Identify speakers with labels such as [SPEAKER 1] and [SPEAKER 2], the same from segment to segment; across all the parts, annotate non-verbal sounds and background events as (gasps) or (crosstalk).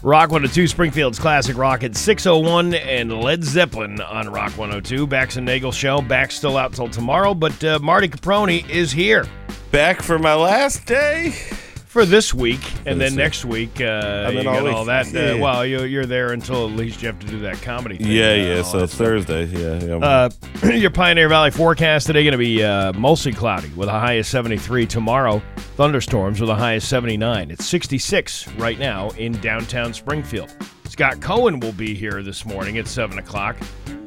[SPEAKER 1] Rock 102, Springfield's Classic Rock at 601, and Led Zeppelin on Rock 102. Bax and Nagel show. Back's still out till tomorrow, but uh, Marty Caproni is here
[SPEAKER 2] Back for my last day.
[SPEAKER 1] for this week, and
[SPEAKER 2] this
[SPEAKER 1] then
[SPEAKER 2] week.
[SPEAKER 1] next week, uh,
[SPEAKER 2] then
[SPEAKER 1] you
[SPEAKER 2] all
[SPEAKER 1] got
[SPEAKER 2] week.
[SPEAKER 1] all
[SPEAKER 2] (laughs)
[SPEAKER 1] that.
[SPEAKER 2] Yeah.
[SPEAKER 1] Uh, well, you're, you're there until at least you have to do that comedy thing.
[SPEAKER 2] Yeah,
[SPEAKER 1] Uh,
[SPEAKER 2] yeah.
[SPEAKER 1] all
[SPEAKER 2] So
[SPEAKER 1] that
[SPEAKER 2] it's Thursday. Yeah, yeah.
[SPEAKER 1] Uh, (clears throat) your Pioneer Valley forecast today going to be uh, mostly cloudy with a high of 73. Tomorrow, thunderstorms with a high of 79. It's 66 right now in downtown Springfield. Scott Cohen will be here this morning at 7 o'clock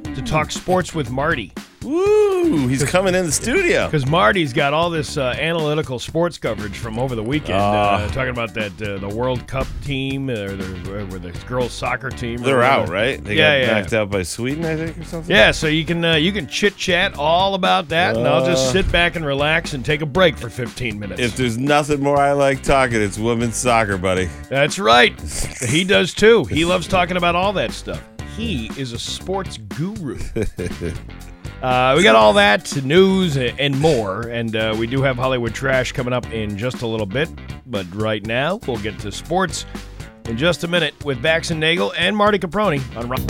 [SPEAKER 1] to talk sports with Marty
[SPEAKER 2] Woo! He's coming in the studio.
[SPEAKER 1] because Marty's got all this uh, analytical sports coverage from over the weekend, uh,
[SPEAKER 2] Ah.
[SPEAKER 1] talking about that uh, the World Cup team or the, or the girls soccer team. or
[SPEAKER 2] They're out,
[SPEAKER 1] whatever.
[SPEAKER 2] right? They
[SPEAKER 1] Yeah,
[SPEAKER 2] got
[SPEAKER 1] yeah.
[SPEAKER 2] knocked out by Sweden, I think, or something.
[SPEAKER 1] Yeah, so you can uh, you can chit chat all about that, and I'll just
[SPEAKER 2] Uh.
[SPEAKER 1] sit back and relax and take a break for 15 minutes.
[SPEAKER 2] If there's nothing more I like talking, it's women's soccer, buddy.
[SPEAKER 1] That's right, he does too. He loves talking about all that stuff. He is a sports guru. Uh, we got all that news and more, and uh, we do have Hollywood trash coming up in just a little bit. But right now, we'll get to sports in just a minute with Bax and Nagel and Marty Caproni on Rock.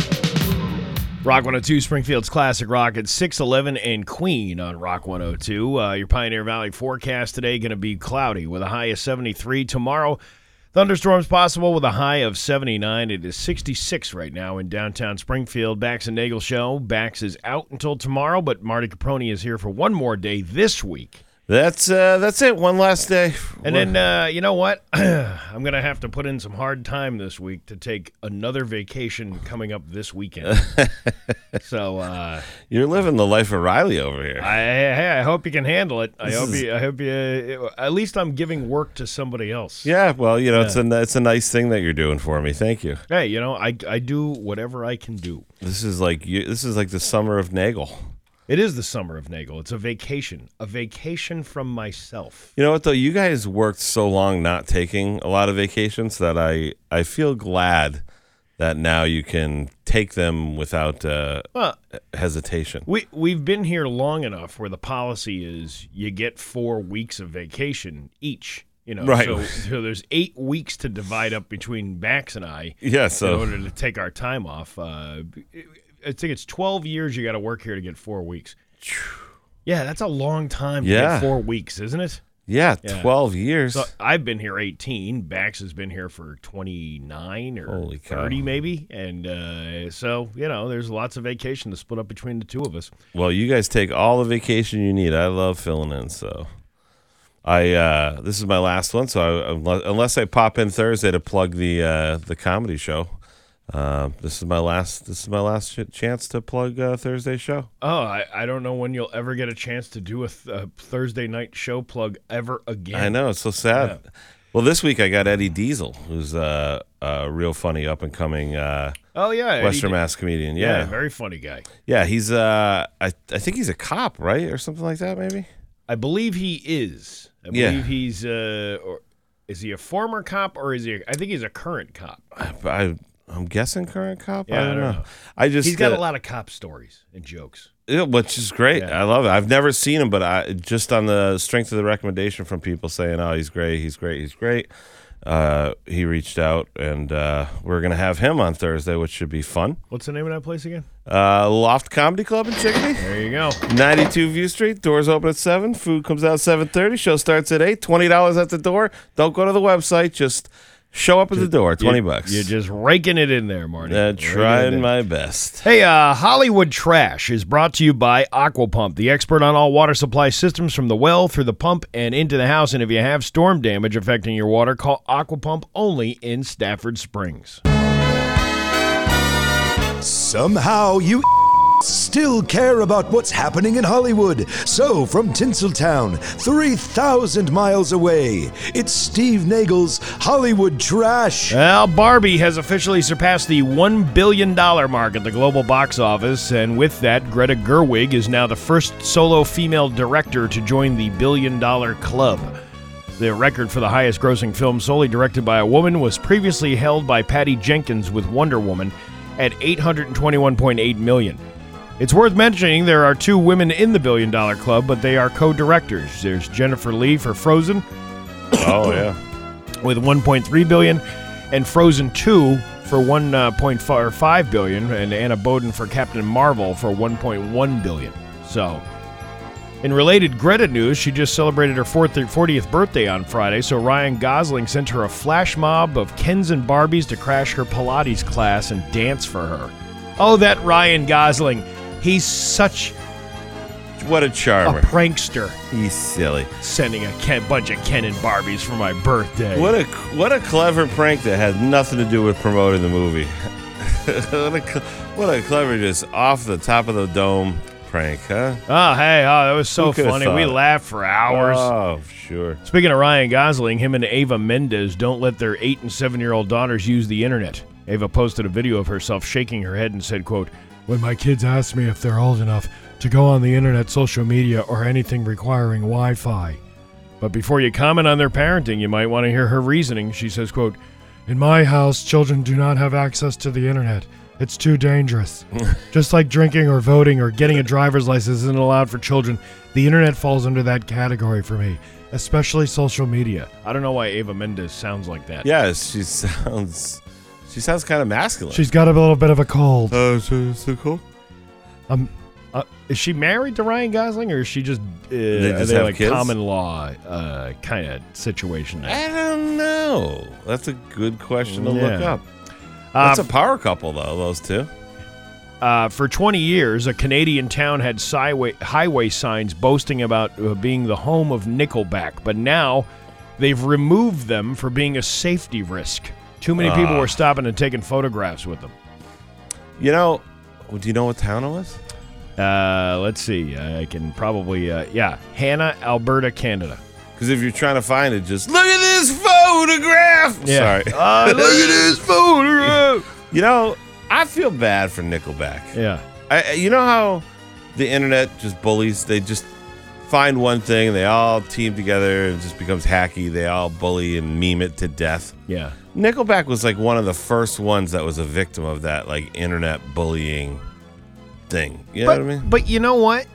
[SPEAKER 1] Rock 102, Springfield's Classic Rock at 611 and Queen on Rock 102. Uh, your Pioneer Valley forecast today going to be cloudy with a high of 73. Tomorrow, thunderstorms possible with a high of 79. It is 66 right now in downtown Springfield. Bax and Nagel Show. Bax is out until tomorrow, but Marty Caproni is here for one more day this week.
[SPEAKER 2] That's uh, that's it. One last day.
[SPEAKER 1] And then, uh, you know what? (clears throat) I'm going to have to put in some hard time this week to take another vacation coming up this weekend. so, uh,
[SPEAKER 2] You're living the life of Riley over here.
[SPEAKER 1] I, hey, I hope you can handle it. I
[SPEAKER 2] This
[SPEAKER 1] hope
[SPEAKER 2] is-
[SPEAKER 1] you. I hope you. At least I'm giving work to somebody else.
[SPEAKER 2] yeah, well, you know, it's a it's a nice thing that you're doing for me. Thank you.
[SPEAKER 1] Hey, you know, I I do whatever I can do.
[SPEAKER 2] This is like you, this is like the summer of Nagel.
[SPEAKER 1] It is the summer of Nagel. It's a vacation, a vacation from myself.
[SPEAKER 2] You know what though? You guys worked so long not taking a lot of vacations that I I feel glad that now you can take them without uh,
[SPEAKER 1] Well,
[SPEAKER 2] hesitation.
[SPEAKER 1] we we've been here long enough where the policy is you get four weeks of vacation each. You know,
[SPEAKER 2] Right.
[SPEAKER 1] So, so there's eight weeks to divide up between Max and I.
[SPEAKER 2] Yeah,
[SPEAKER 1] in
[SPEAKER 2] so
[SPEAKER 1] order to take our time off. Uh, I think it's 12 years you got to work here to get four weeks. Yeah, that's a long time to
[SPEAKER 2] Yeah.
[SPEAKER 1] get four weeks, isn't it?
[SPEAKER 2] yeah,
[SPEAKER 1] Yeah.
[SPEAKER 2] twelve years.
[SPEAKER 1] So I've been here 18. Bax has been here for 29 or
[SPEAKER 2] Holy cow.
[SPEAKER 1] 30 maybe. And uh, so, you know, there's lots of vacation to split up between the two of us.
[SPEAKER 2] Well, you guys take all the vacation you need. I love filling in, so I uh, this is my last one. So I, unless, unless I pop in Thursday to plug the uh, the comedy show, uh, this is my last this is my last ch- chance to plug uh, Thursday show.
[SPEAKER 1] Oh, I, I don't know when you'll ever get a chance to do a, th- a Thursday night show plug ever again.
[SPEAKER 2] I know it's so sad. Well, this week I got Eddie Diesel, who's uh, a real funny up and coming uh,
[SPEAKER 1] Oh, yeah. Eddie
[SPEAKER 2] Western
[SPEAKER 1] did-
[SPEAKER 2] Mass comedian.
[SPEAKER 1] Yeah,
[SPEAKER 2] Yeah,
[SPEAKER 1] very funny guy.
[SPEAKER 2] yeah. He's uh, I I think he's a cop, right, or something like that, maybe.
[SPEAKER 1] I believe he is. I
[SPEAKER 2] Yeah.
[SPEAKER 1] believe he's uh or is he a former cop or is he? A, I think he's a current cop.
[SPEAKER 2] I, I'm guessing current cop.
[SPEAKER 1] Yeah,
[SPEAKER 2] I don't, know. I just
[SPEAKER 1] He's got
[SPEAKER 2] uh,
[SPEAKER 1] a lot of cop stories and jokes.
[SPEAKER 2] Yeah, which is great.
[SPEAKER 1] Yeah.
[SPEAKER 2] I love it. I've never seen him, but I just on the strength of the recommendation from people saying, "Oh, he's great, he's great, he's great." Uh, he reached out, and uh, we're gonna have him on Thursday, which should be fun.
[SPEAKER 1] What's the name of that place again?
[SPEAKER 2] Uh, Loft Comedy Club in Chickadee,
[SPEAKER 1] There you go.
[SPEAKER 2] 92 View Street. Doors open at seven. Food comes out seven thirty. Show starts at eight. Twenty dollars at the door. Don't go to the website. Just show up at the door. Twenty bucks.
[SPEAKER 1] You're just raking it in there, Marty.
[SPEAKER 2] uh,
[SPEAKER 1] Raking it in.
[SPEAKER 2] trying my best.
[SPEAKER 1] Hey, uh, Hollywood Trash is brought to you by Aquapump, the expert on all water supply systems from the well through the pump and into the house. And if you have storm damage affecting your water, call Aquapump only in Stafford Springs.
[SPEAKER 3] Somehow you still care about what's happening in Hollywood. So, from Tinseltown, 3,000 miles away, it's Steve Nagel's Hollywood Trash.
[SPEAKER 1] Well, Barbie has officially surpassed the $1 billion mark at the global box office, and with that, Greta Gerwig is now the first solo female director to join the billion dollar club. The record for the highest grossing film solely directed by a woman was previously held by Patty Jenkins with Wonder Woman at 821.8 million. It's worth mentioning there are two women in the billion dollar club, but they are co directors. There's Jennifer Lee for Frozen
[SPEAKER 2] Oh yeah.
[SPEAKER 1] with 1.3 billion and Frozen 2 for uh, 1.5 billion, and Anna Boden for Captain Marvel for 1.1 billion. So, in related Greta news, she just celebrated her 40th 40th birthday on Friday, so Ryan Gosling sent her a flash mob of Kens and Barbies to crash her Pilates class and dance for her. Oh, that Ryan Gosling. He's such
[SPEAKER 2] What a
[SPEAKER 1] a
[SPEAKER 2] charmer.
[SPEAKER 1] prankster
[SPEAKER 2] He's silly.
[SPEAKER 1] sending a Ken, bunch of Ken and Barbies for my birthday.
[SPEAKER 2] What a what a clever prank that had nothing to do with promoting the movie. (laughs) what, a, cl- what a clever, just off the top of the dome prank, huh?
[SPEAKER 1] Oh, hey, oh, that was so
[SPEAKER 2] Who coulda
[SPEAKER 1] funny. We
[SPEAKER 2] thought?
[SPEAKER 1] laughed for hours.
[SPEAKER 2] Oh, sure.
[SPEAKER 1] Speaking of Ryan Gosling, him and Ava Mendez don't let their eight and seven year old daughters use the internet. Ava posted a video of herself shaking her head and said, quote,
[SPEAKER 4] When my kids ask me if they're old enough to go on the internet, social media, or anything requiring Wi Fi,
[SPEAKER 1] But before you comment on their parenting, you might want to hear her reasoning. She says, quote,
[SPEAKER 4] in my house, children do not have access to the internet. It's too
[SPEAKER 2] (laughs)
[SPEAKER 4] dangerous. Just like drinking or voting or getting a driver's license isn't allowed for children, the internet falls under that category for me, especially social media.
[SPEAKER 1] I don't know why Ava Mendez sounds like that.
[SPEAKER 2] Yes, she (laughs) sounds she sounds kind of masculine.
[SPEAKER 4] She's got a little bit of a cold.
[SPEAKER 2] oh, so, so cool.
[SPEAKER 4] Um,
[SPEAKER 1] Uh, is she married to Ryan Gosling, or is she just, uh, are
[SPEAKER 2] just
[SPEAKER 1] they
[SPEAKER 2] have
[SPEAKER 1] like
[SPEAKER 2] kids?
[SPEAKER 1] common law uh, kind of situation? there?
[SPEAKER 2] I don't know. That's a good question to look
[SPEAKER 1] Yeah.
[SPEAKER 2] up.
[SPEAKER 1] Uh,
[SPEAKER 2] That's a power couple, though. Those two.
[SPEAKER 1] Uh, for 20 years, a Canadian town had highway, highway signs boasting about uh, being the home of Nickelback, but now they've removed them for being a safety risk. Too many people were stopping and taking photographs with them.
[SPEAKER 2] You know, do you know what town it was?
[SPEAKER 1] Uh, let's see. I can probably, uh, yeah, Hannah, Alberta, Canada.
[SPEAKER 2] Because if you're trying to find it, just look at this photograph.
[SPEAKER 1] Yeah.
[SPEAKER 2] Sorry.
[SPEAKER 1] Uh, (laughs) look at this photograph.
[SPEAKER 2] You know, I feel bad for Nickelback.
[SPEAKER 1] yeah.
[SPEAKER 2] I, I- you know how the internet just bullies? They just find one thing, and they all team together, and it just becomes hacky. They all bully and meme it to death.
[SPEAKER 1] Yeah.
[SPEAKER 2] Nickelback was like one of the first ones that was a victim of that like internet bullying thing. You know
[SPEAKER 1] but,
[SPEAKER 2] what I mean?
[SPEAKER 1] but you know what?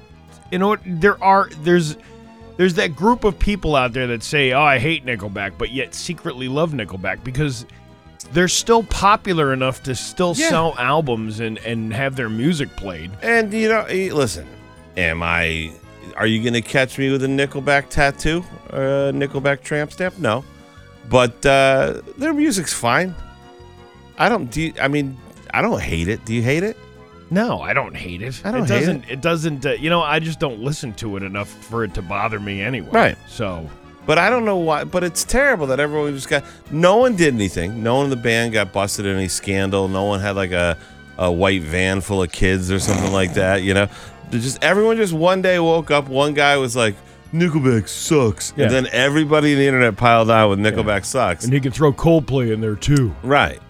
[SPEAKER 1] You know what? There are there's there's that group of people out there that say, "Oh, I hate Nickelback," but yet secretly love Nickelback because they're still popular enough to still
[SPEAKER 2] Yeah.
[SPEAKER 1] sell albums and and have their music played.
[SPEAKER 2] And you know, eh, listen, am I? Are you gonna catch me with a Nickelback tattoo or a Nickelback tramp stamp? No, but uh, their music's fine. I don't. Do you, I mean, I don't hate it. Do you hate it?
[SPEAKER 1] No, I don't hate it.
[SPEAKER 2] I don't
[SPEAKER 1] it
[SPEAKER 2] hate
[SPEAKER 1] doesn't it, doesn't uh, you know, I just don't listen to it enough for it to bother me anyway.
[SPEAKER 2] Right.
[SPEAKER 1] So,
[SPEAKER 2] But I don't know why. But it's terrible that everyone just got. No one did anything. No one in the band got busted in any scandal. No one had like a, a white van full of kids or something like that. You know, They just everyone just one day woke up. One guy was like, "Nickelback sucks,"
[SPEAKER 1] Yeah.
[SPEAKER 2] and then everybody in the internet piled on with "Nickelback sucks."
[SPEAKER 4] and you can throw Coldplay in there too.
[SPEAKER 2] Right.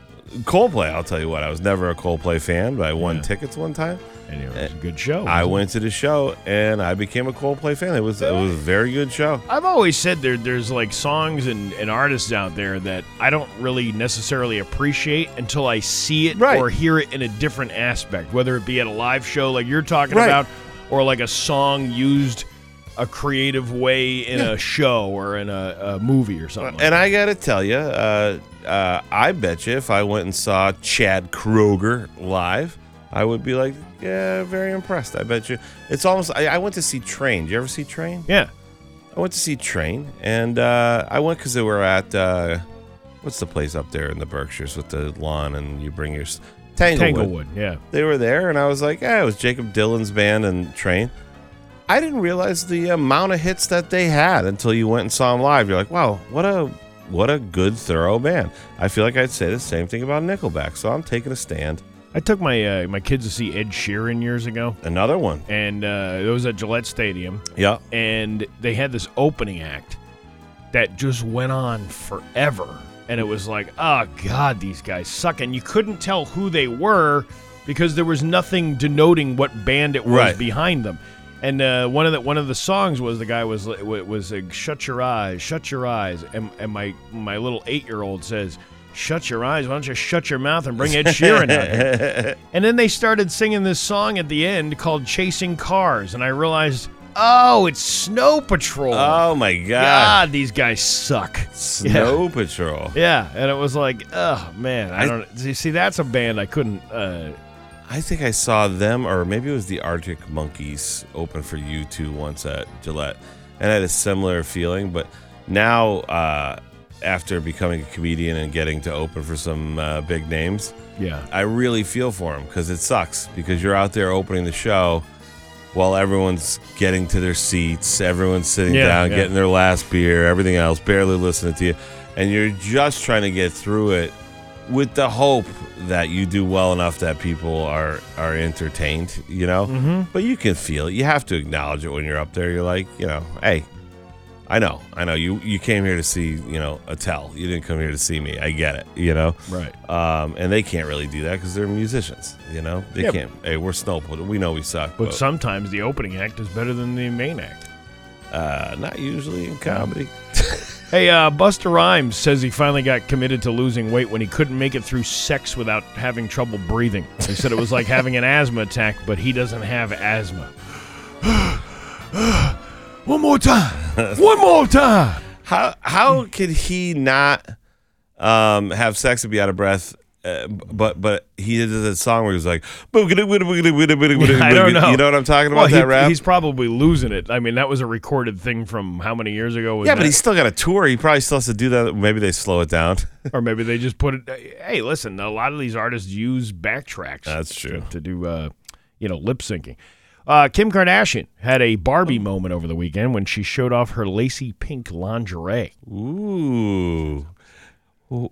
[SPEAKER 2] Coldplay. I'll tell you what. I was never a Coldplay fan, but I won tickets one time.
[SPEAKER 1] anyway, it's a good show.
[SPEAKER 2] I went to the show and I became a Coldplay fan. It was it was a very good show.
[SPEAKER 1] I've always said there there's like songs and, and artists out there that I don't really necessarily appreciate until I see it
[SPEAKER 2] Right.
[SPEAKER 1] or hear it in a different aspect, whether it be at a live show like you're talking
[SPEAKER 2] Right.
[SPEAKER 1] about, or like a song used a creative way in a show or in a, a movie or something. like
[SPEAKER 2] And I gotta tell you, uh, uh, I bet you if I went and saw Chad Kroger live, I would be like, yeah, very impressed. I bet you. It's almost. I, I went to see Train. Did you ever see Train?
[SPEAKER 1] that. yeah.
[SPEAKER 2] I went to see Train, and uh, I went because they were at uh, what's the place up there in the Berkshires with the lawn, and you bring your s- Tanglewood.
[SPEAKER 1] Tanglewood, yeah.
[SPEAKER 2] they were there, and I was like, yeah, it was Jacob Dylan's band and Train. I didn't realize the amount of hits that they had until you went and saw them live. You're like, wow, what a what a good, thorough band. I feel like I'd say the same thing about Nickelback, so I'm taking a stand.
[SPEAKER 1] I took my uh, my kids to see Ed Sheeran years ago,
[SPEAKER 2] Another one.
[SPEAKER 1] and uh, it was at Gillette Stadium.
[SPEAKER 2] Yeah.
[SPEAKER 1] and they had this opening act that just went on forever. And it was like, oh God, these guys suck. And you couldn't tell who they were because there was nothing denoting what band it was
[SPEAKER 2] Right.
[SPEAKER 1] behind them. And uh, one of the one of the songs was the guy was li- wa- was like, shut your eyes, shut your eyes. And, and my my little eight year old says, shut your eyes. Why don't you shut your mouth and bring Ed Sheeran out? here?" And then they started singing this song at the end called Chasing Cars, and I realized Oh, it's Snow Patrol.
[SPEAKER 2] Oh my God!
[SPEAKER 1] God, these guys suck.
[SPEAKER 2] Snow Patrol.
[SPEAKER 1] Yeah, and it was like, oh man, I,
[SPEAKER 2] I-
[SPEAKER 1] don't see. See, that's a band I couldn't. Uh,
[SPEAKER 2] I think I saw them, or maybe it was the Arctic Monkeys open for U2 once at Gillette, and I had a similar feeling. But now, uh, after becoming a comedian and getting to open for some uh, big names,
[SPEAKER 1] yeah,
[SPEAKER 2] I really feel for them because it sucks because you're out there opening the show while everyone's getting to their seats, everyone's sitting
[SPEAKER 1] Yeah,
[SPEAKER 2] down,
[SPEAKER 1] yeah.
[SPEAKER 2] getting their last beer, everything else, barely listening to you, and you're just trying to get through it with the hope that you do well enough that people are are entertained, you know. Mm-hmm. But you can feel it. You have to acknowledge it when you're up there. You're like, you know, hey, I know, I know. You you came here to see, you know, a tell. You didn't come here to see me. I get it, you know.
[SPEAKER 1] right.
[SPEAKER 2] Um, and they can't really do that because they're musicians, you know. They
[SPEAKER 1] Yeah.
[SPEAKER 2] can't. Hey, we're Snowplow. We know we suck,
[SPEAKER 1] But
[SPEAKER 2] but,
[SPEAKER 1] sometimes the opening act is better than the main act.
[SPEAKER 2] uh, not usually in comedy.
[SPEAKER 1] Hey, uh, Buster Rhymes says he finally got committed to losing weight when he couldn't make it through sex without having trouble breathing. He said it was like having an (laughs) asthma attack, but he doesn't have asthma. (gasps) One more (laughs) time. One more time.
[SPEAKER 2] How how could he not um, have sex and be out of breath? Uh, but but he did that song where he was like,
[SPEAKER 1] I don't know.
[SPEAKER 2] You know what I'm talking about?
[SPEAKER 1] Well,
[SPEAKER 2] that
[SPEAKER 1] he-
[SPEAKER 2] rap.
[SPEAKER 1] he's probably losing it. I mean, that was a recorded thing from how many years ago? Was
[SPEAKER 2] yeah, but
[SPEAKER 1] that?
[SPEAKER 2] he's still got a tour. He probably still has to do that. Maybe they slow it down.
[SPEAKER 1] or maybe they just put it. Hey, listen, a lot of these artists use backtracks.
[SPEAKER 2] That's true.
[SPEAKER 1] To, to do, uh, you know, lip syncing. Uh, Kim Kardashian had a Barbie moment over the weekend when she showed off her lacy pink lingerie.
[SPEAKER 2] Ooh. Wh-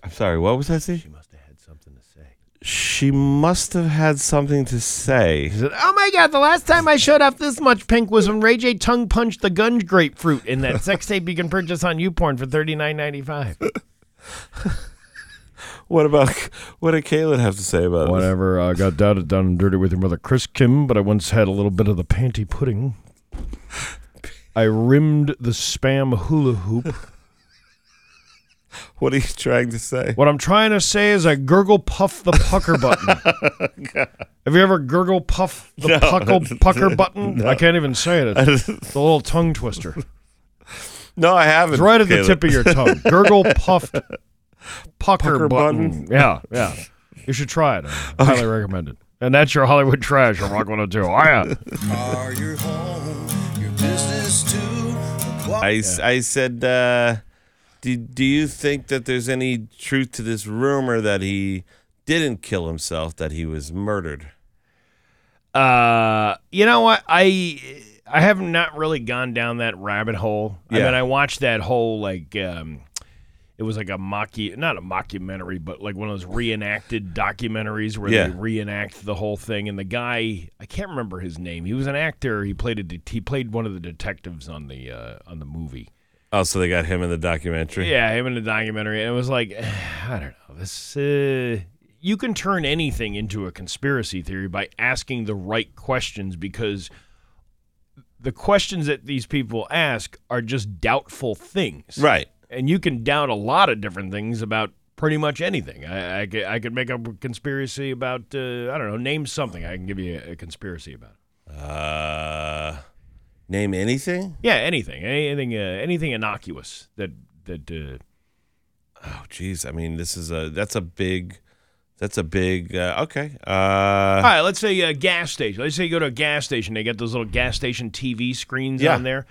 [SPEAKER 2] I'm sorry. What was that? She must have had something to say. She must have had something to say.
[SPEAKER 1] She said, "Oh my God! The last time I showed off this much pink was when Ray J tongue punched the gun grapefruit in that (laughs) sex tape you can purchase on YouPorn for thirty nine ninety five.
[SPEAKER 2] What about what did Caitlin have to say about this?
[SPEAKER 1] Whatever. I got down, down and dirty with your mother, Chris Kim, but I once had a little bit of the panty pudding. I rimmed the spam hula hoop.
[SPEAKER 2] What are you trying to say?
[SPEAKER 1] What I'm trying to say is I gurgle puff the pucker button. Have you ever gurgle puff the puckle pucker button? I can't even say it. It's a little tongue twister.
[SPEAKER 2] No, I haven't.
[SPEAKER 1] It's right at the
[SPEAKER 2] Caitlin.
[SPEAKER 1] tip of your tongue. Gurgle puffed pucker,
[SPEAKER 2] Pucker
[SPEAKER 1] button.
[SPEAKER 2] button.
[SPEAKER 1] Yeah, yeah. You should try it. I highly recommend it. And that's your Hollywood trash on Rock 102. Hiya.
[SPEAKER 5] Are your home, your business too?
[SPEAKER 2] I, s- I said, uh, do, do you think that there's any truth to this rumor that he didn't kill himself, that he was murdered?
[SPEAKER 1] Uh, you know what? I I have not really gone down that rabbit hole. I
[SPEAKER 2] Yeah.
[SPEAKER 1] mean, I watched that whole like um, it was like a mocky, not a mockumentary, but like one of those reenacted documentaries where
[SPEAKER 2] Yeah.
[SPEAKER 1] they reenact the whole thing. And the guy, I can't remember his name. He was an actor. He played a det- he played one of the detectives on the uh, on the movie.
[SPEAKER 2] Oh, so they got him in the
[SPEAKER 1] (laughs)
[SPEAKER 2] documentary.
[SPEAKER 1] Yeah, him in the documentary, and it was like, (sighs) I don't know. This uh, you can turn anything into a conspiracy theory by asking the right questions because the questions that these people ask are just doubtful things,
[SPEAKER 2] Right.
[SPEAKER 1] And you can doubt a lot of different things about pretty much anything. I, I, could, I could make up a conspiracy about uh, I don't know. Name something. I can give you a, a conspiracy about. It.
[SPEAKER 2] Uh, name anything?
[SPEAKER 1] Yeah, anything, anything, uh, anything innocuous that that. Uh,
[SPEAKER 2] Oh, geez. I mean, this is a that's a big that's a big uh, okay. Uh,
[SPEAKER 1] All right, let's say a gas station. Let's say you go to a gas station. They got those little gas station TV screens
[SPEAKER 2] Yeah.
[SPEAKER 1] on there.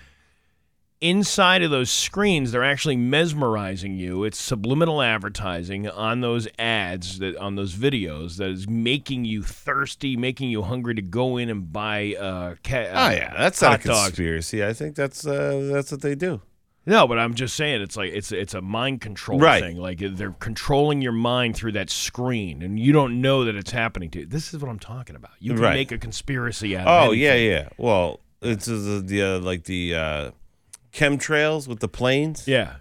[SPEAKER 1] Inside of those screens, they're actually mesmerizing you. It's subliminal advertising on those ads, that, on those videos, that is making you thirsty, making you hungry to go in and buy. Uh, ca-
[SPEAKER 2] oh
[SPEAKER 1] uh,
[SPEAKER 2] yeah, that's
[SPEAKER 1] hot
[SPEAKER 2] not a
[SPEAKER 1] dogs.
[SPEAKER 2] conspiracy. I think that's uh, that's what they do.
[SPEAKER 1] No, but I'm just saying it's like it's it's a mind control
[SPEAKER 2] Right.
[SPEAKER 1] thing. Like they're controlling your mind through that screen, and you don't know that it's happening to you. This is what I'm talking about. You can
[SPEAKER 2] Right.
[SPEAKER 1] make a conspiracy out. of
[SPEAKER 2] Oh
[SPEAKER 1] anything.
[SPEAKER 2] yeah, yeah. Well, it's uh, the, the uh, like the uh, chemtrails with the planes.
[SPEAKER 1] Yeah.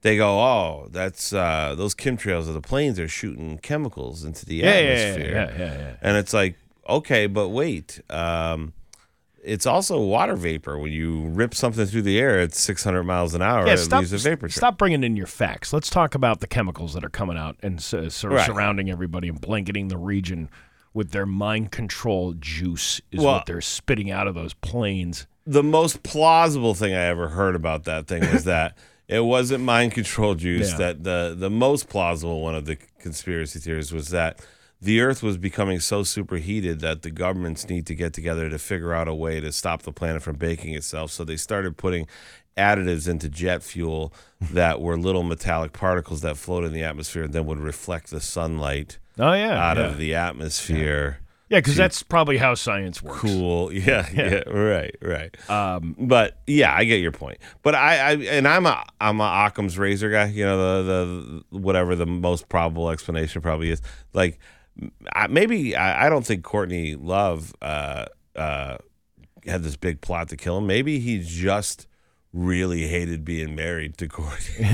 [SPEAKER 2] They go, oh, that's uh, those chemtrails of the planes are shooting chemicals into the
[SPEAKER 1] Yeah, yeah,
[SPEAKER 2] atmosphere.
[SPEAKER 1] yeah, yeah, yeah.
[SPEAKER 2] And it's like, okay, but wait. Um, it's also water vapor. When you rip something through the air at 600 miles an hour,
[SPEAKER 1] yeah
[SPEAKER 2] it
[SPEAKER 1] stop,
[SPEAKER 2] leaves a vapor trail.
[SPEAKER 1] stop bringing in your facts. Let's talk about the chemicals that are coming out and s- uh, sort of
[SPEAKER 2] Right.
[SPEAKER 1] surrounding everybody and blanketing the region with their mind control juice is
[SPEAKER 2] Well-
[SPEAKER 1] what they're spitting out of those planes.
[SPEAKER 2] the most plausible thing I ever heard about that thing
[SPEAKER 1] (laughs)
[SPEAKER 2] was that it wasn't mind control juice.
[SPEAKER 1] Yeah.
[SPEAKER 2] That the the most plausible one of the conspiracy theories was that the Earth was becoming so superheated that the governments need to get together to figure out a way to stop the planet from baking itself. So they started putting additives into jet fuel that were little metallic particles that float in the atmosphere and then would reflect the sunlight
[SPEAKER 1] Oh yeah,
[SPEAKER 2] out
[SPEAKER 1] yeah.
[SPEAKER 2] of the atmosphere.
[SPEAKER 1] yeah, because that's probably how science works. Uh,
[SPEAKER 2] Cool. (laughs) Yeah,
[SPEAKER 1] (laughs)
[SPEAKER 2] yeah. Right. Right. Um. But yeah, I get your point. But I, I and I'm a I'm a Occam's razor guy. You know the the whatever the most probable explanation probably is. Like I, maybe I, I don't think Courtney Love uh uh had this big plot to kill him. Maybe he just really hated being married to Courtney.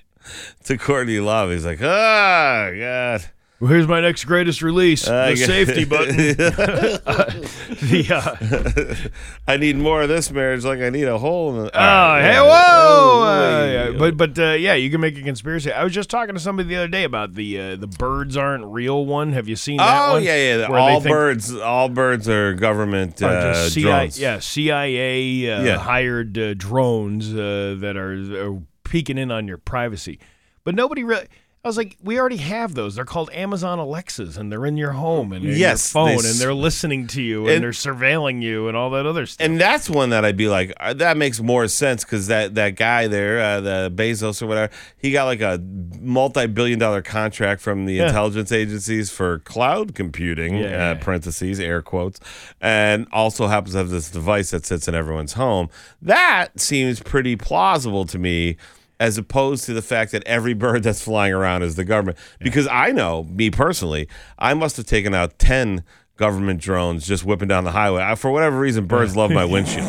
[SPEAKER 2] (laughs) to Courtney Love, he's like, ah, God.
[SPEAKER 1] Well, here's my next greatest release:
[SPEAKER 2] I
[SPEAKER 1] the
[SPEAKER 2] (laughs) get-
[SPEAKER 1] safety button. the uh,
[SPEAKER 2] I need more of this marriage, like I need a hole in the.
[SPEAKER 1] Oh,
[SPEAKER 2] Ah,
[SPEAKER 1] hey,
[SPEAKER 2] yeah.
[SPEAKER 1] whoa!
[SPEAKER 2] Oh,
[SPEAKER 1] Uh,
[SPEAKER 2] yeah.
[SPEAKER 1] but but uh, yeah, you can make a conspiracy. I was just talking to somebody the other day about the uh, the birds aren't real one. Have you seen that
[SPEAKER 2] Oh
[SPEAKER 1] one?
[SPEAKER 2] yeah, yeah. the-
[SPEAKER 1] Where they
[SPEAKER 2] all
[SPEAKER 1] think-
[SPEAKER 2] birds, all birds are government
[SPEAKER 1] are
[SPEAKER 2] uh,
[SPEAKER 1] just CIA,
[SPEAKER 2] drones.
[SPEAKER 1] yeah, CIA uh,
[SPEAKER 2] Yeah.
[SPEAKER 1] hired uh, drones uh, that are uh, peeking in on your privacy. But nobody really. I was like, we already have those. They're called Amazon Alexas, and they're in your home and in
[SPEAKER 2] Yes,
[SPEAKER 1] your
[SPEAKER 2] they
[SPEAKER 1] phone,
[SPEAKER 2] s-
[SPEAKER 1] and they're listening to you, and,
[SPEAKER 2] And-
[SPEAKER 1] they're surveilling you, and all that other stuff.
[SPEAKER 2] And that's one that I'd be like, uh, that makes more sense because that, that guy there, uh, the Bezos or whatever, he got like a multi-billion dollar contract from the intelligence agencies for cloud computing,
[SPEAKER 1] Yeah,
[SPEAKER 2] uh,
[SPEAKER 1] yeah, yeah.
[SPEAKER 2] parentheses, air quotes, and also happens to have this device that sits in everyone's home. That seems pretty plausible to me. As opposed to the fact that every bird (laughs) that's flying around is the government. Because I know, me personally, I must have taken out 10 government drones just whipping down the highway. I, for whatever reason, birds love
[SPEAKER 1] (laughs)
[SPEAKER 2] my windshield.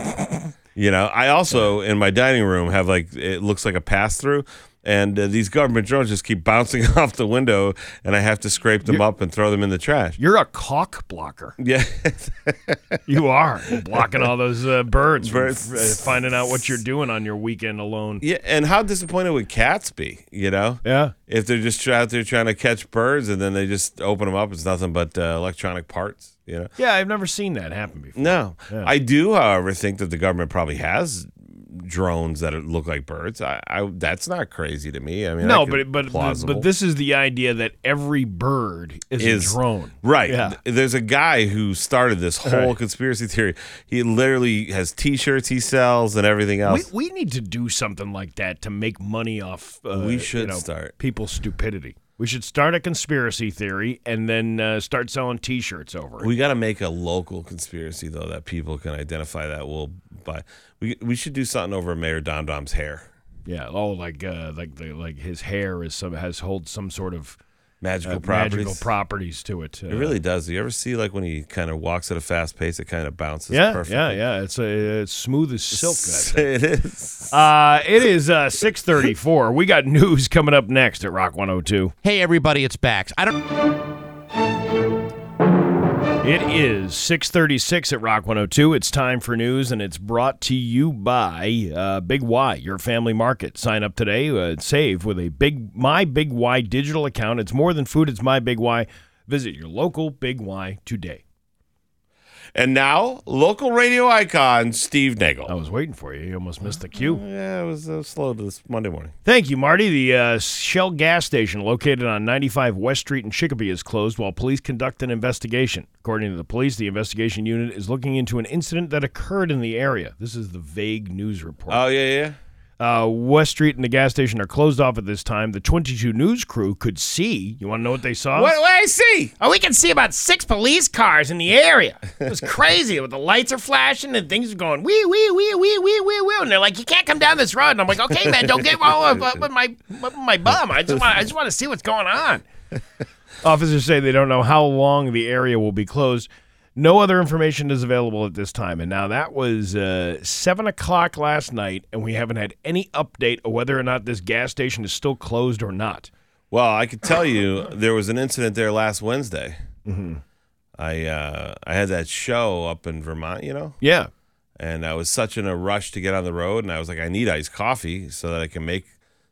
[SPEAKER 2] You know, I also in my dining room have like it looks like a pass through, and uh, these government drones just keep bouncing (laughs) off the window, and I have to scrape them up and throw them in the trash.
[SPEAKER 1] You're a cock blocker.
[SPEAKER 2] Yeah,
[SPEAKER 1] (laughs)
[SPEAKER 2] (laughs)
[SPEAKER 1] You are blocking all those uh, birds, from
[SPEAKER 2] Birds.
[SPEAKER 1] f- uh, finding out what you're doing on your weekend alone.
[SPEAKER 2] yeah. And how disappointed would cats be? You know,
[SPEAKER 1] Yeah.
[SPEAKER 2] if they're just out there trying to catch birds and then they just open them up, it's nothing but uh, electronic parts. You know.
[SPEAKER 1] Yeah, I've never seen that happen before.
[SPEAKER 2] No, I do, however, think that the government probably has drones that look like birds. I, I that's not crazy to me. I mean,
[SPEAKER 1] No,
[SPEAKER 2] I could-
[SPEAKER 1] but but but,
[SPEAKER 2] plausible.
[SPEAKER 1] but this is the idea that every bird is, a drone.
[SPEAKER 2] Right.
[SPEAKER 1] Yeah.
[SPEAKER 2] Th- There's a guy who started this whole conspiracy theory. He literally has T-shirts he sells and everything
[SPEAKER 1] We,
[SPEAKER 2] else.
[SPEAKER 1] we need to do something like that to make money off. Uh,
[SPEAKER 2] We
[SPEAKER 1] you
[SPEAKER 2] should
[SPEAKER 1] know,
[SPEAKER 2] start.
[SPEAKER 1] people's stupidity. We should start a conspiracy theory and then uh, start selling T-shirts over.
[SPEAKER 2] We,
[SPEAKER 1] it.
[SPEAKER 2] got to make a local conspiracy though that people can identify that will buy. We we should do something over Mayor Dom Dom's hair.
[SPEAKER 1] yeah. Oh, like uh, like the, like his hair is some has holds some sort of uh,
[SPEAKER 2] Magical properties.
[SPEAKER 1] magical properties to it. uh,
[SPEAKER 2] it really does. You ever see like when he kind of walks at a fast pace, it kind of bounces.
[SPEAKER 1] Yeah,
[SPEAKER 2] perfectly.
[SPEAKER 1] yeah, yeah. It's a it's smooth as silk. That thing.
[SPEAKER 2] (laughs) it is.
[SPEAKER 1] Uh, it is uh, six thirty four. We got news coming up next at Rock one hundred two.
[SPEAKER 6] Hey, everybody, it's Bax. I don't.
[SPEAKER 1] It is six thirty six at Rock one hundred two. It's time for news, and it's brought to you by uh, Big Y, your family market. Sign up today, uh, and save with a big My Big Y digital account. It's more than food. It's My Big Y. Visit your local Big Y today.
[SPEAKER 2] And now, local radio icon Steve Nagel.
[SPEAKER 1] I was waiting for you. You almost missed the cue.
[SPEAKER 2] Yeah, it was uh, slow this Monday morning.
[SPEAKER 1] Thank you, Marty. The uh, Shell gas station located on 95 West Street in Chicopee is closed while police conduct an investigation. According to the police, the investigation unit is looking into an incident that occurred in the area. This is the vague news report.
[SPEAKER 2] Oh yeah, yeah.
[SPEAKER 1] Uh, West Street and the gas station are closed off at this time. The 22 News crew could see. You want to know what they saw?
[SPEAKER 2] What do I see?
[SPEAKER 1] Oh, we can see about six police cars in the area. It (laughs) was crazy. the lights are flashing and things are going wee wee wee wee wee wee wee, and they're like, "You can't come down this road." And I'm like, "Okay, man, don't get all up, up with my up with my bum. I just want I just want to see what's going on." (laughs) Officers say they don't know how long the area will be closed. No other information is available at this time. And now that was uh, seven o'clock last night, and we haven't had any update of whether or not this gas station is still closed or not.
[SPEAKER 2] Well, I could tell you there was an incident there last Wednesday. I uh, I had that show up in Vermont, you know,
[SPEAKER 1] Yeah,
[SPEAKER 2] and I was such in a rush to get on the road, and I was like, I need iced coffee so that I can make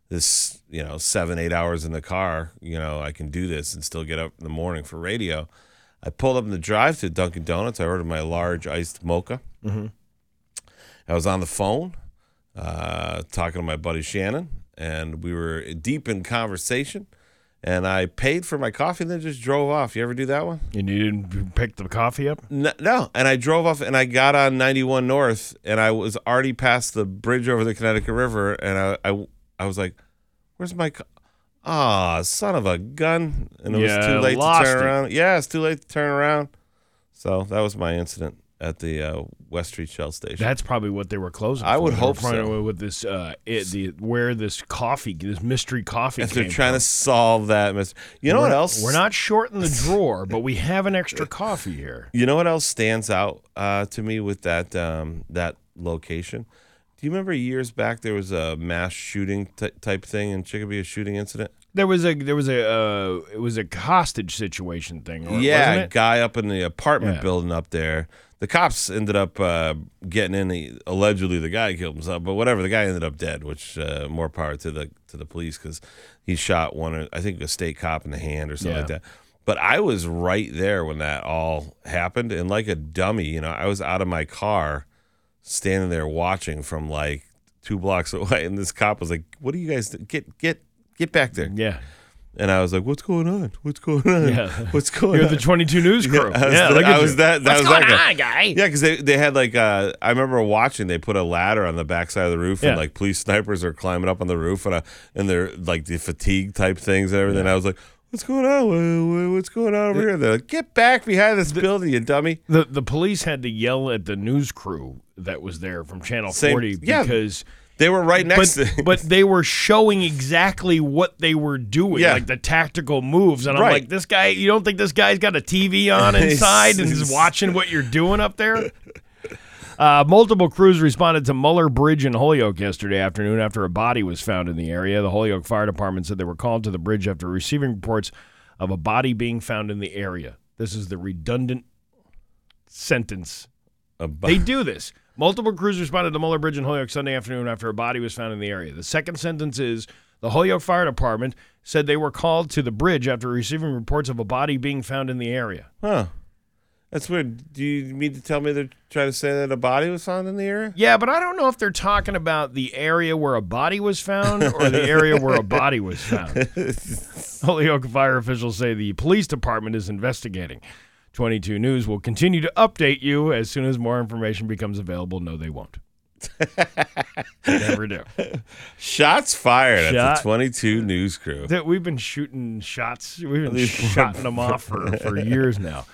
[SPEAKER 2] this, you know, seven eight hours in the car. You know, I can do this and still get up in the morning for radio. I pulled up in the drive to Dunkin' Donuts. I ordered my large iced mocha. I was on the phone uh, talking to my buddy Shannon, and we were deep in conversation. And I paid for my coffee and then just drove off. You ever do that one?
[SPEAKER 1] And you didn't pick the coffee up?
[SPEAKER 2] No, no. And I drove off and I got on 91 North and I was already past the bridge over the Connecticut River. And I, I, I was like, where's my. Co- Ah, son of a gun. And it was
[SPEAKER 1] Yeah,
[SPEAKER 2] too late to
[SPEAKER 1] lost
[SPEAKER 2] turn
[SPEAKER 1] it.
[SPEAKER 2] around. Yeah, it's too late to turn around. So that was my incident at the uh, West Street Shell Station.
[SPEAKER 1] That's probably what they were closing.
[SPEAKER 2] I
[SPEAKER 1] for.
[SPEAKER 2] would
[SPEAKER 1] They were
[SPEAKER 2] hope
[SPEAKER 1] probably
[SPEAKER 2] so.
[SPEAKER 1] With this, uh, it, the where this coffee, this mystery coffee.
[SPEAKER 2] if they're
[SPEAKER 1] came
[SPEAKER 2] trying
[SPEAKER 1] from.
[SPEAKER 2] to solve that mis- You know what else?
[SPEAKER 1] We're not short
[SPEAKER 2] (laughs)
[SPEAKER 1] in the drawer, but we have an extra coffee here.
[SPEAKER 2] You know what else stands out uh, to me with that um, that location? Do you remember years back there was a mass shooting t- type thing in Chicopee, a shooting incident?
[SPEAKER 1] There was a there was a uh, it was a hostage situation thing. Or,
[SPEAKER 2] yeah,
[SPEAKER 1] wasn't it?
[SPEAKER 2] guy up in the apartment
[SPEAKER 1] Yeah.
[SPEAKER 2] building up there. The cops ended up uh, getting in. The, allegedly, the guy killed himself, but whatever. The guy ended up dead, which uh, more power to the to the police because he shot one. I think a state cop in the hand or something like
[SPEAKER 1] Yeah.
[SPEAKER 2] that. But I was right there when that all happened, and like a dummy, you know, I was out of my car, standing there watching from like two blocks (laughs) away, and this cop was like, "What are you guys? Get get get back there!"
[SPEAKER 1] yeah.
[SPEAKER 2] And I was like, "What's going on? What's going on?
[SPEAKER 1] Yeah.
[SPEAKER 2] What's
[SPEAKER 1] (laughs)
[SPEAKER 2] going
[SPEAKER 1] You're
[SPEAKER 2] on?"
[SPEAKER 1] the 22 News crew.
[SPEAKER 2] I was,
[SPEAKER 1] yeah,
[SPEAKER 2] that-
[SPEAKER 1] look at
[SPEAKER 2] I
[SPEAKER 1] you.
[SPEAKER 2] was that. that was that guy.
[SPEAKER 1] guy?
[SPEAKER 2] Yeah, because they, they had like uh, I remember watching. They put a ladder on the backside of the roof,
[SPEAKER 1] Yeah.
[SPEAKER 2] and like police snipers are climbing up on the roof, and uh, and they're like the fatigue type things and everything. I was like, "What's going on? Wha- wha- What's going on over here?" They're like, "Get back behind this building, you dummy!"
[SPEAKER 1] The the police had to yell at the news crew that was there from Channel
[SPEAKER 2] Same-
[SPEAKER 1] 40
[SPEAKER 2] yeah.
[SPEAKER 1] because
[SPEAKER 2] They were right next
[SPEAKER 1] but,
[SPEAKER 2] to.
[SPEAKER 1] but they were showing exactly what they were doing,
[SPEAKER 2] Yeah.
[SPEAKER 1] like the tactical moves. And I'm
[SPEAKER 2] Right.
[SPEAKER 1] like, this guy, you don't think this guy's got a TV on inside and is
[SPEAKER 2] (laughs) He's-
[SPEAKER 1] watching what you're doing up there? Uh, multiple crews responded to Muller Bridge in Holyoke yesterday afternoon after a body was found in the area. The Holyoke Fire Department said they were called to the bridge after receiving reports of a body being found in the area. This is the redundant sentence
[SPEAKER 2] (laughs) A bu-
[SPEAKER 1] they do this. Multiple crews responded to Muller Bridge in Holyoke Sunday afternoon after a body was found in the area. The second sentence is the Holyoke Fire Department said they were called to the bridge after receiving reports of a body being found in the area.
[SPEAKER 2] huh? That's weird. Do you mean to tell me they're trying to say that a body was found in the area? (laughs)
[SPEAKER 1] Yeah, but I don't know if they're talking about the area where a body was found or the area where a body was
[SPEAKER 2] (laughs)
[SPEAKER 1] found. Holyoke fire officials say the police department is investigating. 22 News will continue to update you as soon as more information becomes available. No, they won't. They never do.
[SPEAKER 2] Shots fired at
[SPEAKER 1] Shot-
[SPEAKER 2] the 22 news crew.
[SPEAKER 1] that we've been shooting shots.
[SPEAKER 2] (laughs)
[SPEAKER 1] We've been
[SPEAKER 2] These-
[SPEAKER 1] shotting them off
[SPEAKER 2] (laughs)
[SPEAKER 1] for, for years now.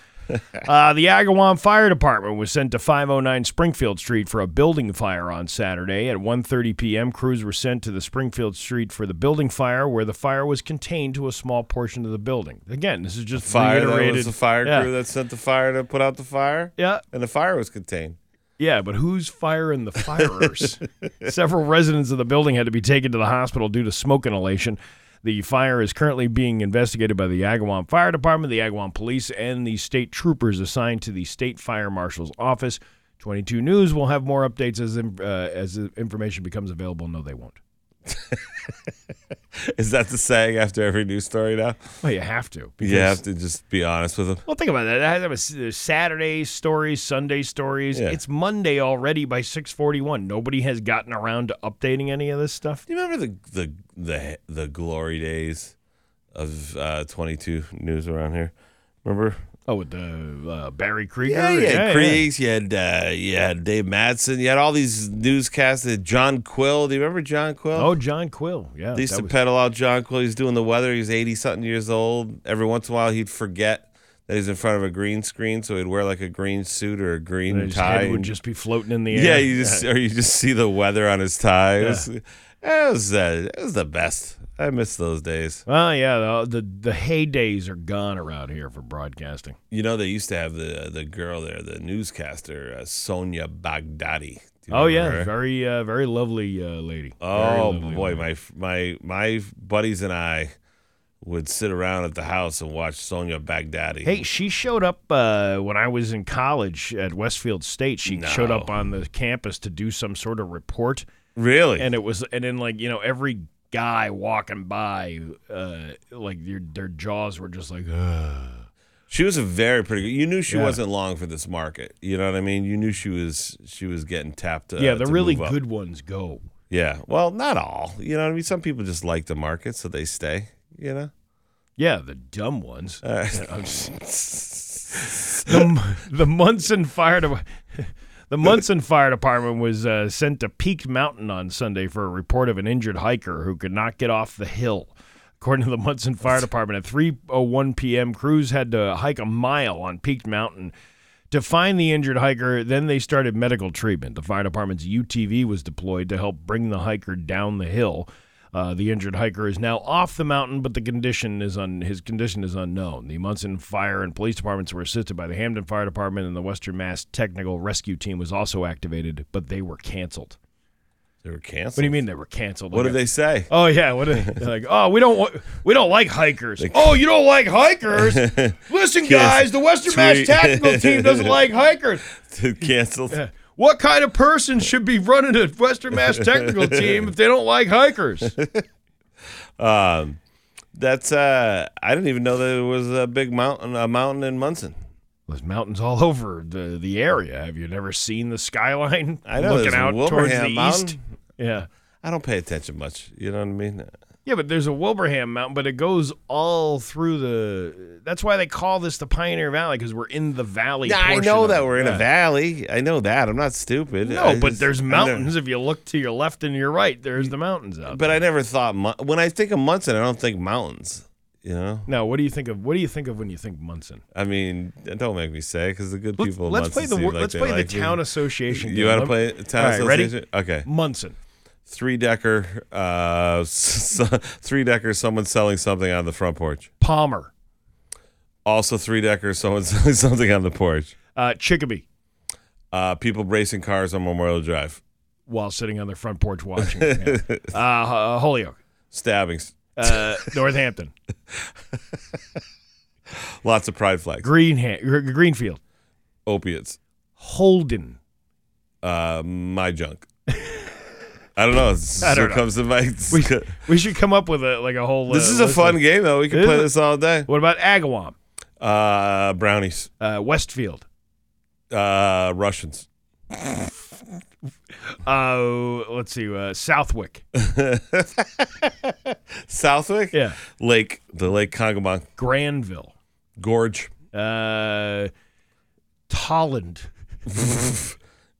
[SPEAKER 1] Uh, the Agawam Fire Department was sent to 509 Springfield Street for a building fire on Saturday at 1:30 p.m. Crews were sent to the Springfield Street for the building fire, where the fire was contained to a small portion of the building. Again, this is just
[SPEAKER 2] Fire. That
[SPEAKER 1] reiterated.
[SPEAKER 2] was the fire
[SPEAKER 1] yeah.
[SPEAKER 2] crew that sent the fire to put out the fire.
[SPEAKER 1] yeah,
[SPEAKER 2] and the fire was contained. (laughs)
[SPEAKER 1] Yeah, but who's firing the firers? Several residents of the building had to be taken to the hospital due to smoke inhalation. The fire is currently being investigated by the Agawam Fire Department, the Agawam Police, and the state troopers assigned to the State Fire Marshal's office. 22 News will have more updates as in- uh, as the information becomes available. No, they won't.
[SPEAKER 2] Is that the saying after every news story now?
[SPEAKER 1] Well, you have to.
[SPEAKER 2] You have to just be honest with them.
[SPEAKER 1] Well, think about that. I have a s- there's Saturday stories, Sunday stories.
[SPEAKER 2] Yeah.
[SPEAKER 1] It's Monday already by 6:41. Nobody has gotten around to updating any of this stuff.
[SPEAKER 2] Do you remember the the the the glory days of uh, 22 news around here? Remember?
[SPEAKER 1] Oh, with the uh, Barry Krieger.
[SPEAKER 2] Yeah, you had Kriegs, you had uh, you had Dave Madsen, you had all these newscasts. you had John Quill. Do you remember John Quill?
[SPEAKER 1] Oh, John Quill. Yeah,
[SPEAKER 2] They used
[SPEAKER 1] that
[SPEAKER 2] to
[SPEAKER 1] was-
[SPEAKER 2] pedal out John Quill. He's doing the weather. He's 80 something years old. Every once in a while, he'd forget that he's in front of a green screen. So he'd wear like a green suit or a green
[SPEAKER 1] his
[SPEAKER 2] tie.
[SPEAKER 1] head would
[SPEAKER 2] and-
[SPEAKER 1] just be floating in the air.
[SPEAKER 2] Yeah, you just or you just see the weather on his tie. It was, it was, uh, it was the best. I miss those days.
[SPEAKER 1] Oh yeah, the, the the heydays are gone around here for broadcasting.
[SPEAKER 2] You know, they used to have the uh, the girl there, the newscaster uh, Sonia Baghdadi. Do you
[SPEAKER 1] Oh yeah,
[SPEAKER 2] remember her?
[SPEAKER 1] very uh, very lovely uh, lady. Very
[SPEAKER 2] Oh
[SPEAKER 1] lovely
[SPEAKER 2] boy,
[SPEAKER 1] lady.
[SPEAKER 2] my my my buddies and I would sit around at the house and watch Sonia Baghdadi.
[SPEAKER 1] Hey, she showed up uh, when I was in college at Westfield State. She showed up on the campus to do some sort of report,
[SPEAKER 2] really?
[SPEAKER 1] and it was and then like you know every guy walking by, uh, like your, their jaws were just like. (sighs) "Ugh."
[SPEAKER 2] She was a very pretty. You knew she
[SPEAKER 1] Yeah.
[SPEAKER 2] wasn't long for this market. You know what I mean? You knew she was she was getting tapped. Uh,
[SPEAKER 1] yeah, the
[SPEAKER 2] to
[SPEAKER 1] really
[SPEAKER 2] move up.
[SPEAKER 1] good ones go.
[SPEAKER 2] Yeah. Well, not all. You know what I mean? Some people just like the market, so they stay. You know.
[SPEAKER 1] Yeah, the dumb ones.
[SPEAKER 2] Uh, (laughs)
[SPEAKER 1] the, the Munson Fire De- (laughs) the Munson Fire Department was uh, sent to Peaked Mountain on Sunday for a report of an injured hiker who could not get off the hill. According to the Munson Fire Department, at 3:01 p.m., crews had to hike a mile on Peaked Mountain to find the injured hiker. Then they started medical treatment. The fire department's UTV was deployed to help bring the hiker down the hill. Uh, the injured hiker is now off the mountain, but the condition is un- his condition is unknown. The Munson Fire and Police Departments were assisted by the Hamden Fire Department, and the Western Mass Technical Rescue Team was also activated, but they were canceled.
[SPEAKER 2] they were canceled.
[SPEAKER 1] What do you mean they were canceled?
[SPEAKER 2] What
[SPEAKER 1] Like
[SPEAKER 2] did
[SPEAKER 1] a-
[SPEAKER 2] they
[SPEAKER 1] (laughs)
[SPEAKER 2] say? (laughs)
[SPEAKER 1] Oh yeah, what are they? are like? Oh, we don't wa- we don't like hikers. oh, you don't like
[SPEAKER 2] (laughs)
[SPEAKER 1] hikers? Listen, guys, the Western Mass
[SPEAKER 2] Tweet.
[SPEAKER 1] Tactical
[SPEAKER 2] (laughs)
[SPEAKER 1] Team doesn't like hikers.
[SPEAKER 2] canceled.
[SPEAKER 1] What kind of person should be running a Western Mass Technical Team if they don't like hikers?
[SPEAKER 2] Um, that's uh, I didn't even know there was a big mountain, a mountain in Munson.
[SPEAKER 1] There's mountains all (laughs) over the, the area. Have you never seen the skyline?
[SPEAKER 2] (laughs) I know,
[SPEAKER 1] looking
[SPEAKER 2] there's a
[SPEAKER 1] out towards the
[SPEAKER 2] Wilbraham Mountain.
[SPEAKER 1] east. Yeah,
[SPEAKER 2] I don't pay attention much. You know what I mean?
[SPEAKER 1] yeah, but there's a Wilbraham Mountain, but it goes all through the. That's why they call this the Pioneer Valley because we're in the valley.
[SPEAKER 2] Yeah, I
[SPEAKER 1] portion
[SPEAKER 2] know
[SPEAKER 1] of
[SPEAKER 2] that
[SPEAKER 1] it.
[SPEAKER 2] we're in
[SPEAKER 1] Yeah.
[SPEAKER 2] a valley. I know that. I'm not stupid.
[SPEAKER 1] No,
[SPEAKER 2] I
[SPEAKER 1] but
[SPEAKER 2] just-
[SPEAKER 1] there's
[SPEAKER 2] I
[SPEAKER 1] mountains.
[SPEAKER 2] never-
[SPEAKER 1] If you look to your left and your right, there's the mountains out.
[SPEAKER 2] but I never thought Mun- when I think of Munson, I don't think mountains. You know,
[SPEAKER 1] there. now, what do you think of? What do you think of when you think Munson?
[SPEAKER 2] I mean, don't make me say because the good
[SPEAKER 1] Let's,
[SPEAKER 2] people. of
[SPEAKER 1] let's
[SPEAKER 2] Munson
[SPEAKER 1] play the
[SPEAKER 2] seem
[SPEAKER 1] wor-
[SPEAKER 2] like
[SPEAKER 1] let's
[SPEAKER 2] they
[SPEAKER 1] play
[SPEAKER 2] like
[SPEAKER 1] the
[SPEAKER 2] me.
[SPEAKER 1] town association.
[SPEAKER 2] You
[SPEAKER 1] game.
[SPEAKER 2] want to
[SPEAKER 1] Let-
[SPEAKER 2] play town
[SPEAKER 1] All right, ready?
[SPEAKER 2] association? Okay,
[SPEAKER 1] Munson.
[SPEAKER 2] three decker, uh, (laughs) s- s- three decker. Someone selling something on the front porch.
[SPEAKER 1] Palmer.
[SPEAKER 2] Also three decker. Someone (laughs) selling something on the porch.
[SPEAKER 1] Uh, Chicopee.
[SPEAKER 2] Uh, people racing cars on Memorial Drive.
[SPEAKER 1] While sitting on their front porch watching. it, yeah. uh, Ho- (laughs) uh, Holyoke.
[SPEAKER 2] Stabbings.
[SPEAKER 1] Uh, Northampton.
[SPEAKER 2] Lots of pride flags.
[SPEAKER 1] Greenha- Gr- Greenfield.
[SPEAKER 2] Opiates.
[SPEAKER 1] Holden.
[SPEAKER 2] Uh,
[SPEAKER 1] (laughs)
[SPEAKER 2] my junk. I don't know. This
[SPEAKER 1] I
[SPEAKER 2] is
[SPEAKER 1] don't
[SPEAKER 2] what
[SPEAKER 1] know.
[SPEAKER 2] comes to my.
[SPEAKER 1] We,
[SPEAKER 2] (laughs)
[SPEAKER 1] we should come up with a like a whole.
[SPEAKER 2] this
[SPEAKER 1] uh,
[SPEAKER 2] is a
[SPEAKER 1] list
[SPEAKER 2] fun
[SPEAKER 1] of-
[SPEAKER 2] game though. We can
[SPEAKER 1] It
[SPEAKER 2] play
[SPEAKER 1] is.
[SPEAKER 2] this all day.
[SPEAKER 1] What about Agawam?
[SPEAKER 2] Uh, brownies.
[SPEAKER 1] Uh, Westfield.
[SPEAKER 2] Uh, Russians.
[SPEAKER 1] Uh, let's see. Uh,
[SPEAKER 2] (laughs)
[SPEAKER 1] Southwick.
[SPEAKER 2] Southwick.
[SPEAKER 1] Yeah.
[SPEAKER 2] Lake. The Lake Congamon.
[SPEAKER 1] Granville.
[SPEAKER 2] Gorge.
[SPEAKER 1] uh, Tolland,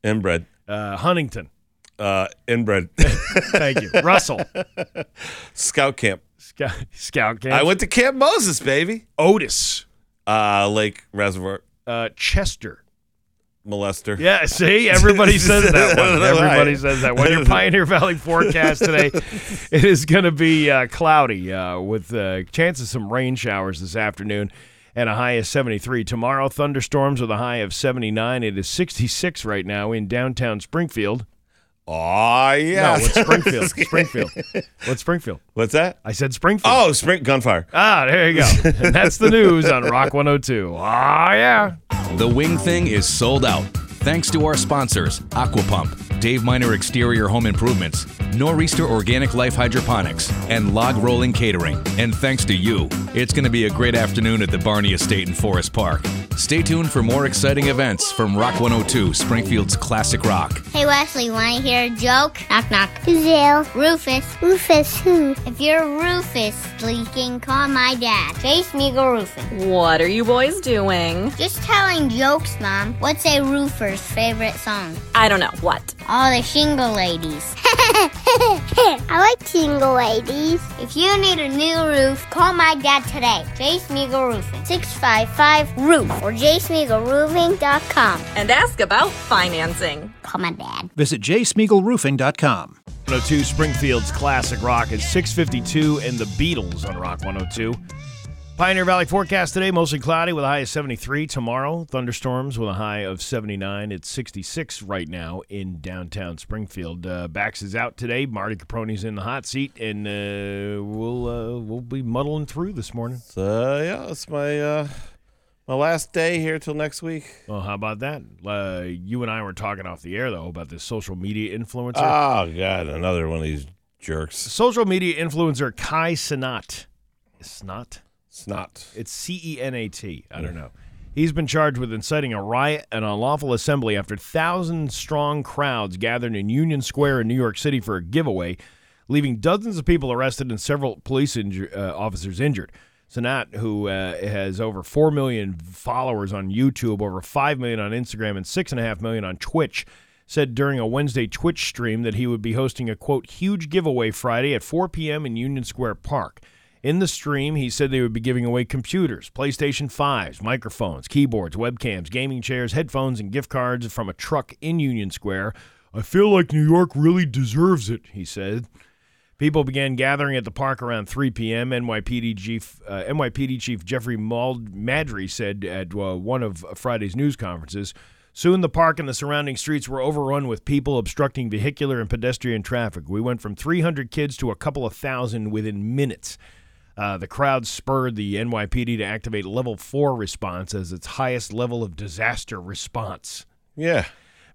[SPEAKER 2] Inbred.
[SPEAKER 1] uh, Huntington.
[SPEAKER 2] Uh, (laughs) inbred.
[SPEAKER 1] Thank
[SPEAKER 2] (laughs)
[SPEAKER 1] you, Russell.
[SPEAKER 2] Scout camp.
[SPEAKER 1] Scout, Scout Camp.
[SPEAKER 2] I went to Camp Moses, baby.
[SPEAKER 1] Otis,
[SPEAKER 2] Uh, Lake Reservoir.
[SPEAKER 1] uh, Chester.
[SPEAKER 2] Molester.
[SPEAKER 1] Yeah, see,
[SPEAKER 2] (laughs)
[SPEAKER 1] everybody says that one. Everybody says that one. Your Pioneer Valley forecast
[SPEAKER 2] (laughs)
[SPEAKER 1] today, it is going to be uh, cloudy uh, with uh, chance of some rain showers this afternoon. And a high of 73. Tomorrow, thunderstorms with a high of 79. It is 66 right now in downtown Springfield.
[SPEAKER 2] Oh yeah.
[SPEAKER 1] No,
[SPEAKER 2] (laughs)
[SPEAKER 1] what's Springfield? Springfield. What's Springfield?
[SPEAKER 2] What's that?
[SPEAKER 1] I said Springfield.
[SPEAKER 2] Oh, spring gunfire.
[SPEAKER 1] Ah, there
[SPEAKER 2] (laughs)
[SPEAKER 1] you go. And that's the news on Rock 102. Ah, yeah.
[SPEAKER 6] The wing thing is sold out. Thanks to our sponsors, Aquapump, Dave Miner Exterior Home Improvements, Nor'easter Organic Life Hydroponics, and Log Rolling Catering. And thanks to you, it's going to be a great afternoon at the Barney Estate in Forest Park. Stay tuned for more exciting events from Rock 102, Springfield's classic rock.
[SPEAKER 7] Hey Wesley, want to hear a joke? Knock knock. Who's there? Rufus. Rufus who? If you're Rufus leaking, call my dad. Chase Meagle Roofing.
[SPEAKER 8] What are you boys doing?
[SPEAKER 7] Just telling jokes, Mom. What's a roofer's favorite song?
[SPEAKER 8] I don't know. What?
[SPEAKER 7] All the shingle ladies. (laughs) I like shingle ladies. If you need a new roof, call my dad today. Jace Meagle Roofing. 655 Roof or jacemeagleroofing.com.
[SPEAKER 8] And ask about financing.
[SPEAKER 7] Call my dad.
[SPEAKER 9] Visit jsmeagleroofing.com.
[SPEAKER 1] 102 Springfield's classic rock is 652 and the Beatles on Rock 102. Pioneer Valley forecast today mostly cloudy with a high of 73. Tomorrow, thunderstorms with a high of 79. It's 66 right now in downtown Springfield. Uh, Bax is out today. Marty Caproni's in the hot seat, and uh, we'll uh, we'll be muddling through this morning.
[SPEAKER 2] So yeah, it's my uh, my last day here till next week.
[SPEAKER 1] Well, how about that? Uh, you and I were talking off the air though about this social media influencer.
[SPEAKER 2] Oh god, another one of these jerks.
[SPEAKER 1] Social media influencer Kai Sinat. Snot?
[SPEAKER 2] Snot.
[SPEAKER 1] It's C E N A T. I don't know. He's been charged with inciting a riot and unlawful assembly after thousand strong crowds gathered in Union Square in New York City for a giveaway, leaving dozens of people arrested and several police inju- uh, officers injured. Sanat, who uh, has over 4 million followers on YouTube, over 5 million on Instagram, and 6.5 million on Twitch, said during a Wednesday Twitch stream that he would be hosting a quote, huge giveaway Friday at 4 p.m. in Union Square Park. In the stream, he said they would be giving away computers, PlayStation 5s, microphones, keyboards, webcams, gaming chairs, headphones, and gift cards from a truck in Union Square. I feel like New York really deserves it, he said. People began gathering at the park around 3 p.m. NYPD chief, uh, NYPD chief Jeffrey Mald- Madry said at uh, one of Friday's news conferences. Soon the park and the surrounding streets were overrun with people obstructing vehicular and pedestrian traffic. We went from 300 kids to a couple of thousand within minutes. Uh, the crowd spurred the NYPD to activate level four response as its highest level of disaster response.
[SPEAKER 2] Yeah.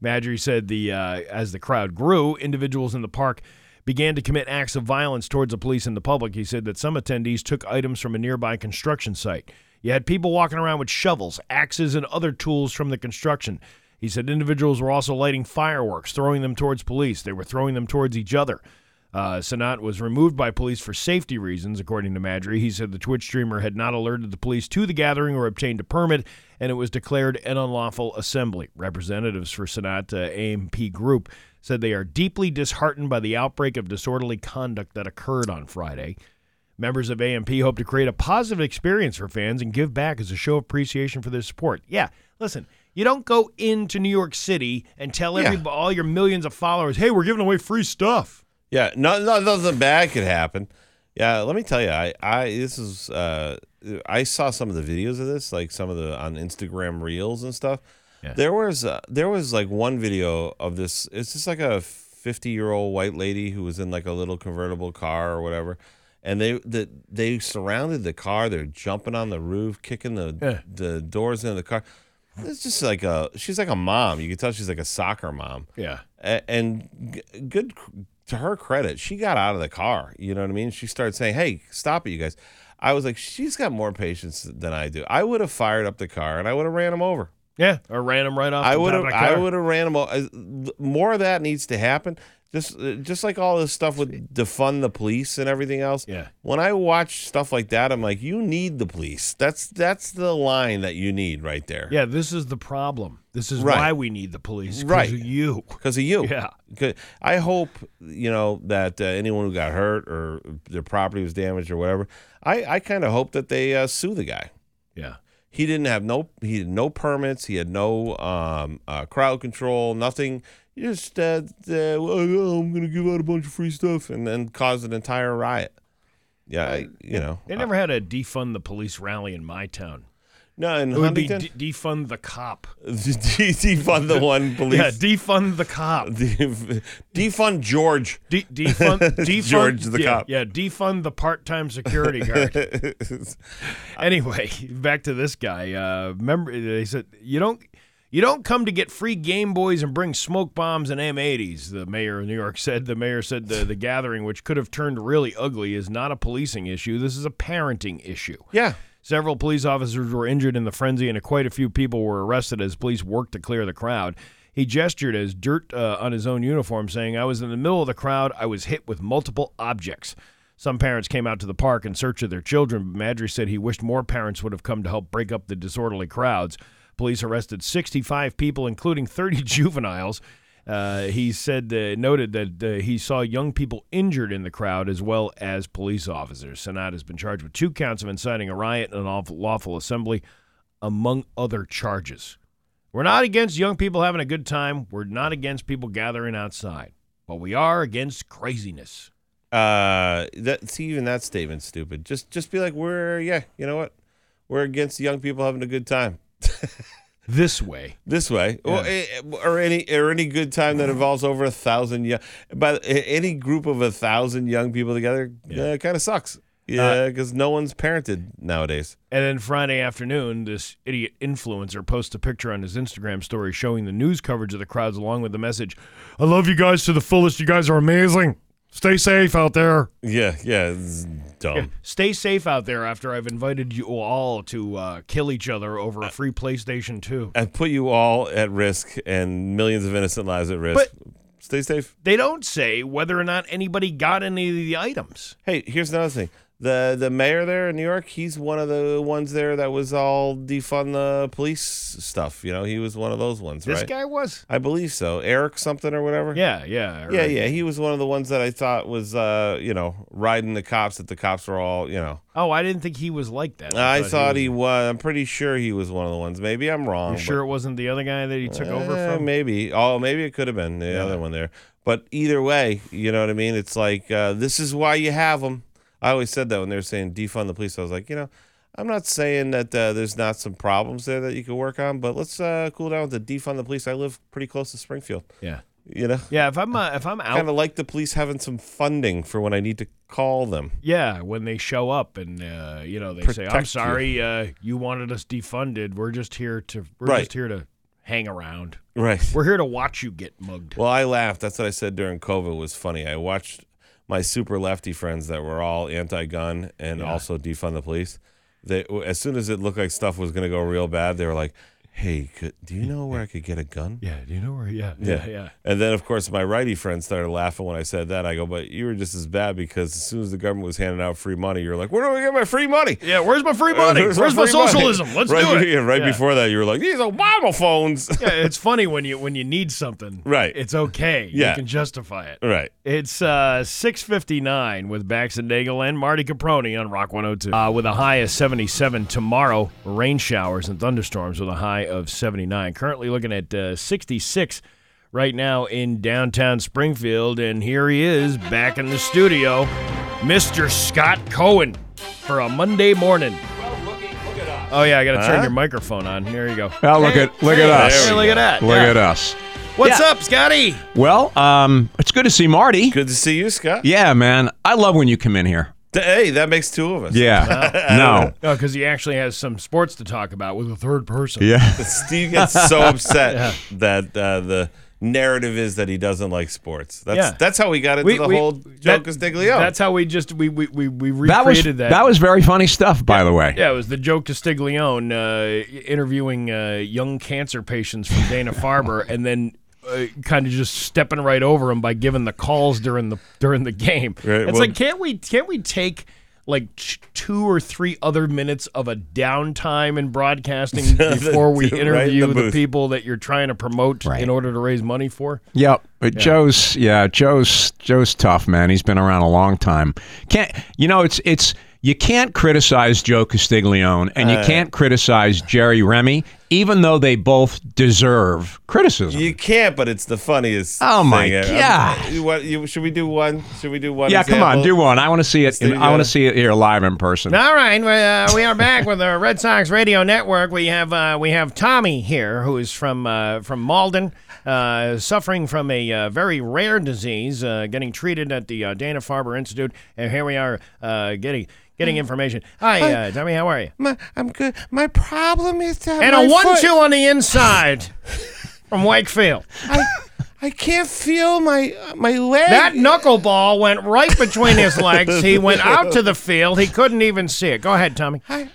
[SPEAKER 1] Madry said the uh, as the crowd grew, individuals in the park began to commit acts of violence towards the police and the public. He said that some attendees took items from a nearby construction site. You had people walking around with shovels, axes, and other tools from the construction. He said individuals were also lighting fireworks, throwing them towards police. They were throwing them towards each other. Uh, Sanat was removed by police for safety reasons, according to Madry. He said the Twitch streamer had not alerted the police to the gathering or obtained a permit, and it was declared an unlawful assembly. Representatives for Sanat uh, AMP Group said they are deeply disheartened by the outbreak of disorderly conduct that occurred on Friday. Members of AMP hope to create a positive experience for fans and give back as a show of appreciation for their support. Yeah, listen, you don't go into New York City and tell every, all your millions of followers, hey, we're giving away free stuff.
[SPEAKER 2] Yeah, no, no, nothing bad could happen. Yeah, let me tell you, I, I, this is, uh, I saw some of the videos of this, like some of the on Instagram reels and stuff.
[SPEAKER 1] Yeah.
[SPEAKER 2] There was, uh, there was like one video of this. It's just like a fifty-year-old white lady who was in like a little convertible car or whatever, and they, the, they surrounded the car. They're jumping on the roof, kicking the,
[SPEAKER 1] Yeah.
[SPEAKER 2] the doors into the car. It's just like a, she's like a mom. You can tell she's like a soccer mom.
[SPEAKER 1] Yeah.
[SPEAKER 2] A- and g- good cr- to her credit, she got out of the car. You know what I mean? She started saying, "Hey, stop it, you guys." I was like, "She's got more patience than I do. I would have fired up the car and I would have ran him over.
[SPEAKER 1] Yeah, or ran them right off.
[SPEAKER 2] I
[SPEAKER 1] the
[SPEAKER 2] would
[SPEAKER 1] top
[SPEAKER 2] have.
[SPEAKER 1] of the
[SPEAKER 2] I
[SPEAKER 1] car.
[SPEAKER 2] would have ran him over. More of that needs to happen. Just, uh, just like all this stuff with defund the police and everything else.
[SPEAKER 1] Yeah.
[SPEAKER 2] When I watch stuff like that, I'm like, you need the police. That's that's the line that you need right there.
[SPEAKER 1] Yeah, this is the problem. This is
[SPEAKER 2] Right.
[SPEAKER 1] why we need the police. 'cause
[SPEAKER 2] Right.
[SPEAKER 1] of you.
[SPEAKER 2] because of you.
[SPEAKER 1] Yeah.
[SPEAKER 2] 'Cause I hope you know that uh, anyone who got hurt or their property was damaged or whatever. I I kind of hope that they uh, sue the guy.
[SPEAKER 1] Yeah.
[SPEAKER 2] He didn't have no he had no permits. He had no um, uh, crowd control. Nothing. He just uh, uh, "Well, I'm gonna give out a bunch of free stuff and then cause an entire riot. Yeah, I, you know.
[SPEAKER 1] They never had a defund the police rally in my town.
[SPEAKER 2] no, in
[SPEAKER 1] It would be
[SPEAKER 2] Huntington,
[SPEAKER 1] de- defund the cop.
[SPEAKER 2] (laughs) defund the one
[SPEAKER 1] (laughs)
[SPEAKER 2] police.
[SPEAKER 1] Yeah, defund the cop.
[SPEAKER 2] Def- (laughs) defund George. (laughs)
[SPEAKER 1] De- defund, defund
[SPEAKER 2] George the
[SPEAKER 1] yeah,
[SPEAKER 2] cop.
[SPEAKER 1] Yeah, defund the part-time security guard. (laughs) anyway, back to this guy. Uh, remember, they said you don't you don't come to get free Game Boys and bring smoke bombs and M80s. The mayor of New York said. The mayor said the, the gathering, which could have turned really ugly, is not a policing issue. This is a parenting issue.
[SPEAKER 2] Yeah.
[SPEAKER 1] Several police officers were injured in the frenzy, and quite a few people were arrested as police worked to clear the crowd. He gestured as dirt uh, on his own uniform, saying, I was in the middle of the crowd. I was hit with multiple objects. Some parents came out to the park in search of their children, but Madry said he wished more parents would have come to help break up the disorderly crowds. Police arrested 65 people, including 30 (laughs) juveniles. Uh, he said, uh, noted that uh, he saw young people injured in the crowd as well as police officers. Sanat has been charged with two counts of inciting a riot and an lawful assembly, among other charges. We're not against young people having a good time. We're not against people gathering outside, but we are against craziness.
[SPEAKER 2] Uh, that see, even that statement's stupid. Just just be like, we're yeah, you know what? We're against young people having a good time
[SPEAKER 1] This way,
[SPEAKER 2] this way, or, or any or any good time that involves over a thousand young. But eh, any group of a thousand young people together, yeah, uh, kind of sucks. Yeah, because no one's parented nowadays.
[SPEAKER 1] And then Friday afternoon, this idiot influencer posts a picture on his Instagram story showing the news coverage of the crowds along with the message,
[SPEAKER 4] I love you guys to the fullest. You guys are amazing. Stay safe out there.
[SPEAKER 2] Yeah, yeah. it's Dumb.
[SPEAKER 1] Stay safe out there after I've invited you all to uh, kill each other over a free PlayStation 2.
[SPEAKER 2] And put you all at risk and millions of innocent lives at risk. Stay safe.
[SPEAKER 1] They don't say whether or not anybody got any of the items.
[SPEAKER 2] Hey, here's another thing. The the mayor there in New York, he's one of the ones there that was all defund the police stuff. You know, he was one of those ones,
[SPEAKER 1] This
[SPEAKER 2] right?
[SPEAKER 1] guy was.
[SPEAKER 2] I believe so. Eric something or whatever.
[SPEAKER 1] Yeah, yeah.
[SPEAKER 2] Yeah,
[SPEAKER 1] right.
[SPEAKER 2] yeah. He was one of the ones that I thought was, uh, you know, riding the cops. That the cops were all, you know.
[SPEAKER 1] Oh, I didn't think he was like that.
[SPEAKER 2] I thought he was. I'm pretty sure he was one of the ones. Maybe I'm wrong.
[SPEAKER 1] You sure it wasn't the other guy that he took
[SPEAKER 2] but- Eh,
[SPEAKER 1] over from?
[SPEAKER 2] Maybe. Oh, maybe it could have been the other one there. But either way, you know what I mean. It's like uh, this is why you have them. I always said that when they were saying defund the police. I was like, you know, I'm not saying that uh, there's not some problems there that you could work on, but let's uh, cool down with the defund the police. I live pretty close to Springfield.
[SPEAKER 1] Yeah.
[SPEAKER 2] You know.
[SPEAKER 1] Yeah, if I'm uh, if I'm out
[SPEAKER 2] Kind of like the police having some funding for when I need to call them.
[SPEAKER 1] Yeah, when they show up and uh, you know they say, "I'm
[SPEAKER 2] Protect you."
[SPEAKER 1] sorry, uh, you wanted us defunded. We're just here to we're
[SPEAKER 2] Right.
[SPEAKER 1] just here to hang around.
[SPEAKER 2] Right.
[SPEAKER 1] We're here to watch you get mugged."
[SPEAKER 2] Well, I laughed. That's what I said during COVID was funny. I watched my super lefty friends that were all anti-gun and also defund the police. They, as soon as it looked like stuff was going to go real bad, they were like, "Hey, could, do you know where I could get a gun?" (laughs)
[SPEAKER 1] yeah, do you know where? Yeah, yeah, yeah.
[SPEAKER 2] And then, of course, my righty friends started laughing when I said that. I go, "But you were just as bad because as soon as the government was handing out free money, you're like, where do I get my free money?'"
[SPEAKER 1] Yeah, where's my free
[SPEAKER 2] (laughs)
[SPEAKER 1] money? Where's, my,
[SPEAKER 2] Uh, free money?"
[SPEAKER 1] socialism? Let's
[SPEAKER 2] right,
[SPEAKER 1] do it.
[SPEAKER 2] yeah, right
[SPEAKER 1] Yeah.
[SPEAKER 2] before that, you were like, "These Obama phones." (laughs)
[SPEAKER 1] Yeah, it's funny when you when you need something.
[SPEAKER 2] Right.
[SPEAKER 1] It's okay.
[SPEAKER 2] Yeah.
[SPEAKER 1] You can justify it.
[SPEAKER 2] right.
[SPEAKER 1] It's uh, 659 with Bax and Daigle and Marty Caproni on Rock 102. Uh, with a high of 77 tomorrow, rain showers and thunderstorms with a high of 79. Currently looking at uh, 66 right now in downtown Springfield. And here he is back in the studio, Mr. Scott Cohen for a Monday morning. Oh, yeah, I got to turn
[SPEAKER 2] Huh?
[SPEAKER 1] your microphone on. Here you go.
[SPEAKER 10] Well, Oh, look at look at us.
[SPEAKER 1] Hey,
[SPEAKER 2] we
[SPEAKER 1] look
[SPEAKER 2] go.
[SPEAKER 1] at that.
[SPEAKER 10] Look
[SPEAKER 1] Yeah.
[SPEAKER 10] at us.
[SPEAKER 1] What's up, Scotty?
[SPEAKER 10] Well, um, it's good to see Marty.
[SPEAKER 2] Good to see you, Scott.
[SPEAKER 10] Yeah, man. I love when you come in here.
[SPEAKER 2] Hey, that makes two of
[SPEAKER 1] (laughs)
[SPEAKER 2] us.
[SPEAKER 10] Yeah. no.
[SPEAKER 1] Oh, because he actually has some sports to talk about with a third person.
[SPEAKER 10] Yeah.
[SPEAKER 2] (laughs) Steve gets
[SPEAKER 1] (laughs)
[SPEAKER 2] so upset that uh, the narrative is that he doesn't like sports. That's
[SPEAKER 1] Yeah.
[SPEAKER 2] that's how we got into
[SPEAKER 1] We-
[SPEAKER 2] the
[SPEAKER 1] we-
[SPEAKER 2] whole
[SPEAKER 1] that-
[SPEAKER 2] joke is Diglio.
[SPEAKER 1] That's how we just we we we, we
[SPEAKER 10] That was
[SPEAKER 1] recreated that.
[SPEAKER 10] that was very funny stuff, by the way.
[SPEAKER 1] yeah, it was the joke to Stiglione uh, interviewing uh, young cancer patients from Dana Farber, and then. Uh, kind of just stepping right over him by giving the calls during the during the game.
[SPEAKER 2] Right,
[SPEAKER 1] it's
[SPEAKER 2] well-
[SPEAKER 1] like can't we can't we take like t- two or three other minutes of a downtime in broadcasting before we
[SPEAKER 2] Right in the
[SPEAKER 1] interview the,
[SPEAKER 2] booth.
[SPEAKER 1] people that you're trying to promote
[SPEAKER 10] Right.
[SPEAKER 1] in order to raise money for?
[SPEAKER 10] Yep. But Joe's yeah, Joe's Joe's tough, man. He's been around a long time. Can't you know it's it's you can't criticize Joe Castiglione and you
[SPEAKER 1] Uh.
[SPEAKER 10] can't criticize Jerry Remy, even though they both deserve criticism.
[SPEAKER 2] you can't, but it's the funniest.
[SPEAKER 10] Oh, my
[SPEAKER 2] thing ever.
[SPEAKER 10] gosh.
[SPEAKER 2] You want- you- should we do one? Should we do one?
[SPEAKER 10] yeah, come on,
[SPEAKER 2] example?
[SPEAKER 10] do one. I want to see it.
[SPEAKER 2] do
[SPEAKER 10] In, I want
[SPEAKER 2] the-
[SPEAKER 10] to see it here live in person.
[SPEAKER 1] All right, we- uh, we are back with the Red Sox Radio Network. We have uh, we have Tommy here, who is from uh, from Malden, uh, suffering from a uh, very rare disease, uh, getting treated at the uh, Dana Farber Institute, and here we are uh, getting getting information. Hi, uh, Tommy, how are you?
[SPEAKER 2] My, I'm good. My problem is that
[SPEAKER 1] And
[SPEAKER 2] my
[SPEAKER 1] a
[SPEAKER 2] foot-
[SPEAKER 1] one-two on the inside from Wakefield.
[SPEAKER 2] I, I can't feel my uh, my leg.
[SPEAKER 1] That knuckleball went right between his legs. He went out to the field. He couldn't even see it. Go ahead, Tommy.
[SPEAKER 2] I,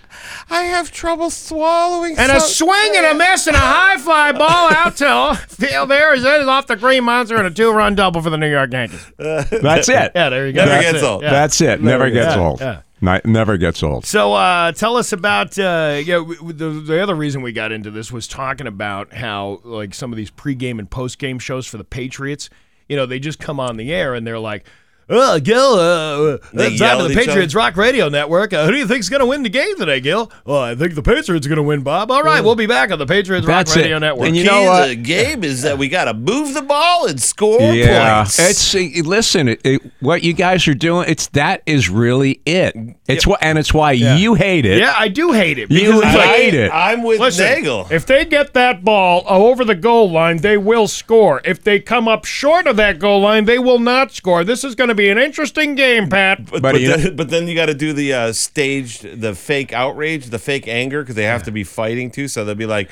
[SPEAKER 2] I have trouble swallowing.
[SPEAKER 1] And a
[SPEAKER 2] some-
[SPEAKER 1] swing and a miss and a high fly ball out to (laughs) field there is it is off the green monster and a two run double for the New York Yankees.
[SPEAKER 10] That's it.
[SPEAKER 1] (laughs) Yeah, there you go.
[SPEAKER 2] Never
[SPEAKER 1] That's
[SPEAKER 2] gets
[SPEAKER 1] it.
[SPEAKER 2] old.
[SPEAKER 1] Yeah.
[SPEAKER 10] That's it. Never, gets old.
[SPEAKER 1] yeah.
[SPEAKER 10] Ni- never gets old.
[SPEAKER 1] So uh, tell us about uh, yeah. w- w- The, the other reason we got into this was talking about how like some of these pregame and postgame shows for the Patriots, you know, they just come on the air and they're like. Oh, Gil, uh,
[SPEAKER 2] They
[SPEAKER 1] that's
[SPEAKER 2] yell
[SPEAKER 1] time of the
[SPEAKER 2] at each
[SPEAKER 1] Patriots Rock Radio Network. Uh, who do you think's going to win the game today, Gil? Well, I think the Patriots are going to win, Bob. All right, we'll be back on the Patriots
[SPEAKER 10] That's
[SPEAKER 1] Rock
[SPEAKER 10] it.
[SPEAKER 1] Radio Network.
[SPEAKER 10] And you know
[SPEAKER 2] Key
[SPEAKER 10] what?
[SPEAKER 2] to the game is that we got to move the ball and score
[SPEAKER 10] Yeah,
[SPEAKER 2] points.
[SPEAKER 10] it's eh, listen. It, it- what you guys are doing, it's that is really it. It's what, and it's why you hate it.
[SPEAKER 1] (laughs) yeah, I do hate it.
[SPEAKER 10] you
[SPEAKER 1] because I-
[SPEAKER 10] hate it.
[SPEAKER 2] I'm with
[SPEAKER 1] Listen,
[SPEAKER 2] Nagel.
[SPEAKER 1] if they get that ball uh, over the goal line, they will score. If they come up short of that goal line, they will not score. This is going to be an interesting game, Pat.
[SPEAKER 2] But,
[SPEAKER 10] But
[SPEAKER 2] but
[SPEAKER 10] you know-
[SPEAKER 2] then, but then you got to do the uh, staged, the fake outrage, the fake anger, because they have to be fighting too. So they'll be like,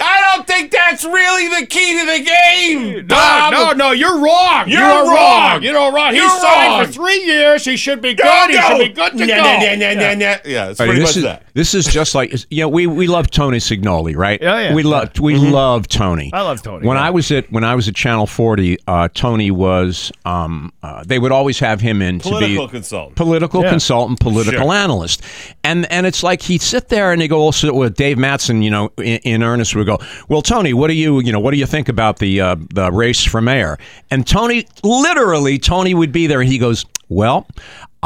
[SPEAKER 2] I don't think that's really the key to the game.
[SPEAKER 1] Ah, No, no, no, you're wrong.
[SPEAKER 2] You're
[SPEAKER 1] you are wrong.
[SPEAKER 2] wrong.
[SPEAKER 1] You're wrong. He
[SPEAKER 2] You're
[SPEAKER 1] signed
[SPEAKER 2] wrong.
[SPEAKER 1] for three years. He should be good. He should be good to
[SPEAKER 2] Nah,
[SPEAKER 1] go.
[SPEAKER 2] nah, nah, nah, nah, nah. Yeah, it's
[SPEAKER 10] I mean,
[SPEAKER 2] pretty much
[SPEAKER 10] this is
[SPEAKER 2] that.
[SPEAKER 10] this is just
[SPEAKER 1] (laughs)
[SPEAKER 10] like you know we we love Tony Signoli, right?
[SPEAKER 1] Yeah, yeah, Mm-hmm.
[SPEAKER 10] We loved we love Tony.
[SPEAKER 1] I love Tony,
[SPEAKER 10] When
[SPEAKER 1] yeah.
[SPEAKER 10] I was at when I was at Channel 40, uh, Tony was um, uh, they would always have him in
[SPEAKER 2] Political
[SPEAKER 10] to be
[SPEAKER 2] consultant.
[SPEAKER 10] political
[SPEAKER 1] Yeah.
[SPEAKER 10] consultant, political
[SPEAKER 2] Sure.
[SPEAKER 10] analyst, and and it's like he'd sit there and they go also with Dave Matson, you know, in, in earnest would go, well, Tony, what do you you know what do you think about the uh, the race for mayor? And Tony, literally, Tony would be there and he goes, well.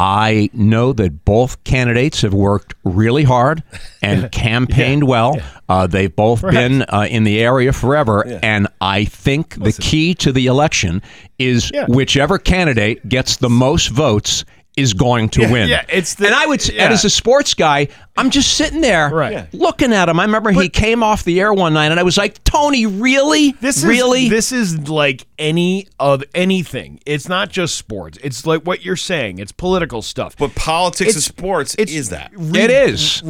[SPEAKER 10] I know that both candidates have worked really hard
[SPEAKER 1] (laughs)
[SPEAKER 10] and campaigned well. Uh, they've both been uh, in the area forever. And I think the key to the election is
[SPEAKER 1] Yeah.
[SPEAKER 10] whichever candidate gets the most votes is going to win.
[SPEAKER 1] yeah, it's the-
[SPEAKER 10] and I would, s-
[SPEAKER 1] yeah.
[SPEAKER 10] and as a sports guy, I'm just sitting there
[SPEAKER 1] Right. Yeah.
[SPEAKER 10] looking at him. I remember he came off the air one night, and I was like, Tony, really,
[SPEAKER 1] This is
[SPEAKER 10] really,
[SPEAKER 1] this is like any of anything. It's not just sports. It's like what you're saying. It's political stuff.
[SPEAKER 2] But politics and
[SPEAKER 1] It's-
[SPEAKER 2] sports
[SPEAKER 1] it's
[SPEAKER 2] is that.
[SPEAKER 1] re-
[SPEAKER 10] It is.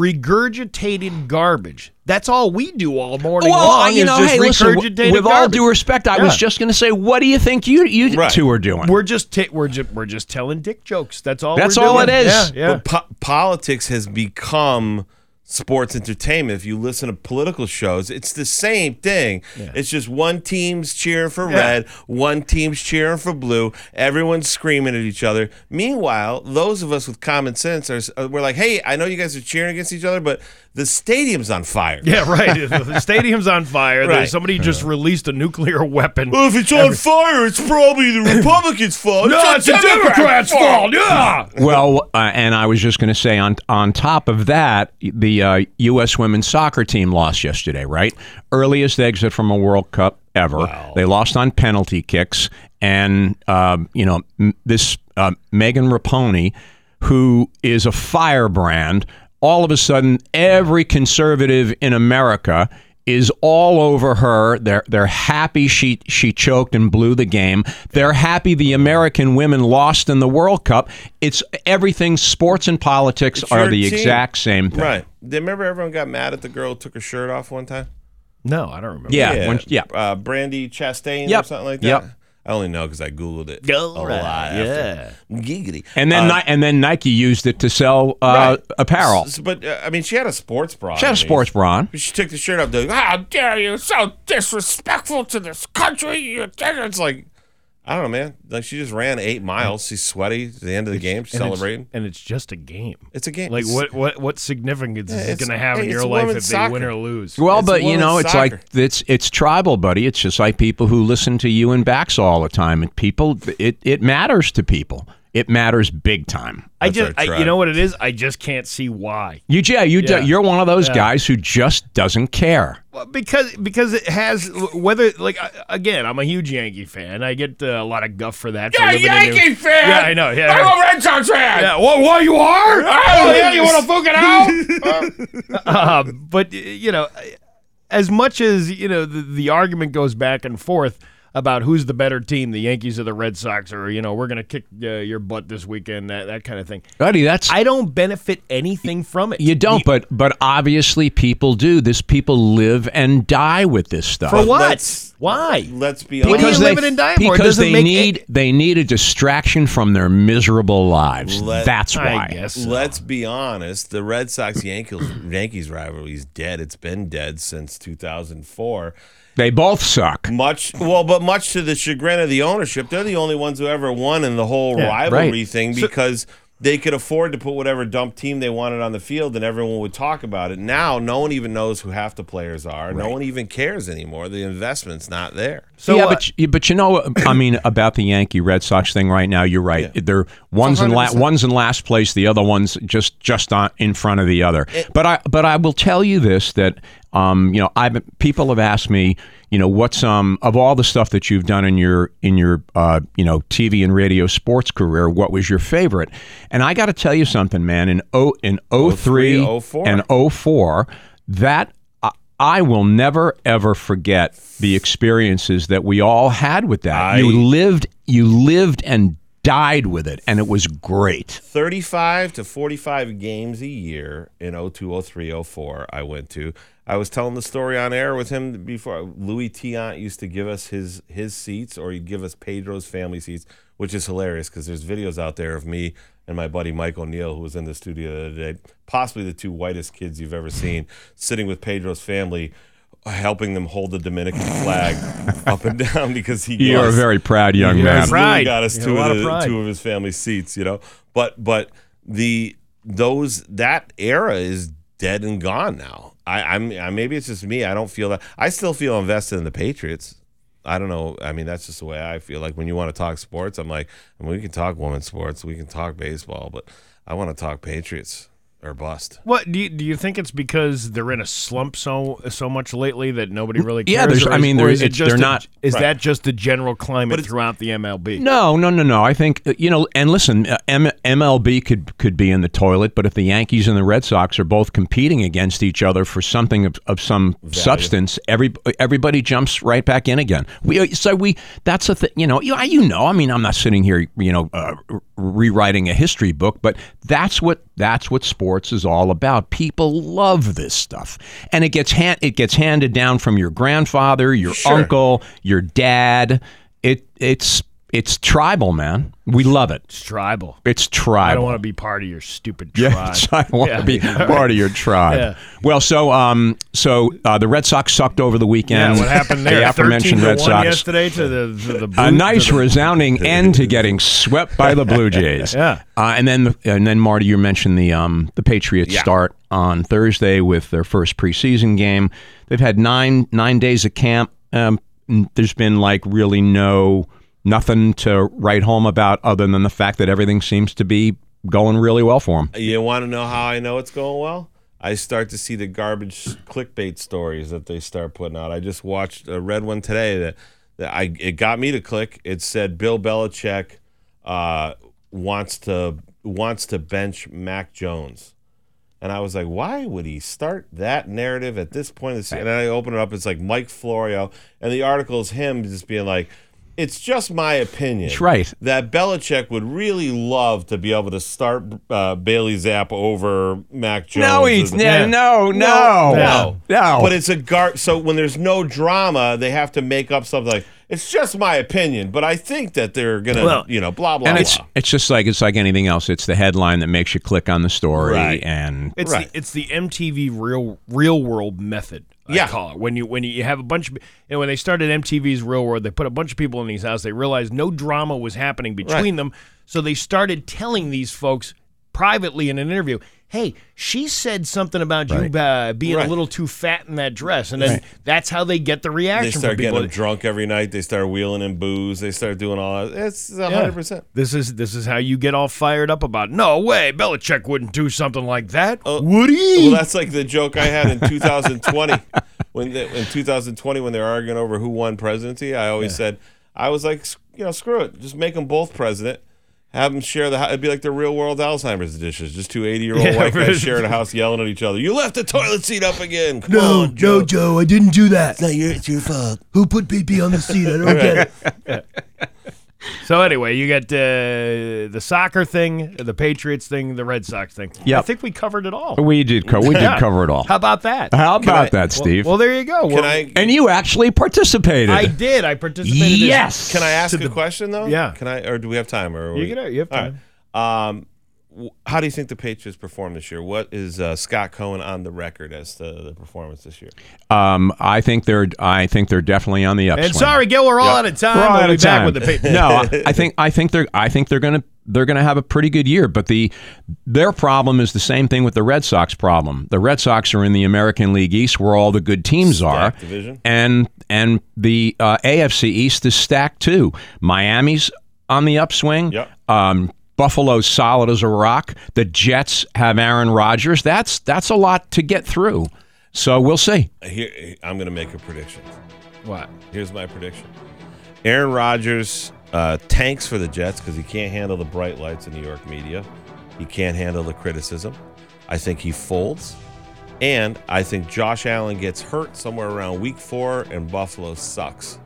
[SPEAKER 1] regurgitated garbage. That's all we do all morning
[SPEAKER 10] well,
[SPEAKER 1] long.
[SPEAKER 10] you
[SPEAKER 1] is
[SPEAKER 10] know,
[SPEAKER 1] just
[SPEAKER 10] hey, listen. w-
[SPEAKER 1] regurgitated
[SPEAKER 10] With all
[SPEAKER 1] garbage.
[SPEAKER 10] due respect, I was
[SPEAKER 1] Yeah.
[SPEAKER 10] just going to say, what do you think you you
[SPEAKER 2] Right.
[SPEAKER 10] two are doing?
[SPEAKER 1] we're just ta- we're just we're just telling dick jokes. That's all.
[SPEAKER 10] That's
[SPEAKER 1] we're
[SPEAKER 10] all
[SPEAKER 1] doing.
[SPEAKER 10] it is.
[SPEAKER 1] Yeah, yeah.
[SPEAKER 2] But po- politics has become sports entertainment. If you listen to political shows, it's the same thing. It's just one team's cheering for red, one team's cheering for blue. Everyone's screaming at each other. Meanwhile, those of us with common sense are s- uh, we're like, "Hey, I know you guys are cheering against each other, but the stadium's on fire."
[SPEAKER 1] Yeah,
[SPEAKER 10] (laughs)
[SPEAKER 1] right. the stadium's on fire.
[SPEAKER 2] Right.
[SPEAKER 1] Somebody just released a nuclear weapon.
[SPEAKER 2] Well, if it's on fire, it's probably
[SPEAKER 1] (clears throat)
[SPEAKER 2] the Republicans' fault.
[SPEAKER 1] no, it's a Democrats' fault. Yeah.
[SPEAKER 10] (laughs) Well, uh, and I was just going to say on on top of that, the uh, U.S. women's soccer team lost yesterday, right? Earliest exit from a World Cup ever. They lost on penalty kicks, and um, you know m- this uh, Megan Raponi, who is a firebrand. All of a sudden, every conservative in America is all over her. They're they're happy she she choked and blew the game. They're happy the American women lost in the World Cup. It's everything. Sports and politics
[SPEAKER 2] It's
[SPEAKER 10] are
[SPEAKER 2] your
[SPEAKER 10] the
[SPEAKER 2] team.
[SPEAKER 10] exact same thing.
[SPEAKER 2] Right. Remember, everyone got mad at the girl who took her shirt off one time.
[SPEAKER 1] No, I don't remember.
[SPEAKER 10] Yeah. when- yeah.
[SPEAKER 2] Uh, Brandy Chastain
[SPEAKER 10] Yep.
[SPEAKER 2] or something like that.
[SPEAKER 10] Yep.
[SPEAKER 2] I only know because I googled it
[SPEAKER 1] Go
[SPEAKER 2] a
[SPEAKER 1] right,
[SPEAKER 2] lot. After. Giggity.
[SPEAKER 10] And then
[SPEAKER 2] Uh,
[SPEAKER 10] Ni- and then Nike used it to sell uh,
[SPEAKER 2] right.
[SPEAKER 10] apparel.
[SPEAKER 2] S- but uh, I mean, she had a sports bra.
[SPEAKER 10] She had a
[SPEAKER 2] underneath.
[SPEAKER 10] sports bra. on.
[SPEAKER 2] She took the shirt off. Like, How dare you? So disrespectful to this country. You dare-" It's like. I don't know, man. Like she just ran eight miles. She's sweaty. At the end of the game, she's celebrating.
[SPEAKER 1] And it's just a game.
[SPEAKER 2] It's a game.
[SPEAKER 1] Like
[SPEAKER 2] It's-
[SPEAKER 1] what what what significance is it
[SPEAKER 2] it's-
[SPEAKER 1] going to have in
[SPEAKER 2] it's
[SPEAKER 1] your life if
[SPEAKER 2] women's
[SPEAKER 1] they win
[SPEAKER 2] soccer.
[SPEAKER 1] or lose?
[SPEAKER 10] Well,
[SPEAKER 2] It's
[SPEAKER 10] but you know,
[SPEAKER 2] women's
[SPEAKER 10] it's
[SPEAKER 2] soccer.
[SPEAKER 10] like it's it's tribal, buddy. It's just like people who listen to you and backs all the time, and people. It it matters to people. It matters big time.
[SPEAKER 1] I
[SPEAKER 2] That's
[SPEAKER 1] just
[SPEAKER 2] our
[SPEAKER 1] I, you
[SPEAKER 2] tribe.
[SPEAKER 1] know what it is. I just can't see why.
[SPEAKER 10] You, yeah, you,
[SPEAKER 1] Yeah.
[SPEAKER 10] Do, you're one of those
[SPEAKER 1] Yeah.
[SPEAKER 10] guys who just doesn't care.
[SPEAKER 1] Well, Uh, because because it has whether like I- again, I'm a huge Yankee fan. I get uh, a lot of guff for that. You're a Yankee fan. Yeah, I know. Yeah, I'm a Red Sox fan. Yeah, well, well you are. oh yeah, you want to fuck it out? (laughs) uh, but you know, as much as you know, the, the argument goes back and forth about who's the better team, the Yankees or the Red Sox, or you know, we're gonna kick uh, your butt this weekend, that that kind of thing.
[SPEAKER 10] Buddy, that's
[SPEAKER 1] I don't benefit anything from it.
[SPEAKER 10] you don't, but but obviously people do. This people live and die with this stuff.
[SPEAKER 1] for what?
[SPEAKER 2] Let's-
[SPEAKER 1] Why?
[SPEAKER 2] Let's be
[SPEAKER 1] Because
[SPEAKER 2] honest.
[SPEAKER 1] you live it and die for? It
[SPEAKER 10] because
[SPEAKER 1] doesn't
[SPEAKER 10] they
[SPEAKER 1] make
[SPEAKER 10] need they need a distraction from their miserable lives.
[SPEAKER 2] Let-
[SPEAKER 10] that's
[SPEAKER 1] I
[SPEAKER 10] why.
[SPEAKER 1] guess.
[SPEAKER 2] Let's be honest. The Red Sox Yankees Yankees rivalry is dead. It's been dead since 2004.
[SPEAKER 10] They both suck.
[SPEAKER 2] Much well, but much to the chagrin of the ownership, they're the only ones who ever won in the whole rivalry
[SPEAKER 10] right.
[SPEAKER 2] thing because they could afford to put whatever dump team they wanted on the field, and everyone would talk about it. Now, no one even knows who half the players are. No one even cares anymore. The investment's not there.
[SPEAKER 1] So
[SPEAKER 10] yeah,
[SPEAKER 1] uh,
[SPEAKER 10] but you, but you know, I mean, about the Yankee Red Sox thing right now. You're right. They're one's in la- one's in last place. The other one's just just on, in front of the other. but I but I will tell you this that um you know I people have asked me you know what's um of all the stuff that you've done in your in your uh you know TV and radio sports career what was your favorite? And I got to tell you something, man. In o in 03,
[SPEAKER 2] 03, 04.
[SPEAKER 10] and 04 that I- I will never ever forget the experiences that we all had with that. you lived you lived and died with it, and it was great.
[SPEAKER 2] 35 to 45 games a year in 02, 03, 04 I went to. I was telling the story on air with him before. Louis Tiant used to give us his his seats, or he'd give us Pedro's family seats, which is hilarious because there's videos out there of me and my buddy Mike O'Neill, who was in the studio the other day, possibly the two whitest kids you've ever seen, sitting with Pedro's family, helping them hold the Dominican
[SPEAKER 10] (laughs)
[SPEAKER 2] flag up and down because he
[SPEAKER 10] You are a
[SPEAKER 2] lost-
[SPEAKER 10] very proud young
[SPEAKER 2] He
[SPEAKER 10] man.
[SPEAKER 2] really
[SPEAKER 1] Pride.
[SPEAKER 2] got us
[SPEAKER 1] You had
[SPEAKER 2] two
[SPEAKER 1] a lot
[SPEAKER 2] of,
[SPEAKER 1] of
[SPEAKER 2] the-
[SPEAKER 1] pride.
[SPEAKER 2] two of his family seats, you know. But but the those that era is dead and gone now. I, I'm I, maybe it's just me. I don't feel that. I still feel invested in the Patriots. I don't know. I mean, that's just the way I feel. Like when you want to talk sports, I'm like, I mean, we can talk women's sports, we can talk baseball, but I want to talk Patriots or bust.
[SPEAKER 1] What do you, do you think it's because they're in a slump so so much lately that nobody really cares?
[SPEAKER 10] Yeah, there's-
[SPEAKER 1] or
[SPEAKER 10] I
[SPEAKER 1] is-
[SPEAKER 10] mean,
[SPEAKER 1] or
[SPEAKER 10] there-
[SPEAKER 1] is it
[SPEAKER 10] it's-
[SPEAKER 1] just
[SPEAKER 10] they're
[SPEAKER 1] a-
[SPEAKER 10] not-
[SPEAKER 1] Is
[SPEAKER 2] Right.
[SPEAKER 1] that just the general
[SPEAKER 2] But
[SPEAKER 1] climate
[SPEAKER 2] it's-
[SPEAKER 1] throughout the MLB?
[SPEAKER 10] No, no, no, no. I think uh, you know, and listen, uh, M- MLB could could be in the toilet, but if the Yankees and the Red Sox are both competing against each other for something of, of some substance, every everybody jumps right back in again. We uh, so we that's a thing. You know, you, I- you know. I mean, I'm not sitting here, you know, uh, r- rewriting a history book, but that's what that's what sports is all about. People love this stuff, and it gets hand, it gets handed down from your grandfather, your uncle, your dad. It it's it's tribal, man. We love it.
[SPEAKER 1] It's tribal.
[SPEAKER 10] It's
[SPEAKER 1] I
[SPEAKER 10] tribal.
[SPEAKER 1] don't want to be part of your stupid
[SPEAKER 10] (laughs) yeah,
[SPEAKER 1] tribe.
[SPEAKER 10] I want
[SPEAKER 1] Yeah.
[SPEAKER 10] to be (laughs) part of your tribe.
[SPEAKER 1] Yeah.
[SPEAKER 10] Well, so um, so uh, the Red Sox sucked over the
[SPEAKER 1] Yeah,
[SPEAKER 10] weekend.
[SPEAKER 1] what
[SPEAKER 10] (laughs)
[SPEAKER 1] happened there?
[SPEAKER 10] The
[SPEAKER 1] 13
[SPEAKER 10] aforementioned
[SPEAKER 1] to
[SPEAKER 10] Red
[SPEAKER 1] 1
[SPEAKER 10] Sox.
[SPEAKER 1] yesterday to the to the
[SPEAKER 10] A
[SPEAKER 1] Blue-
[SPEAKER 10] nice
[SPEAKER 1] to the-
[SPEAKER 10] resounding end to getting swept by
[SPEAKER 2] (laughs)
[SPEAKER 10] the Blue Jays.
[SPEAKER 1] Yeah.
[SPEAKER 10] Uh, and then and then Marty, you mentioned the um, the Patriots
[SPEAKER 2] Yeah.
[SPEAKER 10] start on Thursday with their first preseason game. They've had nine nine days of camp. Um, n- there's been like really no nothing to write home about other than the fact that everything seems to be going really well for them.
[SPEAKER 2] (laughs) You want to know how I know it's going well? I start to see the garbage clickbait stories that they start putting out. I just watched a red one today that, that I it got me to click. It said Bill Belichick uh, wants to wants to bench Mac Jones. And I was like, why would he start that narrative at this point? Of the season? And then I open it up. It's like Mike Florio. And the article is him just being like, it's just my opinion.
[SPEAKER 10] That's right.
[SPEAKER 2] That Belichick would really love to be able to start uh, Bailey Zapp over Mac Jones. Isn't it?
[SPEAKER 10] Oh, no,
[SPEAKER 2] no, But it's a gar. So when there's no drama, they have to make up something like, it's just my opinion, but I think that they're going to,
[SPEAKER 1] Well,
[SPEAKER 2] you know, blah, blah,
[SPEAKER 10] and
[SPEAKER 2] blah.
[SPEAKER 10] it's it's just like it's like anything else. It's the headline that makes you click on the story,
[SPEAKER 2] Right.
[SPEAKER 10] and
[SPEAKER 1] It's
[SPEAKER 2] Right.
[SPEAKER 1] the, it's the MTV real real world method. I
[SPEAKER 2] Yeah.
[SPEAKER 1] call it when you when you, you have a bunch of and when they started MTV's Real World, they put a bunch of people in these houses. They realized no drama was happening between them, so they started telling these folks privately in an interview, "Hey, she said something about you uh, being
[SPEAKER 2] Right.
[SPEAKER 1] a little too fat in that dress," and then that's how they get the reaction
[SPEAKER 2] they start
[SPEAKER 1] from
[SPEAKER 2] getting
[SPEAKER 1] people.
[SPEAKER 2] them drunk every night. They start wheeling and booze. They start doing all that. It's 100%.
[SPEAKER 1] This is this is how you get all fired up about. No way, Belichick wouldn't do something like
[SPEAKER 2] Oh,
[SPEAKER 1] that. (laughs)
[SPEAKER 2] Would he? Well, that's like the joke I had in 2020. when the, in 2020, when they were arguing over who won presidency, I always said I was like, s- you know, screw it, just make them both president. Have them share the. hou- It'd be like the real world Alzheimer's dishes. Just two 80 year old
[SPEAKER 1] Yeah,
[SPEAKER 2] white
[SPEAKER 1] right.
[SPEAKER 2] guys sharing a house, yelling at each other. You left the toilet seat up again. Come on,
[SPEAKER 1] Jojo, I didn't do that.
[SPEAKER 2] No, your, it's your fault.
[SPEAKER 1] Who put PP on the seat? I don't get it. So anyway, you got uh, the soccer thing, the Patriots thing, the Red Sox thing.
[SPEAKER 10] Yep.
[SPEAKER 1] I think we covered it all.
[SPEAKER 10] we did co- we
[SPEAKER 1] Yeah.
[SPEAKER 10] did cover it all.
[SPEAKER 1] How about that?
[SPEAKER 10] How about
[SPEAKER 2] I-
[SPEAKER 10] that, Steve?
[SPEAKER 1] Well, there you go.
[SPEAKER 2] Can
[SPEAKER 1] Well,
[SPEAKER 2] I?
[SPEAKER 10] and you actually participated.
[SPEAKER 1] I did. I participated. in-
[SPEAKER 10] yes.
[SPEAKER 2] Can I ask a question though?
[SPEAKER 1] Yeah.
[SPEAKER 2] Can I? Or do we have time? Or
[SPEAKER 1] You can- you have
[SPEAKER 2] All right. Um, w- how do you think the Patriots performed this year? What is uh, Scott Cohen on the record as to the performance this year?
[SPEAKER 10] Um, I think they're I think they're definitely on the upswing.
[SPEAKER 1] And sorry, Gil, we're all out of time.
[SPEAKER 10] We're all
[SPEAKER 1] we'll
[SPEAKER 10] out
[SPEAKER 1] be
[SPEAKER 10] of
[SPEAKER 1] back
[SPEAKER 10] time.
[SPEAKER 1] with the Patriots.
[SPEAKER 10] no,
[SPEAKER 1] (laughs)
[SPEAKER 10] I- I think I think they're I think they're gonna they're gonna have a pretty good year. But the their problem is the same thing with the Red Sox problem. The Red Sox are in the American League East, where all the good teams are,
[SPEAKER 2] division.
[SPEAKER 10] and and the uh, AFC East is stacked too. Miami's on the upswing.
[SPEAKER 2] Yep.
[SPEAKER 10] Um, Buffalo's solid as a rock. The Jets have Aaron Rodgers. That's that's a lot to get through. So we'll see.
[SPEAKER 2] Here, I'm going to make a prediction.
[SPEAKER 1] What?
[SPEAKER 2] Here's my prediction: Aaron Rodgers uh, tanks for the Jets because he can't handle the bright lights in New York media. He can't handle the criticism. I think he folds, and I think Josh Allen gets hurt somewhere around Week Four, and Buffalo sucks.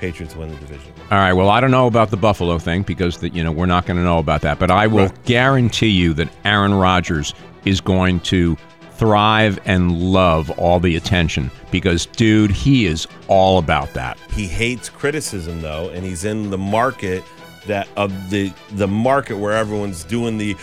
[SPEAKER 2] Patriots win the division.
[SPEAKER 10] All right. Well, I don't know about the Buffalo thing because that you know we're not going to know about that. But I will guarantee you that Aaron Rodgers is going to thrive and love all the attention because, dude, he is all about that.
[SPEAKER 2] He hates criticism though, and he's in the market that of the the market where everyone's doing the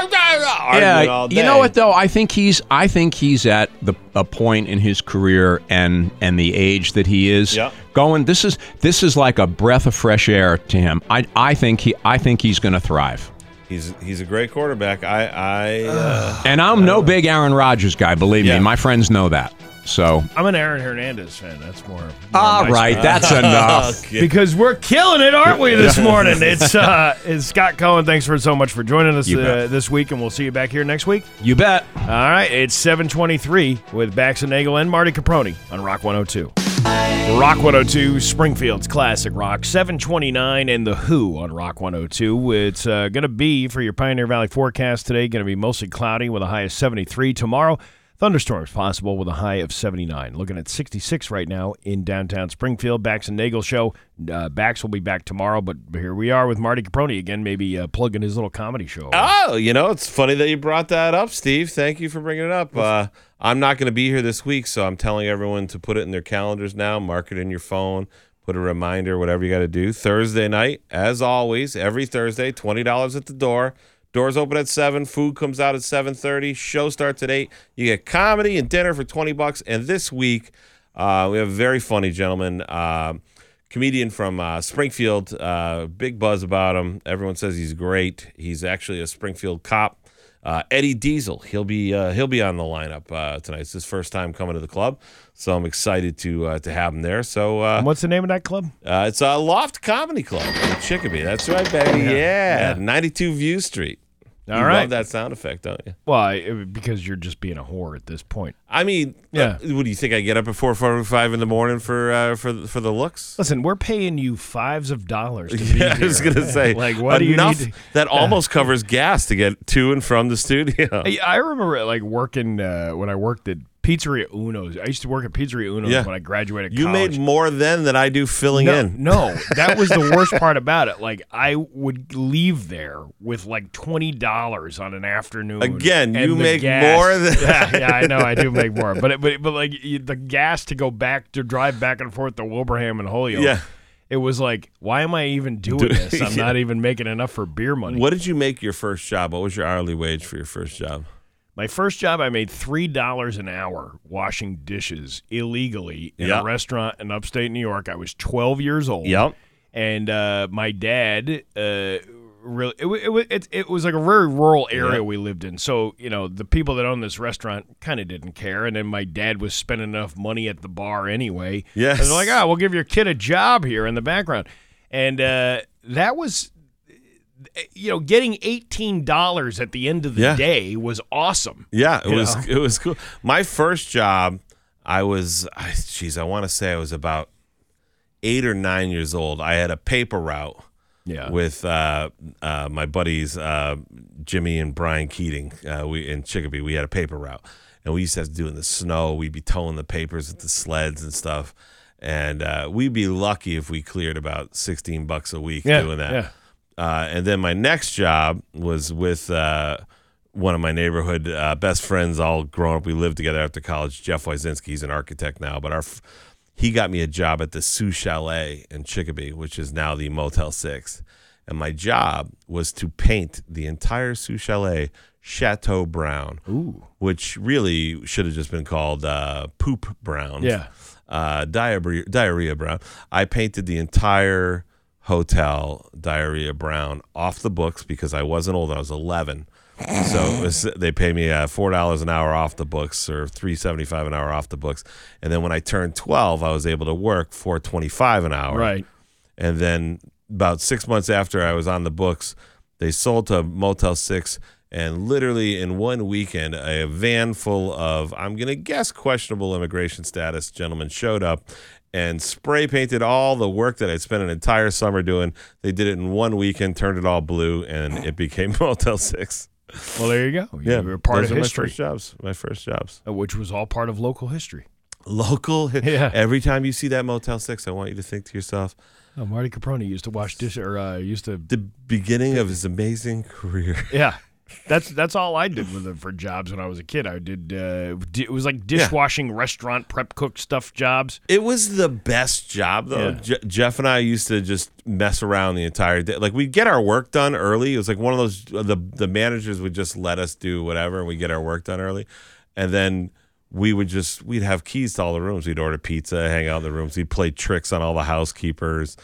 [SPEAKER 2] argument all day.
[SPEAKER 10] you know what though? I think he's I think he's at the a point in his career and and the age that he is
[SPEAKER 2] Yep.
[SPEAKER 10] going. This is this is like a breath of fresh air to him. I I think he I think he's going to thrive.
[SPEAKER 2] He's he's a great quarterback. I I uh,
[SPEAKER 10] And I'm no big Aaron Rodgers guy, believe
[SPEAKER 2] Yeah.
[SPEAKER 10] me. My friends know that. So
[SPEAKER 1] I'm an Aaron Hernandez fan. That's more. more
[SPEAKER 2] Oh,
[SPEAKER 10] all
[SPEAKER 1] my
[SPEAKER 10] right,
[SPEAKER 1] speed.
[SPEAKER 2] (laughs)
[SPEAKER 10] that's enough.
[SPEAKER 2] Okay.
[SPEAKER 1] Because we're killing it, aren't we, this morning? It's uh, it's Scott Cohen. Thanks for so much for joining us
[SPEAKER 10] You
[SPEAKER 1] uh,
[SPEAKER 10] bet.
[SPEAKER 1] this week, and we'll see you back here next week.
[SPEAKER 10] You bet.
[SPEAKER 1] All right, it's 723 with Bax and Nagel and Marty Caproni on Rock 102. Rock 102, Springfield's classic rock. 729 and The Who on Rock 102. It's uh, going to be for your Pioneer Valley forecast today, going to be mostly cloudy with a high of 73. Tomorrow, thunderstorms possible with a high of 79. Looking at 66 right now in downtown Springfield. Bax and Nagel show. Uh, Bax will be back tomorrow, but here we are with Marty Caproni again, maybe uh, plugging his little comedy show.
[SPEAKER 2] Oh, you know, it's funny that you brought that up, Steve. Thank you for bringing it up. Uh, I'm not going to be here this week, so I'm telling everyone to put it in their calendars now, mark it in your phone, put a reminder, whatever you got to do. Thursday night, as always, every Thursday, $20 at the door. Doors open at 7, food comes out at 7:30, show starts at 8. You get comedy and dinner for 20 bucks. And this week, uh, we have a very funny gentleman um comedian from uh, Springfield. Uh, big buzz about him. Everyone says he's great. He's actually a Springfield cop. Uh, Eddie Diesel. He'll be uh, he'll be on the lineup uh, tonight. It's his first time coming to the club, so I'm excited to uh, to have him there. So uh,
[SPEAKER 1] And what's the name of that club?
[SPEAKER 2] uh, it's a Loft Comedy Club in Chicopee. That's right, baby. Yeah, 92 View Street.
[SPEAKER 1] All
[SPEAKER 2] you
[SPEAKER 1] right.
[SPEAKER 2] love that sound effect, don't you?
[SPEAKER 1] Why? Because you're just being a whore at this point.
[SPEAKER 2] I mean,
[SPEAKER 1] Yeah.
[SPEAKER 2] uh, what do you think? I get up at four forty-five in the morning for uh, for for the looks.
[SPEAKER 1] Listen, we're paying you fives of
[SPEAKER 2] (laughs)
[SPEAKER 1] dollars to be
[SPEAKER 2] Yeah, I was
[SPEAKER 1] here.
[SPEAKER 2] gonna
[SPEAKER 1] (laughs)
[SPEAKER 2] say
[SPEAKER 1] like, what
[SPEAKER 2] enough
[SPEAKER 1] do you need?
[SPEAKER 2] that almost covers gas to get to and from the (laughs) studio.
[SPEAKER 1] To- I I remember like working uh, when I worked at Pizzeria Uno's. I used to work at Pizzeria Uno's
[SPEAKER 2] Yeah.
[SPEAKER 1] when I graduated.
[SPEAKER 2] You
[SPEAKER 1] college.
[SPEAKER 2] made more then than I do filling
[SPEAKER 1] no,
[SPEAKER 2] in.
[SPEAKER 1] no, that was the worst part about it. Like I would leave there with like twenty dollars on an afternoon.
[SPEAKER 2] Again,
[SPEAKER 1] and
[SPEAKER 2] you
[SPEAKER 1] the
[SPEAKER 2] make
[SPEAKER 1] gas-
[SPEAKER 2] more than-
[SPEAKER 1] (laughs) yeah, yeah, I know, I do make more, but it, but but like you- the gas to go back to drive back and forth to Wilbraham and Holyoke.
[SPEAKER 2] Yeah.
[SPEAKER 1] It was like, why am I even doing
[SPEAKER 2] (laughs)
[SPEAKER 1] this? I'm
[SPEAKER 2] yeah.
[SPEAKER 1] not even making enough for beer money.
[SPEAKER 2] What did you make your first job? What was your hourly wage for your first job?
[SPEAKER 1] My first job, I made three dollars an hour washing dishes illegally in
[SPEAKER 2] Yeah.
[SPEAKER 1] a restaurant in upstate New York. I was 12 years old.
[SPEAKER 2] Yep.
[SPEAKER 1] And uh, my dad, uh, really, it, wa- it, wa- it, it was like a very rural area we lived in. So you know, the people that owned this restaurant kind of didn't care. And then my dad was spending enough money at the bar anyway.
[SPEAKER 2] Yes.
[SPEAKER 1] And they're like, ah, we'll give your kid a job here in the background. And uh, that was you know, getting eighteen dollars at the end of the
[SPEAKER 2] Yeah.
[SPEAKER 1] day was awesome.
[SPEAKER 2] Yeah, it
[SPEAKER 1] You
[SPEAKER 2] was
[SPEAKER 1] know?
[SPEAKER 2] (laughs) it was cool. My first job, I was, I, geez, I want to say I was about eight or nine years old. I had a paper route.
[SPEAKER 1] Yeah.
[SPEAKER 2] with uh, uh, my buddies uh, Jimmy and Brian Keating. Uh, we in Chicopee, we had a paper route, and we used to have to do it in the snow. We'd be towing the papers with the sleds and stuff, and uh, we'd be lucky if we cleared about sixteen bucks a week
[SPEAKER 1] Yeah,
[SPEAKER 2] doing that.
[SPEAKER 1] yeah.
[SPEAKER 2] Uh, and then my next job was with uh, one of my neighborhood uh, best friends, all grown up. We lived together after college. Jeff Wysinski, he's an architect now, but our f- he got me a job at the Sioux Chalet in Chicopee, which is now the Motel Six. And my job was to paint the entire Sioux Chalet Chateau Brown, which really should have just been called uh, Poop Brown
[SPEAKER 1] Yeah.
[SPEAKER 2] uh, diarrhea, diarrhea brown. I painted the entire hotel diarrhea brown off the books because I wasn't old. I was 11. So it was, they pay me uh, four dollars an hour off the books, or three seventy five an hour off the books, and then when I turned twelve, I was able to work four twenty five an hour.
[SPEAKER 1] Right.
[SPEAKER 2] And then about six months after I was on the books, they sold to Motel 6. And literally in one weekend, a van full of, I'm going to guess, questionable immigration status gentlemen showed up and spray painted all the work that I'd spent an entire summer doing. They did it in one weekend, turned it all blue, and it (laughs) became Motel 6.
[SPEAKER 1] Well, there you go. You
[SPEAKER 2] Yeah.
[SPEAKER 1] were part
[SPEAKER 2] those
[SPEAKER 1] of
[SPEAKER 2] are
[SPEAKER 1] history,
[SPEAKER 2] My first jobs. My first jobs.
[SPEAKER 1] uh, which was all part of local history.
[SPEAKER 2] local.
[SPEAKER 1] (laughs) Yeah.
[SPEAKER 2] Every time you see that Motel Six, I want you to think to yourself,
[SPEAKER 1] Oh, Marty Caproni used to wash dish or uh, used to.
[SPEAKER 2] the beginning of his amazing career.
[SPEAKER 1] Yeah, that's that's all I did with it for jobs when I was a kid. I did uh, di- it was like dishwashing, restaurant prep cook stuff jobs.
[SPEAKER 2] It was the best job though.
[SPEAKER 1] Yeah.
[SPEAKER 2] Je- Jeff and I used to just mess around the entire day. Like we'd get our work done early. It was like one of those uh, the the managers would just let us do whatever and we get our work done early. And then we would just we'd have keys to all the rooms. We'd order pizza, hang out in the rooms. We'd play tricks on all the housekeepers.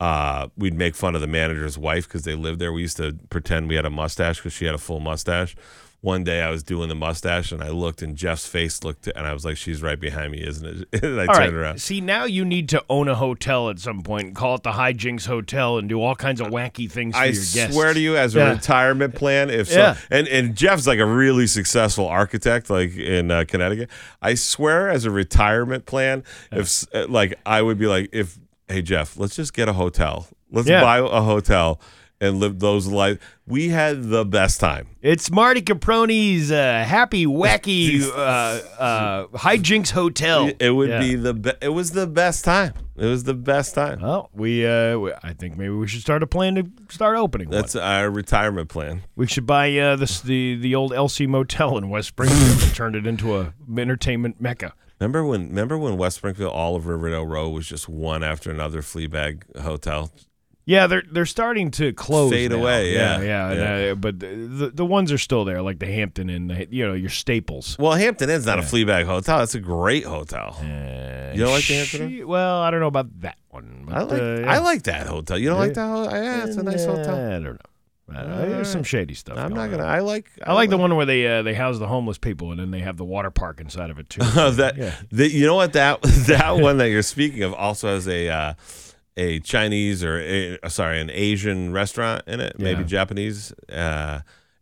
[SPEAKER 2] Uh, we'd make fun of the manager's wife because they lived there. We used to pretend we had a mustache because she had a full mustache. One day I was doing the mustache and I looked and Jeff's face looked and I was like, "She's right behind me, isn't it?" (laughs) and I
[SPEAKER 1] All
[SPEAKER 2] turned
[SPEAKER 1] right.
[SPEAKER 2] around.
[SPEAKER 1] See, now you need to own a hotel at some point and call it the Hijinks Hotel and do all kinds of wacky things for
[SPEAKER 2] I
[SPEAKER 1] your guests.
[SPEAKER 2] swear to you, as a
[SPEAKER 1] Yeah.
[SPEAKER 2] retirement plan, if so,
[SPEAKER 1] Yeah.
[SPEAKER 2] and and Jeff's like a really successful architect, like in uh, Connecticut. I swear, as a retirement plan, if s- uh, like I would be like, if hey Jeff, let's just get a hotel, let's
[SPEAKER 1] Yeah.
[SPEAKER 2] buy a hotel and live those life. We had the best time.
[SPEAKER 1] It's Marty Caproni's uh, happy,
[SPEAKER 2] (laughs)
[SPEAKER 1] wacky uh, uh, hijinks hotel.
[SPEAKER 2] It
[SPEAKER 1] Oh,
[SPEAKER 2] would
[SPEAKER 1] Yeah.
[SPEAKER 2] be the be- it was the best time. It was the best time.
[SPEAKER 1] Well, we, uh, we- I think maybe we should start a plan to start opening. one.
[SPEAKER 2] That's our retirement plan.
[SPEAKER 1] We should buy uh, this, the the old LC Motel in West Springfield and turn it into a entertainment mecca.
[SPEAKER 2] Remember when? Remember when West Springfield, all of Riverdale Row was just one after another Fleabag hotel.
[SPEAKER 1] Yeah, they're they're starting to close.
[SPEAKER 2] Fade
[SPEAKER 1] now.
[SPEAKER 2] away, yeah,
[SPEAKER 1] yeah. and,
[SPEAKER 2] yeah.
[SPEAKER 1] uh, but the the ones are still there, like the Hampton and the, you know your staples.
[SPEAKER 2] Well, Hampton Inn's not a Fleabag hotel. It's a great hotel. you don't like the Hampton Inn?
[SPEAKER 1] She- Uh, well, I don't know about that one. But,
[SPEAKER 2] I like
[SPEAKER 1] uh,
[SPEAKER 2] I
[SPEAKER 1] yeah.
[SPEAKER 2] like that hotel. You don't like that? Ho- yeah, it's a nice hotel.
[SPEAKER 1] I don't know. I don't know. Uh, There's some shady stuff.
[SPEAKER 2] I'm
[SPEAKER 1] going
[SPEAKER 2] not
[SPEAKER 1] on.
[SPEAKER 2] gonna. I like.
[SPEAKER 1] I
[SPEAKER 2] (laughs)
[SPEAKER 1] like the one where they uh, they house the homeless people and then they have the water park inside of it
[SPEAKER 2] (laughs)
[SPEAKER 1] too.
[SPEAKER 2] Oh, that.
[SPEAKER 1] Yeah.
[SPEAKER 2] that- you know what
[SPEAKER 1] (laughs)
[SPEAKER 2] that (laughs) that one that you're speaking of also has a uh, a Chinese or a, uh, sorry an Asian restaurant in it, maybe
[SPEAKER 1] Yeah.
[SPEAKER 2] Japanese. Uh,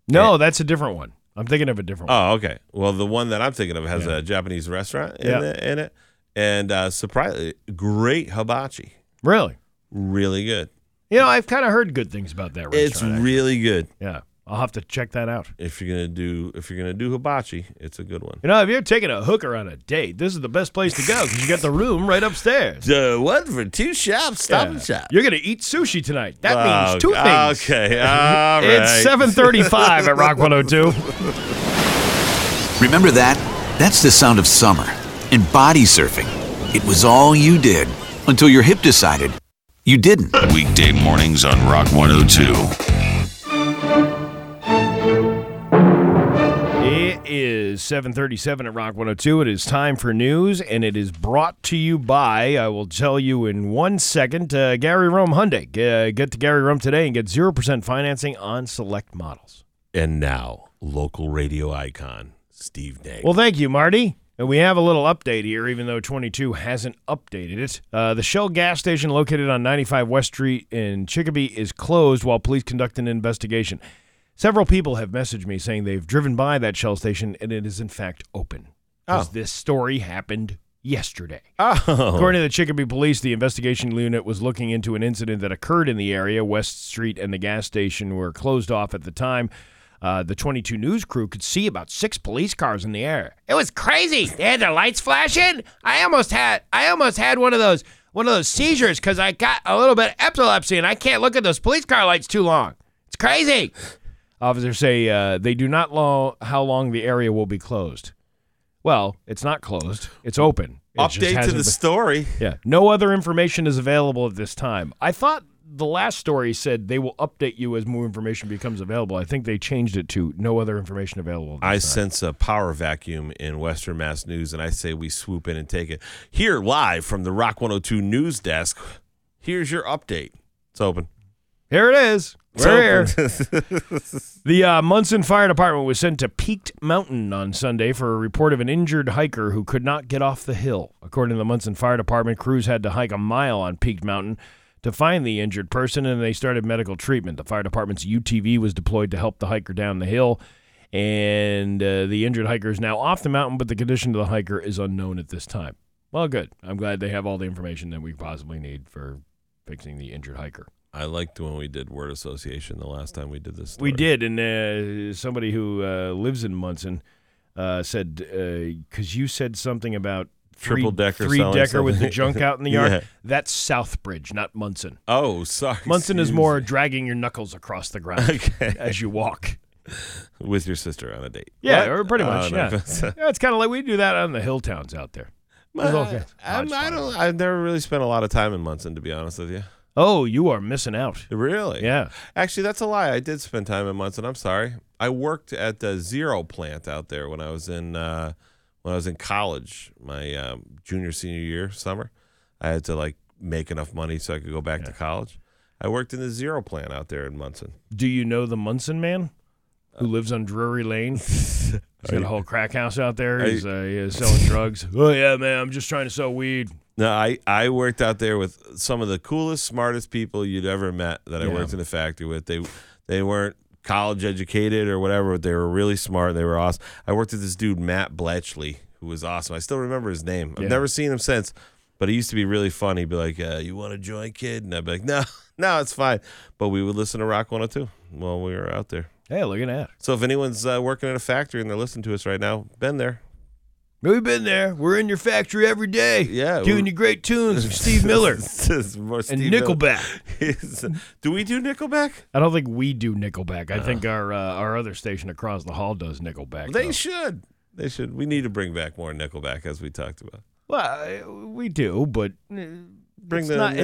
[SPEAKER 1] No, that's a different one. I'm thinking of a different one.
[SPEAKER 2] oh, okay. Well, the one that I'm thinking of has a Japanese restaurant in,
[SPEAKER 1] Yeah.
[SPEAKER 2] it, in it, and uh, surprisingly great hibachi,
[SPEAKER 1] Really?
[SPEAKER 2] really good.
[SPEAKER 1] You know, I've kind of heard good things about that restaurant.
[SPEAKER 2] it's
[SPEAKER 1] actually.
[SPEAKER 2] really good.
[SPEAKER 1] yeah. I'll have to check that out.
[SPEAKER 2] if you're gonna do if you're gonna do hibachi, it's a good one.
[SPEAKER 1] You know, if you're taking a hooker on a date, this is the best place to go because you got the room right upstairs.
[SPEAKER 2] The one for two shops, (laughs) stop
[SPEAKER 1] Yeah.
[SPEAKER 2] and shop.
[SPEAKER 1] You're gonna eat sushi tonight. That means two
[SPEAKER 2] Oh,
[SPEAKER 1] things.
[SPEAKER 2] Okay, (laughs) all right.
[SPEAKER 1] (laughs) It's 7:35 at
[SPEAKER 2] (laughs)
[SPEAKER 1] Rock 102.
[SPEAKER 5] (laughs) Remember that? That's the sound of summer and body surfing. It was all you did until your hip decided you didn't.
[SPEAKER 11] Weekday mornings on Rock 102.
[SPEAKER 1] It is 7:37 at Rock 102. It is time for news, and it is brought to you by. I will tell you in one second. Uh, Gary Rome Hyundai. Uh, get to Gary Rome today and get zero percent financing on select models.
[SPEAKER 2] and now local radio icon Steve Nagel.
[SPEAKER 1] Well, thank you, Marty. And we have a little update here, even though 22 hasn't updated it. Uh, the Shell gas station located on 95 West Street in Chicopee is closed while police conduct an investigation. Several people have messaged me saying they've driven by that Shell station and it is in fact open. 'Cause
[SPEAKER 2] Oh.
[SPEAKER 1] this story happened yesterday. (laughs)
[SPEAKER 2] oh,
[SPEAKER 1] According to the Chicopee Police, the investigation unit was looking into an incident that occurred in the area. West Street and the gas station were closed off at the time. Uh, the 22 news crew could see about six police cars in the air. It was crazy. They had their lights flashing. I almost had I almost had one of those one of those seizures because I got a little bit of epilepsy and I can't look at those police car lights too long. It's crazy. Officers say uh, they do not know how long the area will be closed. Well, it's not closed. It's open. It just
[SPEAKER 2] update to
[SPEAKER 1] hasn't
[SPEAKER 2] the
[SPEAKER 1] been-
[SPEAKER 2] story.
[SPEAKER 1] yeah. No other information is available at this time. I thought the last story said they will update you as more information becomes available. I think they changed it to no other information available. at this
[SPEAKER 2] I
[SPEAKER 1] time.
[SPEAKER 2] sense a power vacuum in Western Mass News, and I say we swoop in and take it. Here, live from the Rock 102 news desk, here's your update. It's open.
[SPEAKER 1] Here it is.
[SPEAKER 2] It's
[SPEAKER 1] We're here.
[SPEAKER 2] open.
[SPEAKER 1] The uh, Munson Fire Department was sent to Peaked Mountain on Sunday for a report of an injured hiker who could not get off the hill. According to the Munson Fire Department, crews had to hike a mile on Peaked Mountain to find the injured person, and they started medical treatment. The fire department's UTV was deployed to help the hiker down the hill, and uh, the injured hiker is now off the mountain, but the condition of the hiker is unknown at this time. Well, good. I'm glad they have all the information that we possibly need for fixing the injured hiker.
[SPEAKER 2] I liked when we did word association the last time we did this.
[SPEAKER 1] We
[SPEAKER 2] story.
[SPEAKER 1] did, and uh, somebody who uh, lives in Munson uh, said because you said something about three-
[SPEAKER 2] Triple-decker
[SPEAKER 1] three
[SPEAKER 2] selling
[SPEAKER 1] decker with the
[SPEAKER 2] something.
[SPEAKER 1] junk out in
[SPEAKER 2] (laughs)
[SPEAKER 1] the yard.
[SPEAKER 2] Yeah.
[SPEAKER 1] That's Southbridge, not Munson.
[SPEAKER 2] Oh, sorry.
[SPEAKER 1] Munson is
[SPEAKER 2] excuse
[SPEAKER 1] more dragging your knuckles across the ground
[SPEAKER 2] (laughs) Okay.
[SPEAKER 1] as you
[SPEAKER 2] (laughs)
[SPEAKER 1] walk.
[SPEAKER 2] me. with your sister on a date.
[SPEAKER 1] Yeah,
[SPEAKER 2] What? Oh,
[SPEAKER 1] or pretty much.
[SPEAKER 2] I don't
[SPEAKER 1] Yeah.
[SPEAKER 2] (laughs) know if it's-
[SPEAKER 1] Yeah, it's kind of like we do that on the hill towns out there. There's all kinds-
[SPEAKER 2] I'm, I don't. I've never really spent a lot of time in Munson, to be honest with you.
[SPEAKER 1] Oh, you are missing out.
[SPEAKER 2] Really?
[SPEAKER 1] Yeah.
[SPEAKER 2] Actually, that's a lie. I did spend time in Munson. I'm sorry. I worked at the Zero plant out there when I was in uh, when I was in college, my um, junior senior year summer. I had to like make enough money so I could go back to college. I worked in the Zero plant out there in Munson.
[SPEAKER 1] Do you know the Munson man who lives on Drury
[SPEAKER 2] (laughs)
[SPEAKER 1] Lane? He's got a whole crack house out there.
[SPEAKER 2] Are
[SPEAKER 1] He's,
[SPEAKER 2] you-
[SPEAKER 1] uh, he is selling drugs. Oh, yeah, man. I'm just trying to sell weed.
[SPEAKER 2] No, I, I worked out there with some of the coolest, smartest people you'd ever met that I
[SPEAKER 1] Yeah.
[SPEAKER 2] worked in the factory with. They they weren't college educated or whatever, but they were really smart. They were awesome. I worked with this dude Matt Bletchley, who was awesome. I still remember his name. I've
[SPEAKER 1] Yeah.
[SPEAKER 2] never seen him since, but he used to be really fun. He'd be like, uh, "You want to join, kid?" And I'd be like, "No, (laughs) no, it's fine." But we would listen to Rock 102 while we were out there.
[SPEAKER 1] Hey, look at that.
[SPEAKER 2] So if anyone's uh, working in a factory and they're listening to us right now, been there.
[SPEAKER 1] We've been there. We're in your factory every day.
[SPEAKER 2] Yeah,
[SPEAKER 1] Doing
[SPEAKER 2] we-
[SPEAKER 1] you great tunes from Steve
[SPEAKER 2] (laughs)
[SPEAKER 1] Miller
[SPEAKER 2] and
[SPEAKER 1] and Nickelback.
[SPEAKER 2] uh, do we do Nickelback?
[SPEAKER 1] I don't think we do Nickelback. I think our uh, our other station across the hall does Nickelback.
[SPEAKER 2] They
[SPEAKER 1] though.
[SPEAKER 2] should. They should. We need to bring back more Nickelback, as we talked about.
[SPEAKER 1] well, uh, we do, but bring
[SPEAKER 2] Bring
[SPEAKER 1] it's
[SPEAKER 2] the
[SPEAKER 1] not,
[SPEAKER 2] Nickelback.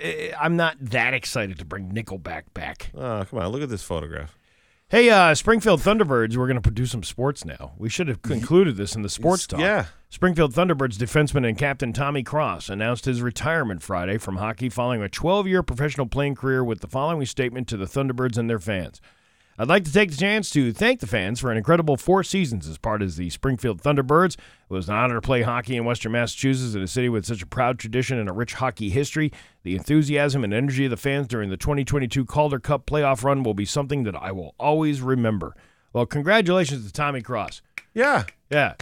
[SPEAKER 1] it's not, uh, I'm not that excited to bring Nickelback back.
[SPEAKER 2] oh, come on! Look at this photograph.
[SPEAKER 1] Hey, uh, Springfield Thunderbirds, we're going to do some sports now. We should have concluded this in the sports talk.
[SPEAKER 2] Yeah.
[SPEAKER 1] Springfield Thunderbirds defenseman and captain Tommy Cross announced his retirement Friday from hockey following a 12 year professional playing career with the following statement to the Thunderbirds and their fans. I'd like to take the chance to thank the fans for an incredible four seasons as part of the Springfield Thunderbirds. It was an honor to play hockey in Western Massachusetts in a city with such a proud tradition and a rich hockey history. The enthusiasm and energy of the fans during the 2022 Calder Cup playoff run will be something that I will always remember. Well, congratulations to Tommy Cross.
[SPEAKER 2] Yeah.
[SPEAKER 1] Yeah.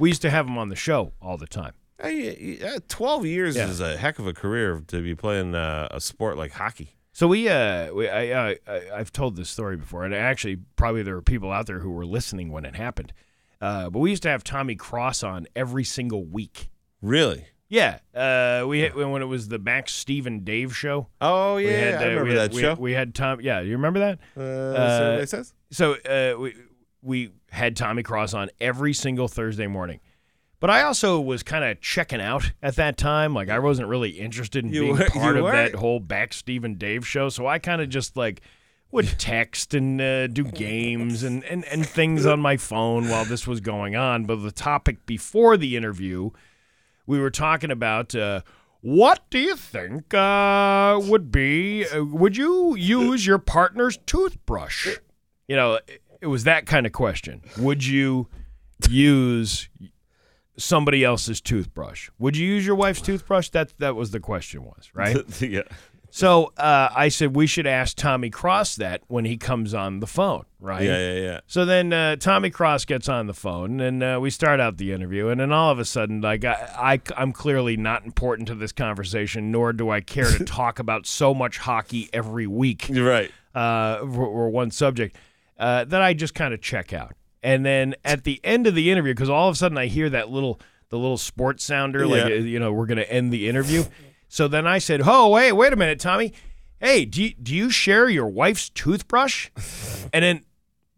[SPEAKER 1] We used to have him on the show all the time.
[SPEAKER 2] Hey, uh, Twelve years
[SPEAKER 1] Yeah.
[SPEAKER 2] is a heck of a career to be playing uh, a sport like hockey.
[SPEAKER 1] So we, uh, we I, I, I, I've told this story before, and actually, probably there were people out there who were listening when it happened. Uh, but we used to have Tommy Cross on every single week.
[SPEAKER 2] Really?
[SPEAKER 1] Yeah, uh, we had, when it was the Max Steve and Dave show.
[SPEAKER 2] Oh yeah,
[SPEAKER 1] we had, uh,
[SPEAKER 2] I remember
[SPEAKER 1] we had-
[SPEAKER 2] that
[SPEAKER 1] we-
[SPEAKER 2] show.
[SPEAKER 1] We had Tom. Yeah, you remember that?
[SPEAKER 2] uh, survey says?
[SPEAKER 1] So uh, we we had Tommy Cross on every single Thursday morning. But I also was kind of checking out at that time. Like I wasn't really interested in
[SPEAKER 2] You
[SPEAKER 1] being
[SPEAKER 2] were-
[SPEAKER 1] part
[SPEAKER 2] you
[SPEAKER 1] of
[SPEAKER 2] were?
[SPEAKER 1] that whole back Steve and Dave show. So I kind of just like would
[SPEAKER 2] (laughs)
[SPEAKER 1] text and uh, do games and, and, and things on my phone while this was going on. But the topic before the interview, we were talking about uh, what do you think uh, would be? Uh, would you use your partner's toothbrush? You know, it, it was that kind of question. Would you use somebody else's toothbrush? Would you use your wife's toothbrush? That that was the question was right.
[SPEAKER 2] (laughs) yeah.
[SPEAKER 1] So uh, I said we should ask Tommy Cross that when he comes on the phone, right?
[SPEAKER 2] Yeah, yeah, yeah.
[SPEAKER 1] So then uh, Tommy Cross gets on the phone, and uh, we start out the interview, and then all of a sudden, like I, I, am clearly not important to this conversation, nor do I care
[SPEAKER 2] (laughs)
[SPEAKER 1] to talk about so much hockey every week
[SPEAKER 2] You're right.
[SPEAKER 1] uh, for, for one subject uh, that I just kind of check out. And then at the end of the interview, because all of a sudden I hear that little the little sports sounder, like
[SPEAKER 2] Yeah.
[SPEAKER 1] uh, you know we're going to end the interview. So then I said, "Oh wait, wait a minute, Tommy. Hey, do you, do you share your wife's toothbrush?" and then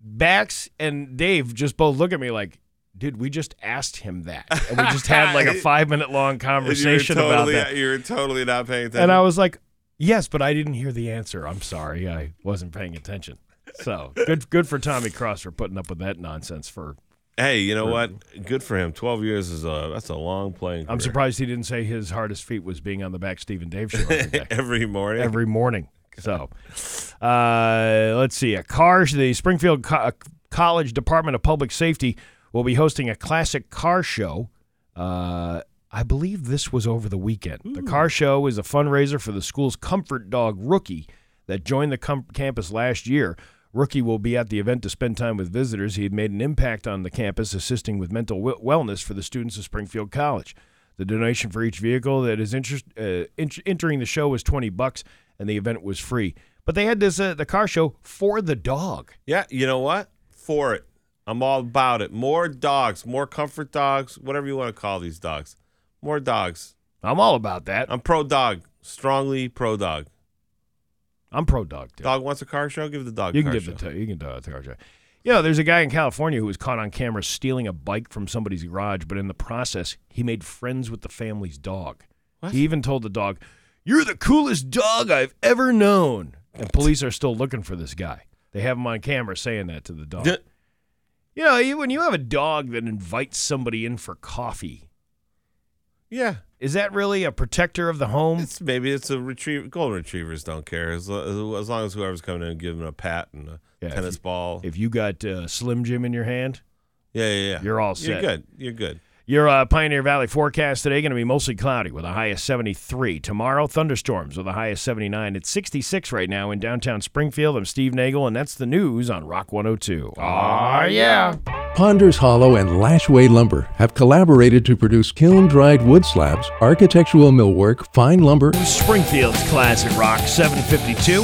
[SPEAKER 1] Bax and Dave just both look at me like. Dude, we just asked him that, and we just had
[SPEAKER 2] (laughs)
[SPEAKER 1] like a five-minute long conversation
[SPEAKER 2] you were
[SPEAKER 1] about
[SPEAKER 2] totally,
[SPEAKER 1] that.
[SPEAKER 2] You were totally not paying attention.
[SPEAKER 1] And I was like, "Yes, but I didn't hear the answer. I'm sorry. I wasn't paying attention." So, good good for Tommy Cross for putting up with that nonsense for
[SPEAKER 2] hey, you know what? Good for him. Twelve years is a that's a long playing.
[SPEAKER 1] I'm
[SPEAKER 2] career.
[SPEAKER 1] surprised he didn't say his hardest feat was being on the back Stephen Dave show every day.
[SPEAKER 2] Every morning.
[SPEAKER 1] every morning. So, uh, let's see. A car. The Springfield Co- College Department of Public Safety will be hosting a classic car show. Uh, I believe this was over the weekend. The car show is a fundraiser for the school's comfort dog rookie that joined the com- campus last year. Rookie will be at the event to spend time with visitors. He had made an impact on the campus, assisting with mental w- wellness for the students of Springfield College. The donation for each vehicle that is interest, uh, ent- entering the show was twenty bucks, and the event was free. But they had this uh, the car show for the dog.
[SPEAKER 2] Yeah, you know what? For it. I'm all about it. More dogs, more comfort dogs, whatever you want to call these dogs. More dogs.
[SPEAKER 1] I'm all about that.
[SPEAKER 2] I'm pro dog. Strongly pro dog.
[SPEAKER 1] I'm pro dog too.
[SPEAKER 2] Dog wants a car show? Give the dog
[SPEAKER 1] You
[SPEAKER 2] a
[SPEAKER 1] can
[SPEAKER 2] car
[SPEAKER 1] give
[SPEAKER 2] show.
[SPEAKER 1] the t- you can do it. Car show. You know, there's a guy in California who was caught on camera stealing a bike from somebody's garage, but in the process, he made friends with the family's dog. He even told the dog, "You're the coolest dog I've ever known." And police are still looking for this guy. They have him on camera saying that to the dog.
[SPEAKER 2] D-
[SPEAKER 1] you know, you, when you have a dog that invites somebody in for coffee,
[SPEAKER 2] yeah.
[SPEAKER 1] is that really a protector of the home?
[SPEAKER 2] It's maybe it's a retriever. Golden retrievers don't care as, lo- as, as long as whoever's coming in and giving them a pat and a
[SPEAKER 1] Yeah, if
[SPEAKER 2] tennis
[SPEAKER 1] you-
[SPEAKER 2] ball.
[SPEAKER 1] If you got uh, Slim Jim in your hand,
[SPEAKER 2] yeah, yeah, yeah.
[SPEAKER 1] you're all
[SPEAKER 2] You're
[SPEAKER 1] set.
[SPEAKER 2] good. You're good.
[SPEAKER 1] Your uh, Pioneer Valley forecast today going to be mostly cloudy with a high of 73. Tomorrow, thunderstorms with a high of 79. It's 66 right now in downtown Springfield. I'm Steve Nagel, and that's the news on Rock 102. Ah, yeah.
[SPEAKER 12] Ponders Hollow and Lashway Lumber have collaborated to produce kiln dried wood slabs, architectural millwork, fine lumber.
[SPEAKER 1] Springfield's Classic Rock 752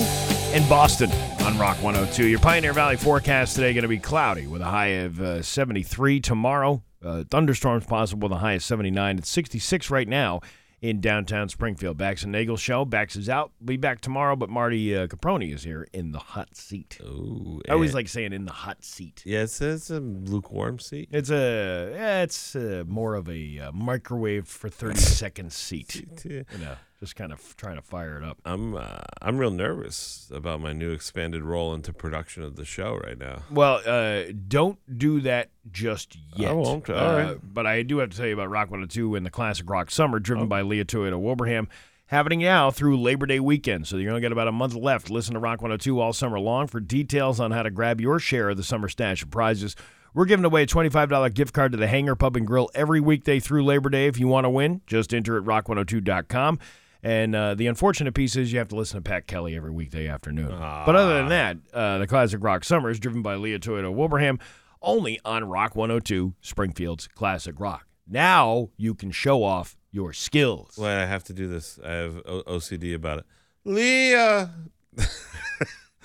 [SPEAKER 1] and Boston on Rock 102. Your Pioneer Valley forecast today going to be cloudy with a high of uh, 73 tomorrow. Uh, thunderstorms possible with a high of 79. It's 66 right now in downtown Springfield. Bax and Nagel show. Bax is out. Be back tomorrow, but Marty uh, Caproni is here in the hot seat.
[SPEAKER 2] Ooh,
[SPEAKER 1] I always
[SPEAKER 2] eh.
[SPEAKER 1] like saying in the hot seat.
[SPEAKER 2] Yeah, it's, it's a lukewarm seat.
[SPEAKER 1] It's a yeah, it's uh more of a uh, microwave for 30 second
[SPEAKER 2] (laughs)
[SPEAKER 1] seat. You know, just kind of trying to fire it up.
[SPEAKER 2] I'm uh, I'm real nervous about my new expanded role into production of the show right now.
[SPEAKER 1] Well, uh, don't do that just yet.
[SPEAKER 2] won't. Oh, All
[SPEAKER 1] Uh,
[SPEAKER 2] right.
[SPEAKER 1] But I do have to tell you about Rock 102 and the Classic Rock Summer, driven
[SPEAKER 2] Oh.
[SPEAKER 1] by Leah Toyota Wilbraham, happening now through Labor Day weekend. So you're going to get about a month left. Listen to Rock 102 all summer long for details on how to grab your share of the summer stash of prizes. We're giving away a $25 gift card to the Hangar Pub and Grill every weekday through Labor Day. If you want to win, just enter at rock102.com. And uh, the unfortunate piece is you have to listen to Pat Kelly every weekday afternoon.
[SPEAKER 2] Ah.
[SPEAKER 1] But other than that, uh, the classic rock summer is driven by Leah Toyota Wilbraham, only on Rock 102 Springfield's classic rock. Now you can show off your skills.
[SPEAKER 2] Well, I have to do this. I have o- OCD about it. Leah,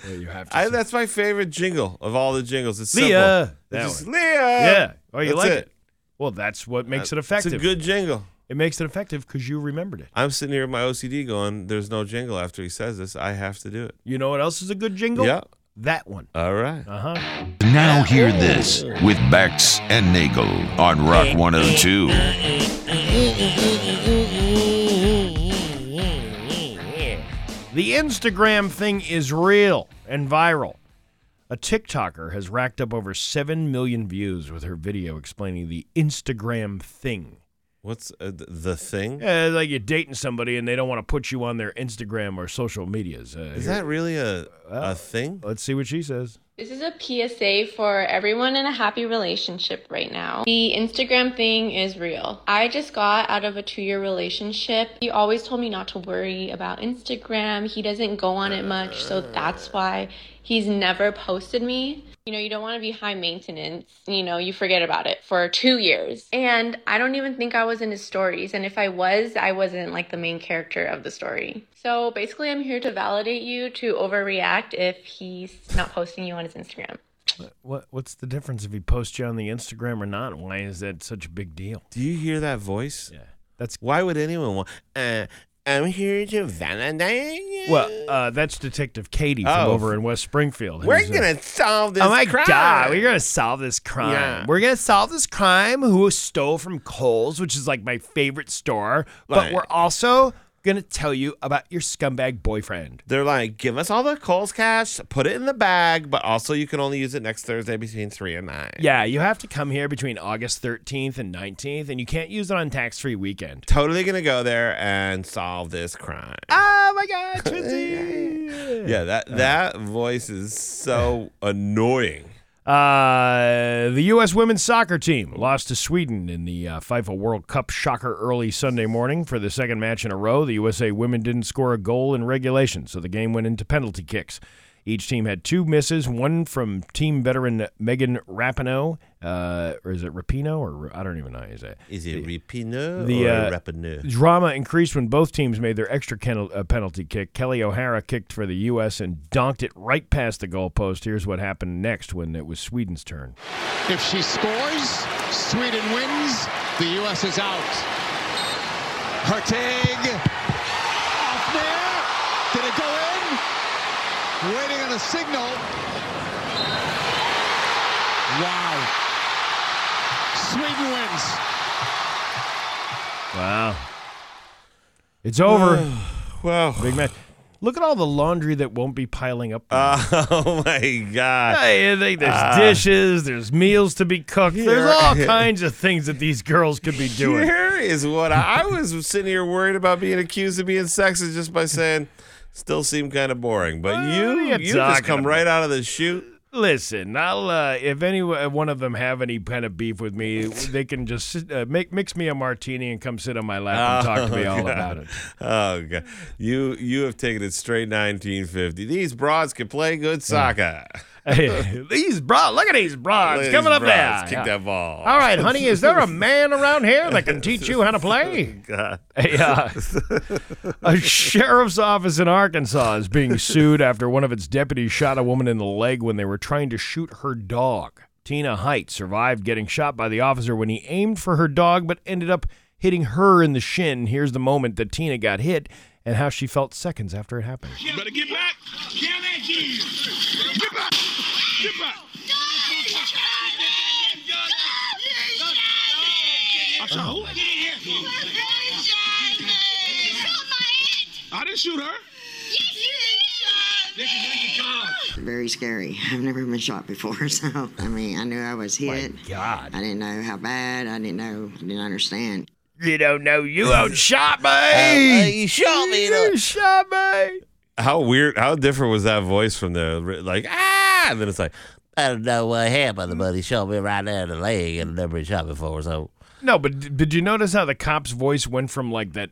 [SPEAKER 1] you have to.
[SPEAKER 2] I, that's my favorite jingle of all the jingles. It's
[SPEAKER 1] Leah,
[SPEAKER 2] simple.
[SPEAKER 1] that
[SPEAKER 2] It's just,
[SPEAKER 1] one.
[SPEAKER 2] Leah.
[SPEAKER 1] yeah. Oh, you
[SPEAKER 2] That's Uh,
[SPEAKER 1] like it. Well, that's what makes it effective.
[SPEAKER 2] It's a good jingle.
[SPEAKER 1] it makes it effective because you remembered it.
[SPEAKER 2] I'm sitting here with my OCD going, there's no jingle after he says this. I have to do it.
[SPEAKER 1] You know what else is a good jingle?
[SPEAKER 2] Yeah.
[SPEAKER 1] That one.
[SPEAKER 2] All right.
[SPEAKER 1] Uh huh.
[SPEAKER 11] Now hear this with Bex and Nagel on Rock 102.
[SPEAKER 1] The Instagram thing is real and viral. A TikToker has racked up over 7 million views with her video explaining the Instagram thing.
[SPEAKER 2] What's uh, th- the thing?
[SPEAKER 1] Yeah, like you're dating somebody and they don't want to put you on their Instagram or social medias. Uh,
[SPEAKER 2] Is
[SPEAKER 1] here-
[SPEAKER 2] that really a a thing?
[SPEAKER 1] Let's see what she says.
[SPEAKER 13] This is a PSA for everyone in a happy relationship right now. The Instagram thing is real. I just got out of a two year relationship. He always told me not to worry about Instagram. He doesn't go on it much, so that's why he's never posted me. You know, you don't want to be high maintenance. You know, you forget about it for two years. And I don't even think I was in his stories. And if I was, I wasn't like the main character of the story. So basically, I'm here to validate you to overreact if he's not posting you on his Instagram.
[SPEAKER 1] What What's the difference if he posts you on the Instagram or not? Why is that such a big deal?
[SPEAKER 2] Do you hear that voice? Yeah.
[SPEAKER 1] That's
[SPEAKER 2] why would anyone want? Uh, I'm here to validate. you.
[SPEAKER 1] Well, uh, that's Detective Katie from
[SPEAKER 2] Oh.
[SPEAKER 1] over in West Springfield.
[SPEAKER 2] We're
[SPEAKER 1] who's, uh,
[SPEAKER 2] gonna solve this.
[SPEAKER 1] oh my
[SPEAKER 2] crime.
[SPEAKER 1] god, we're gonna solve this crime.
[SPEAKER 2] Yeah.
[SPEAKER 1] We're gonna solve this crime. Who stole from Kohl's, which is like my favorite store. But
[SPEAKER 2] Right.
[SPEAKER 1] we're also gonna tell you about your scumbag boyfriend.
[SPEAKER 2] They're like, give us all the Coles cash, put it in the bag, but also you can only use it next Thursday between three and nine.
[SPEAKER 1] Yeah, you have to come here between August 13th and 19th, and you can't use it on tax free weekend.
[SPEAKER 2] (laughs) Totally gonna go there and solve this crime.
[SPEAKER 1] Oh my god, (laughs) Twitzy!
[SPEAKER 2] Yeah, that that voice
[SPEAKER 1] (laughs)
[SPEAKER 2] is so annoying.
[SPEAKER 1] Uh, the U.S. women's soccer team lost to Sweden in the uh, FIFA World Cup shocker early Sunday morning for the second match in a row. The USA women didn't score a goal in regulation, so the game went into penalty kicks. Each team had two misses, one from team veteran Megan Rapinoe, uh, or is it Rapino, or I don't even know how you say it.
[SPEAKER 2] Is it Rapino
[SPEAKER 1] the,
[SPEAKER 2] or
[SPEAKER 1] uh,
[SPEAKER 2] Rapino?
[SPEAKER 1] Drama increased when both teams made their extra ken- uh, penalty kick. Kelly O'Hara kicked for the U.S. and donked it right past the goalpost. Here's what happened next when it was Sweden's turn.
[SPEAKER 14] If she scores, Sweden wins. The U.S. is out. Hartig. Off there. Did it go in? Waiting on a signal. Wow. Sweden wins.
[SPEAKER 1] Wow. It's over.
[SPEAKER 2] wow.
[SPEAKER 1] Big match. Look at all the laundry that won't be piling up.
[SPEAKER 2] (laughs) oh my god.
[SPEAKER 1] Hey, they- there's
[SPEAKER 2] Ah.
[SPEAKER 1] dishes, there's meals to be cooked,
[SPEAKER 2] Here-
[SPEAKER 1] there's (laughs) all kinds of things that these girls could be doing.
[SPEAKER 2] Here is what I, I was sitting here worried about being accused of being sexist just by saying, still seem kind of boring. But you,
[SPEAKER 1] Oh, you
[SPEAKER 2] you, just
[SPEAKER 1] talking
[SPEAKER 2] come
[SPEAKER 1] about?
[SPEAKER 2] right out of the chute.
[SPEAKER 1] Listen, I'll uh, if any one of them have any kind of beef with me, they can just sit, uh, make mix me a martini and come sit on my lap and talk to me all
[SPEAKER 2] God.
[SPEAKER 1] about it.
[SPEAKER 2] Oh god, you you have taken it straight 1950. These broads can play
[SPEAKER 1] Hmm.
[SPEAKER 2] good soccer.
[SPEAKER 1] (laughs) these broads, look at these broads
[SPEAKER 2] Look at
[SPEAKER 1] coming
[SPEAKER 2] these
[SPEAKER 1] up there.
[SPEAKER 2] broads. Kick
[SPEAKER 1] Yeah.
[SPEAKER 2] that ball.
[SPEAKER 1] All right, honey, is there a man around here that can (laughs) teach you how to play?
[SPEAKER 2] God.
[SPEAKER 1] Hey, uh, (laughs) A sheriff's office in Arkansas is being sued after one of its deputies shot a woman in the leg when they were trying to shoot her dog. Tina Height survived getting shot by the officer when he aimed for her dog but ended up hitting her in the shin. Here's the moment that Tina got hit and how she felt seconds after it happened.
[SPEAKER 14] You better get back. Get back here. Get back. Get back. I said, who? Get in here. I didn't shoot her. This is your job.
[SPEAKER 15] Very scary. (laughs) I've never been shot before, (laughs) so I mean, I knew I was hit.
[SPEAKER 1] God.
[SPEAKER 15] I didn't know how bad. I didn't know. I didn't understand.
[SPEAKER 1] You don't know. You don't shot me.
[SPEAKER 15] Uh,
[SPEAKER 1] you shot me. You shot me.
[SPEAKER 2] How weird! How different was that voice from the ri- like ah? And then it's like I don't know what happened, but he shot me right there in the leg, and never been shot before. So
[SPEAKER 1] No, but d- did you notice how the cop's voice went from like that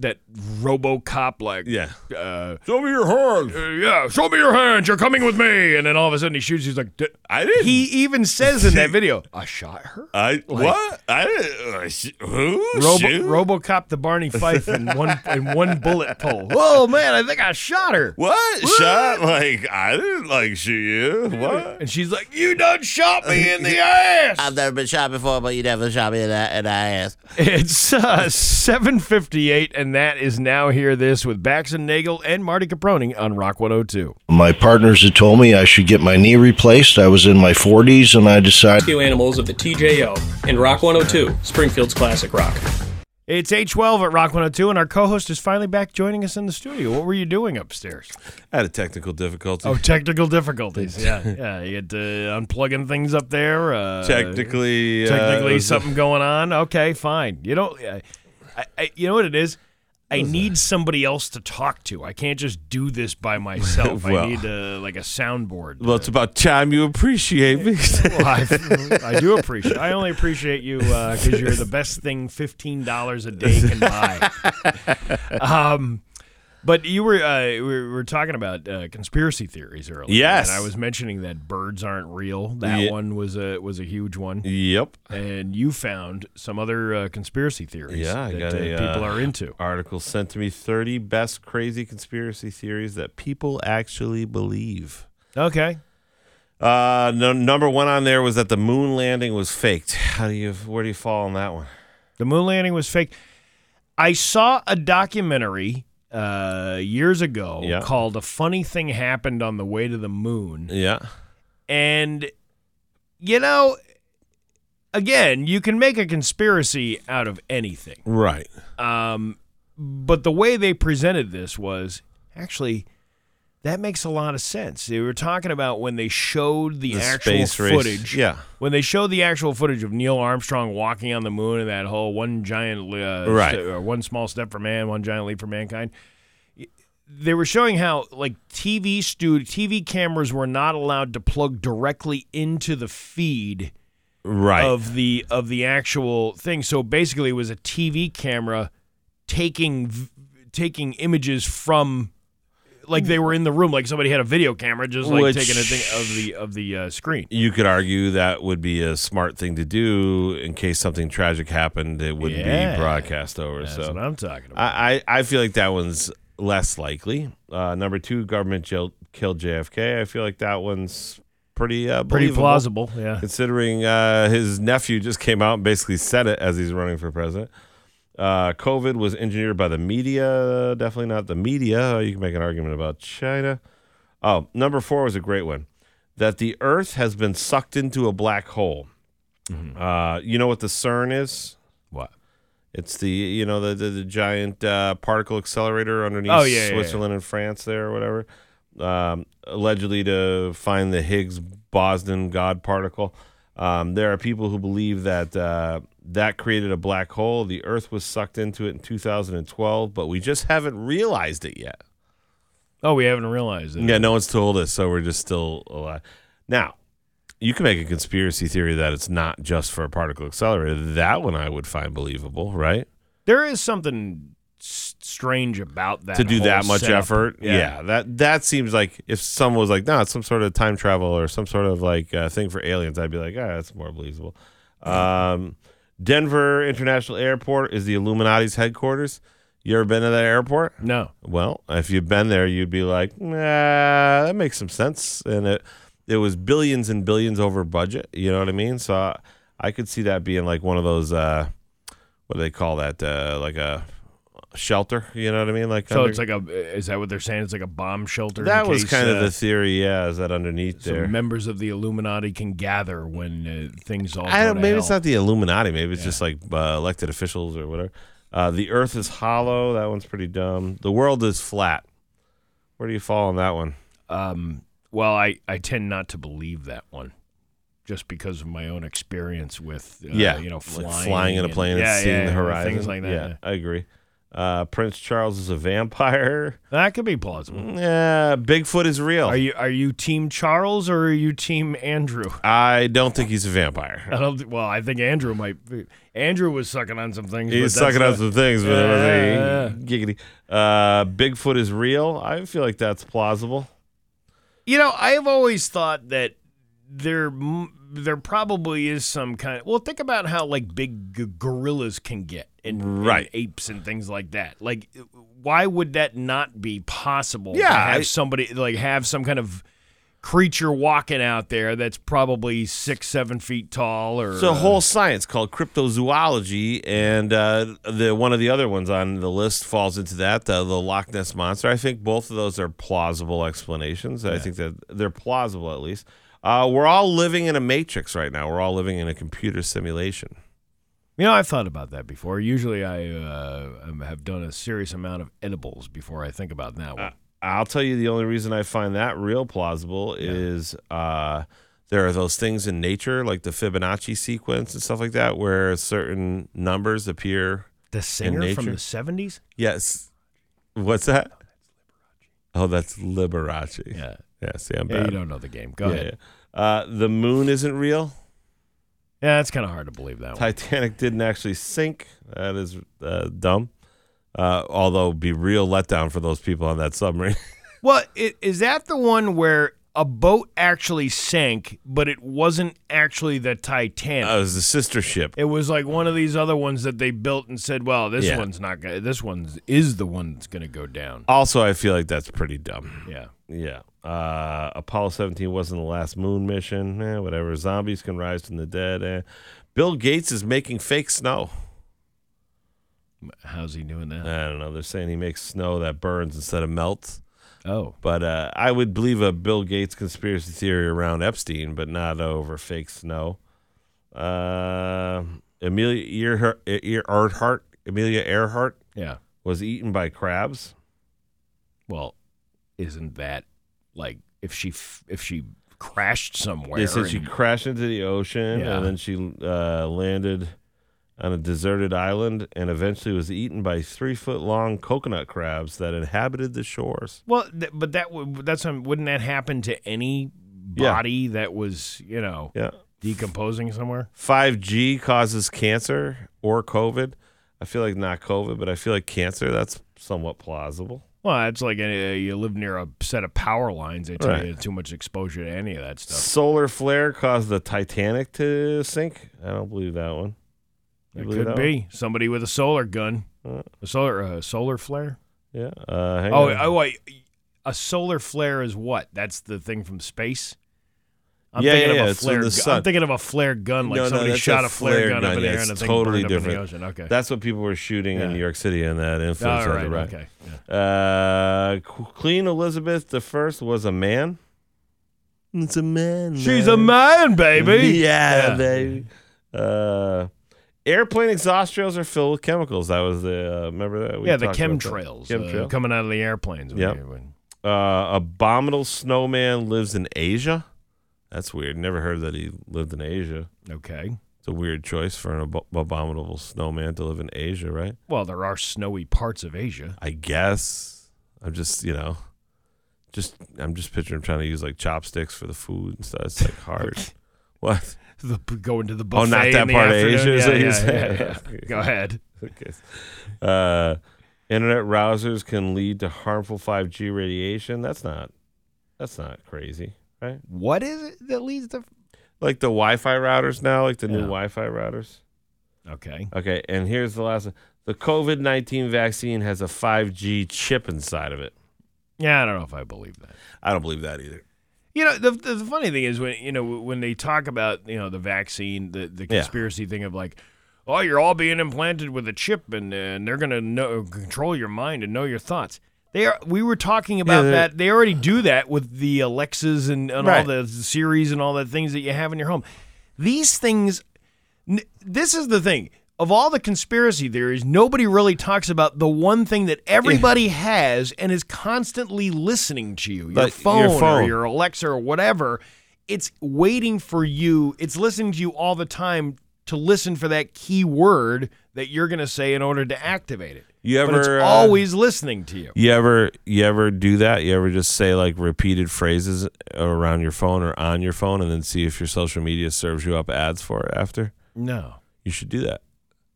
[SPEAKER 1] that RoboCop like
[SPEAKER 2] yeah
[SPEAKER 1] uh,
[SPEAKER 2] show me your hands
[SPEAKER 1] yeah show me your hands you're coming with me and then all of a sudden he shoots he's like D-.
[SPEAKER 2] I didn't
[SPEAKER 1] he even says in
[SPEAKER 2] (laughs)
[SPEAKER 1] that video I shot her
[SPEAKER 2] I
[SPEAKER 1] Like-
[SPEAKER 2] what I didn't uh, sh- who shoot?
[SPEAKER 1] Robo- RoboCop the Barney Fife
[SPEAKER 2] (laughs)
[SPEAKER 1] in one in one bullet pull oh man I think I shot her
[SPEAKER 2] what shot like I didn't like shoot you
[SPEAKER 1] (laughs)
[SPEAKER 2] what
[SPEAKER 1] and she's like you done shot me in
[SPEAKER 2] (laughs)
[SPEAKER 1] the ass
[SPEAKER 16] I've never been shot before, but you never shot me in the, in the ass.
[SPEAKER 1] It's uh, 7:58, and that is now here. This with Bax and Nagel and Marty Caproni on Rock 102.
[SPEAKER 17] My partners had told me I should get my knee replaced. I was in my 40s and I decided.
[SPEAKER 18] Two animals of the TJO in Rock 102, Springfield's classic rock.
[SPEAKER 1] It's 8:12 at Rock 102, and our co-host is finally back joining us in the studio. What were you doing upstairs?
[SPEAKER 2] I had a technical
[SPEAKER 1] (laughs)
[SPEAKER 2] difficulty.
[SPEAKER 1] Oh, technical (laughs) difficulties. Yeah, yeah. You had to unplugging things up there. Uh,
[SPEAKER 2] (laughs) Technically, uh,
[SPEAKER 1] technically
[SPEAKER 2] was-
[SPEAKER 1] something going on. Okay, fine. You don't. I, I, you know what it is. I need somebody else to talk to. I can't just do this by myself. I (laughs)
[SPEAKER 2] Well.
[SPEAKER 1] need uh, like a soundboard.
[SPEAKER 2] Well, it's about time you
[SPEAKER 1] (laughs)
[SPEAKER 2] appreciate me.
[SPEAKER 1] Well, I, I do appreciate. I only appreciate you because you're the best thing fifteen dollars a day can
[SPEAKER 2] (laughs)
[SPEAKER 1] buy. Um, but you were uh, we were we were talking about uh, conspiracy theories earlier.
[SPEAKER 2] Yes.
[SPEAKER 1] and I was mentioning that birds aren't real. That
[SPEAKER 2] Ye-
[SPEAKER 1] one was a was a huge one.
[SPEAKER 2] (laughs) Yep.
[SPEAKER 1] And you found some other uh, conspiracy theories.
[SPEAKER 2] Yeah, I
[SPEAKER 1] that
[SPEAKER 2] got
[SPEAKER 1] uh,
[SPEAKER 2] a,
[SPEAKER 1] people
[SPEAKER 2] uh,
[SPEAKER 1] are into.
[SPEAKER 2] Article sent to me: thirty best crazy conspiracy theories that people actually believe.
[SPEAKER 1] Okay.
[SPEAKER 2] Uh, no, number one on there was that the moon landing was faked. How do you? Where do you fall on that one?
[SPEAKER 1] The moon landing was fake. I saw a documentary uh, years ago
[SPEAKER 2] Yeah.
[SPEAKER 1] called "A Funny Thing Happened on the Way to the Moon,"
[SPEAKER 2] Yeah.
[SPEAKER 1] and you know, again, you can make a conspiracy out of anything.
[SPEAKER 2] Right.
[SPEAKER 1] Um, but the way they presented this was actually that makes a lot of sense. They were talking about when they showed the,
[SPEAKER 2] The
[SPEAKER 1] actual
[SPEAKER 2] space race.
[SPEAKER 1] footage.
[SPEAKER 2] Yeah.
[SPEAKER 1] When they showed the actual footage of Neil Armstrong walking on the moon and that whole one giant, uh,
[SPEAKER 2] Right.
[SPEAKER 1] st- or one small step for man, one giant leap for mankind. They were showing how like TV studio TV cameras were not allowed to plug directly into the feed
[SPEAKER 2] Right.
[SPEAKER 1] of the of the actual thing. So basically, it was a TV camera taking v- taking images from like they were in the room, like somebody had a video camera, just like
[SPEAKER 2] Which-
[SPEAKER 1] taking a thing of the of the uh, screen.
[SPEAKER 2] You could argue that would be a smart thing to do in case something tragic happened. It wouldn't
[SPEAKER 1] Yeah.
[SPEAKER 2] be broadcast over.
[SPEAKER 1] That's
[SPEAKER 2] so
[SPEAKER 1] what I'm talking about.
[SPEAKER 2] I, I, I feel like that one's less likely. Uh, number two, government jail, killed JFK. I feel like that one's pretty uh,
[SPEAKER 1] Pretty
[SPEAKER 2] believable,
[SPEAKER 1] plausible, yeah.
[SPEAKER 2] Considering uh, his nephew just came out and basically said it as he's running for president. Uh, COVID was engineered by the media. Definitely not the media. You can make an argument about China. Oh, number four was a great one that the Earth has been sucked into a black hole. Uh, you know what the CERN is?
[SPEAKER 1] Mm-hmm. What?
[SPEAKER 2] It's the you know the the, the giant uh, particle accelerator underneath
[SPEAKER 1] Oh, yeah, yeah,
[SPEAKER 2] Switzerland and France there or whatever. Um, allegedly to find the Higgs boson God particle. Um, there are people who believe that uh, that created a black hole. The Earth was sucked into it in 2012, but we just haven't realized it yet.
[SPEAKER 1] Oh, we haven't realized it.
[SPEAKER 2] Yeah, no one's told us, so we're just still alive. Now, you can make a conspiracy theory that it's not just for a particle accelerator. That one I would find believable, right?
[SPEAKER 1] There is something s- strange about that.
[SPEAKER 2] to do
[SPEAKER 1] whole
[SPEAKER 2] that much
[SPEAKER 1] setup.
[SPEAKER 2] effort, yeah. that that seems like if someone was like, "No, it's some sort of time travel or some sort of like uh, thing for aliens," I'd be like, "Ah, that's more believable." Um, Denver International Airport is the Illuminati's headquarters. You ever been to that airport?
[SPEAKER 1] No.
[SPEAKER 2] Well, if you've been there, you'd be like, nah, that makes some sense. And it it was billions and billions over budget. You know what I mean? So I, I could see that being like one of those, uh, what do they call that? Uh, like a shelter. You know what I mean? Like
[SPEAKER 1] So
[SPEAKER 2] under-
[SPEAKER 1] it's like a. Is that what they're saying? It's like a bomb shelter.
[SPEAKER 2] that
[SPEAKER 1] in
[SPEAKER 2] was
[SPEAKER 1] case,
[SPEAKER 2] kind
[SPEAKER 1] uh,
[SPEAKER 2] of the theory. Yeah, is that underneath
[SPEAKER 1] so
[SPEAKER 2] there?
[SPEAKER 1] members of the Illuminati can gather when uh, things all.
[SPEAKER 2] I
[SPEAKER 1] go
[SPEAKER 2] don't,
[SPEAKER 1] to
[SPEAKER 2] maybe it's
[SPEAKER 1] hell.
[SPEAKER 2] not the Illuminati. Maybe it's just like uh, elected officials or whatever. Uh, the Earth is hollow. That one's pretty dumb. The world is flat. Where do you fall on that one?
[SPEAKER 1] Um, well, I, I tend not to believe that one, just because of my own experience with uh,
[SPEAKER 2] yeah,
[SPEAKER 1] you know flying,
[SPEAKER 2] like flying in a
[SPEAKER 1] and-
[SPEAKER 2] plane and,
[SPEAKER 1] yeah,
[SPEAKER 2] seeing
[SPEAKER 1] yeah,
[SPEAKER 2] the
[SPEAKER 1] yeah,
[SPEAKER 2] horizon,
[SPEAKER 1] things like that.
[SPEAKER 2] Yeah,
[SPEAKER 1] yeah.
[SPEAKER 2] I agree. Uh, Prince Charles is a vampire.
[SPEAKER 1] That could be plausible.
[SPEAKER 2] Yeah, Bigfoot is real.
[SPEAKER 1] Hmm. Are you are you team Charles or are you team Andrew? (laughs)
[SPEAKER 2] I don't think he's a vampire.
[SPEAKER 1] I don't. thi- Well, I think Andrew might. Be, Andrew was sucking on some things.
[SPEAKER 2] He's
[SPEAKER 1] but that's
[SPEAKER 2] sucking out
[SPEAKER 1] not-
[SPEAKER 2] some things, but it
[SPEAKER 1] Yeah.
[SPEAKER 2] was like, giggity. Uh, Bigfoot is real. I feel like that's plausible.
[SPEAKER 1] You know, I've always thought that there m- there probably is some kind. well, think about how like big g- gorillas can get and, and
[SPEAKER 2] Right.
[SPEAKER 1] apes and things like that. Like, why would that not be possible? to
[SPEAKER 2] Yeah,
[SPEAKER 1] have
[SPEAKER 2] I-
[SPEAKER 1] somebody like have some kind of creature walking out there that's probably six seven feet tall or
[SPEAKER 2] It's a
[SPEAKER 1] uh,
[SPEAKER 2] whole science called cryptozoology, and uh, the one of the other ones on the list falls into that the, the Loch Ness monster. I think both of those are plausible explanations. I think that they're plausible at least. Uh, we're all living in a matrix right now. We're all living in a computer simulation.
[SPEAKER 1] You know, I've thought about that before. Usually, I uh, um, have done a serious amount of edibles before I think about that one.
[SPEAKER 2] Ah. I'll tell you the only reason I find that real plausible is uh, there are those things in nature, like the Fibonacci sequence and stuff like that, where certain numbers appear.
[SPEAKER 1] the
[SPEAKER 2] in
[SPEAKER 1] singer
[SPEAKER 2] nature.
[SPEAKER 1] from the seventies.
[SPEAKER 2] Yes. What's that? Oh, that's Liberace.
[SPEAKER 1] Yeah.
[SPEAKER 2] Yeah. See, I'm
[SPEAKER 1] Yeah,
[SPEAKER 2] bad.
[SPEAKER 1] you don't know the game. Go ahead.
[SPEAKER 2] yeah. Uh, the moon isn't real.
[SPEAKER 1] Yeah, it's kind of hard to believe that one.
[SPEAKER 2] Titanic didn't actually sink. That is uh, dumb. Uh, although, be real letdown for those people on that submarine. (laughs)
[SPEAKER 1] Well, i- is that the one where a boat actually sank, but it wasn't actually the Titanic?
[SPEAKER 2] Uh, it was the sister ship.
[SPEAKER 1] it was like one of these other ones that they built and said, "Well, this
[SPEAKER 2] Yeah.
[SPEAKER 1] one's not gonna. This one's is the one that's gonna go down."
[SPEAKER 2] Also, I feel like that's pretty dumb.
[SPEAKER 1] Yeah.
[SPEAKER 2] Yeah. Uh, Apollo 17 wasn't the last moon mission. Eh, whatever. Zombies can rise from the dead. Eh. Bill Gates is making fake snow.
[SPEAKER 1] How's he doing that?
[SPEAKER 2] I don't know. They're saying he makes snow that burns instead of melts.
[SPEAKER 1] Oh.
[SPEAKER 2] But uh, I would believe a Bill Gates conspiracy theory around Epstein, but not over fake snow. Uh, Amelia Earhart, Earhart, Amelia Earhart
[SPEAKER 1] Yeah.
[SPEAKER 2] was eaten by crabs.
[SPEAKER 1] Well, isn't that like if she f- if she crashed somewhere?
[SPEAKER 2] They said she
[SPEAKER 1] and-
[SPEAKER 2] crashed into the ocean
[SPEAKER 1] Yeah.
[SPEAKER 2] and then she uh, landed on a deserted island and eventually was eaten by three foot long coconut crabs that inhabited the shores.
[SPEAKER 1] well, th- but that would that's um, wouldn't that happen to any
[SPEAKER 2] Yeah.
[SPEAKER 1] body that was you know
[SPEAKER 2] Yeah.
[SPEAKER 1] decomposing somewhere?
[SPEAKER 2] 5G causes cancer or COVID. I feel like not COVID, but I feel like cancer, that's somewhat plausible.
[SPEAKER 1] Well, it's like any, uh, you live near a set of power lines. They tell
[SPEAKER 2] Right.
[SPEAKER 1] you too much exposure to any of that stuff.
[SPEAKER 2] Solar flare caused the Titanic to sink. I don't believe that one. You
[SPEAKER 1] It
[SPEAKER 2] believe
[SPEAKER 1] could
[SPEAKER 2] that
[SPEAKER 1] be somebody with a solar gun,
[SPEAKER 2] Uh.
[SPEAKER 1] a solar uh, solar flare.
[SPEAKER 2] one? Yeah. Uh, hang
[SPEAKER 1] Oh,
[SPEAKER 2] on.
[SPEAKER 1] oh, wait. A solar flare is what? That's the thing from space. I'm
[SPEAKER 2] Yeah,
[SPEAKER 1] thinking
[SPEAKER 2] yeah,
[SPEAKER 1] of
[SPEAKER 2] yeah,
[SPEAKER 1] a
[SPEAKER 2] it's
[SPEAKER 1] flare
[SPEAKER 2] in the
[SPEAKER 1] gun.
[SPEAKER 2] sun.
[SPEAKER 1] I'm thinking of a flare gun, like
[SPEAKER 2] No, no,
[SPEAKER 1] somebody
[SPEAKER 2] that's
[SPEAKER 1] shot a flare gun up in the
[SPEAKER 2] yeah,
[SPEAKER 1] air and a
[SPEAKER 2] it's
[SPEAKER 1] thing
[SPEAKER 2] totally
[SPEAKER 1] burned
[SPEAKER 2] different.
[SPEAKER 1] up in the ocean. Okay.
[SPEAKER 2] That's what people were shooting in
[SPEAKER 1] Yeah.
[SPEAKER 2] New York City, and that influence
[SPEAKER 1] All
[SPEAKER 2] had the
[SPEAKER 1] right,
[SPEAKER 2] right.
[SPEAKER 1] okay,
[SPEAKER 2] Uh, Qu- Queen Elizabeth the First was a man. It's a man.
[SPEAKER 1] She's a man, baby. (laughs)
[SPEAKER 2] Yeah,
[SPEAKER 1] Yeah.
[SPEAKER 2] baby. Uh, airplane exhaust trails are filled with chemicals. That was the uh, remember that.
[SPEAKER 1] yeah, the
[SPEAKER 2] talked about that.
[SPEAKER 1] chemtrails
[SPEAKER 2] Chemtrail.
[SPEAKER 1] uh, coming out of the airplanes.
[SPEAKER 2] Yep. Uh, abominable snowman lives in Asia. That's weird. Never heard that he lived in Asia.
[SPEAKER 1] Okay.
[SPEAKER 2] It's a weird choice for an ab- abominable snowman to live in Asia, right?
[SPEAKER 1] Well, there are snowy parts of Asia.
[SPEAKER 2] I guess. I'm just, you know, just I'm just picturing trying to use like chopsticks for the food and stuff. It's
[SPEAKER 1] (laughs)
[SPEAKER 2] like hard. what?
[SPEAKER 1] The, go into the buffet.
[SPEAKER 2] Oh, not
[SPEAKER 1] in
[SPEAKER 2] that
[SPEAKER 1] the
[SPEAKER 2] part of
[SPEAKER 1] afternoon.
[SPEAKER 2] Asia. is
[SPEAKER 1] Yeah,
[SPEAKER 2] what you're
[SPEAKER 1] yeah,
[SPEAKER 2] saying?
[SPEAKER 1] yeah, yeah. Go ahead.
[SPEAKER 2] Okay. Uh, internet routers can lead to harmful 5G radiation. That's not. That's not crazy, right?
[SPEAKER 1] What is it that leads to?
[SPEAKER 2] Like the Wi-Fi routers now, like the new Wi-Fi routers.
[SPEAKER 1] Okay.
[SPEAKER 2] Okay, and here's the last one. The COVID 19 vaccine has a 5G chip inside of it.
[SPEAKER 1] Yeah, I don't know if I believe that.
[SPEAKER 2] I don't believe that either.
[SPEAKER 1] You know, the, the, the funny thing is when you know when they talk about you know the vaccine, the the
[SPEAKER 2] Yeah.
[SPEAKER 1] conspiracy thing of like, oh, you're all being implanted with a chip, and and they're gonna know, control your mind and know your thoughts. They are. We were talking about
[SPEAKER 2] they-
[SPEAKER 1] that. They already do that with the Alexas and, and
[SPEAKER 2] Right.
[SPEAKER 1] all the series and all the things that you have in your home. These things. n- This is the thing. Of all the conspiracy theories, nobody really talks about the one thing that everybody has and is constantly listening to you your
[SPEAKER 2] Like, your
[SPEAKER 1] phone, or
[SPEAKER 2] phone.
[SPEAKER 1] your Alexa or whatever. It's waiting for you. It's listening to you all the time to listen for that key word that you're going to say in order to activate it.
[SPEAKER 2] You
[SPEAKER 1] but it's
[SPEAKER 2] ever, uh,
[SPEAKER 1] always listening to you.
[SPEAKER 2] You ever you ever do that? You ever just say like repeated phrases around your phone or on your phone and then see if your social media serves you up ads for it after?
[SPEAKER 1] No,
[SPEAKER 2] You should do that.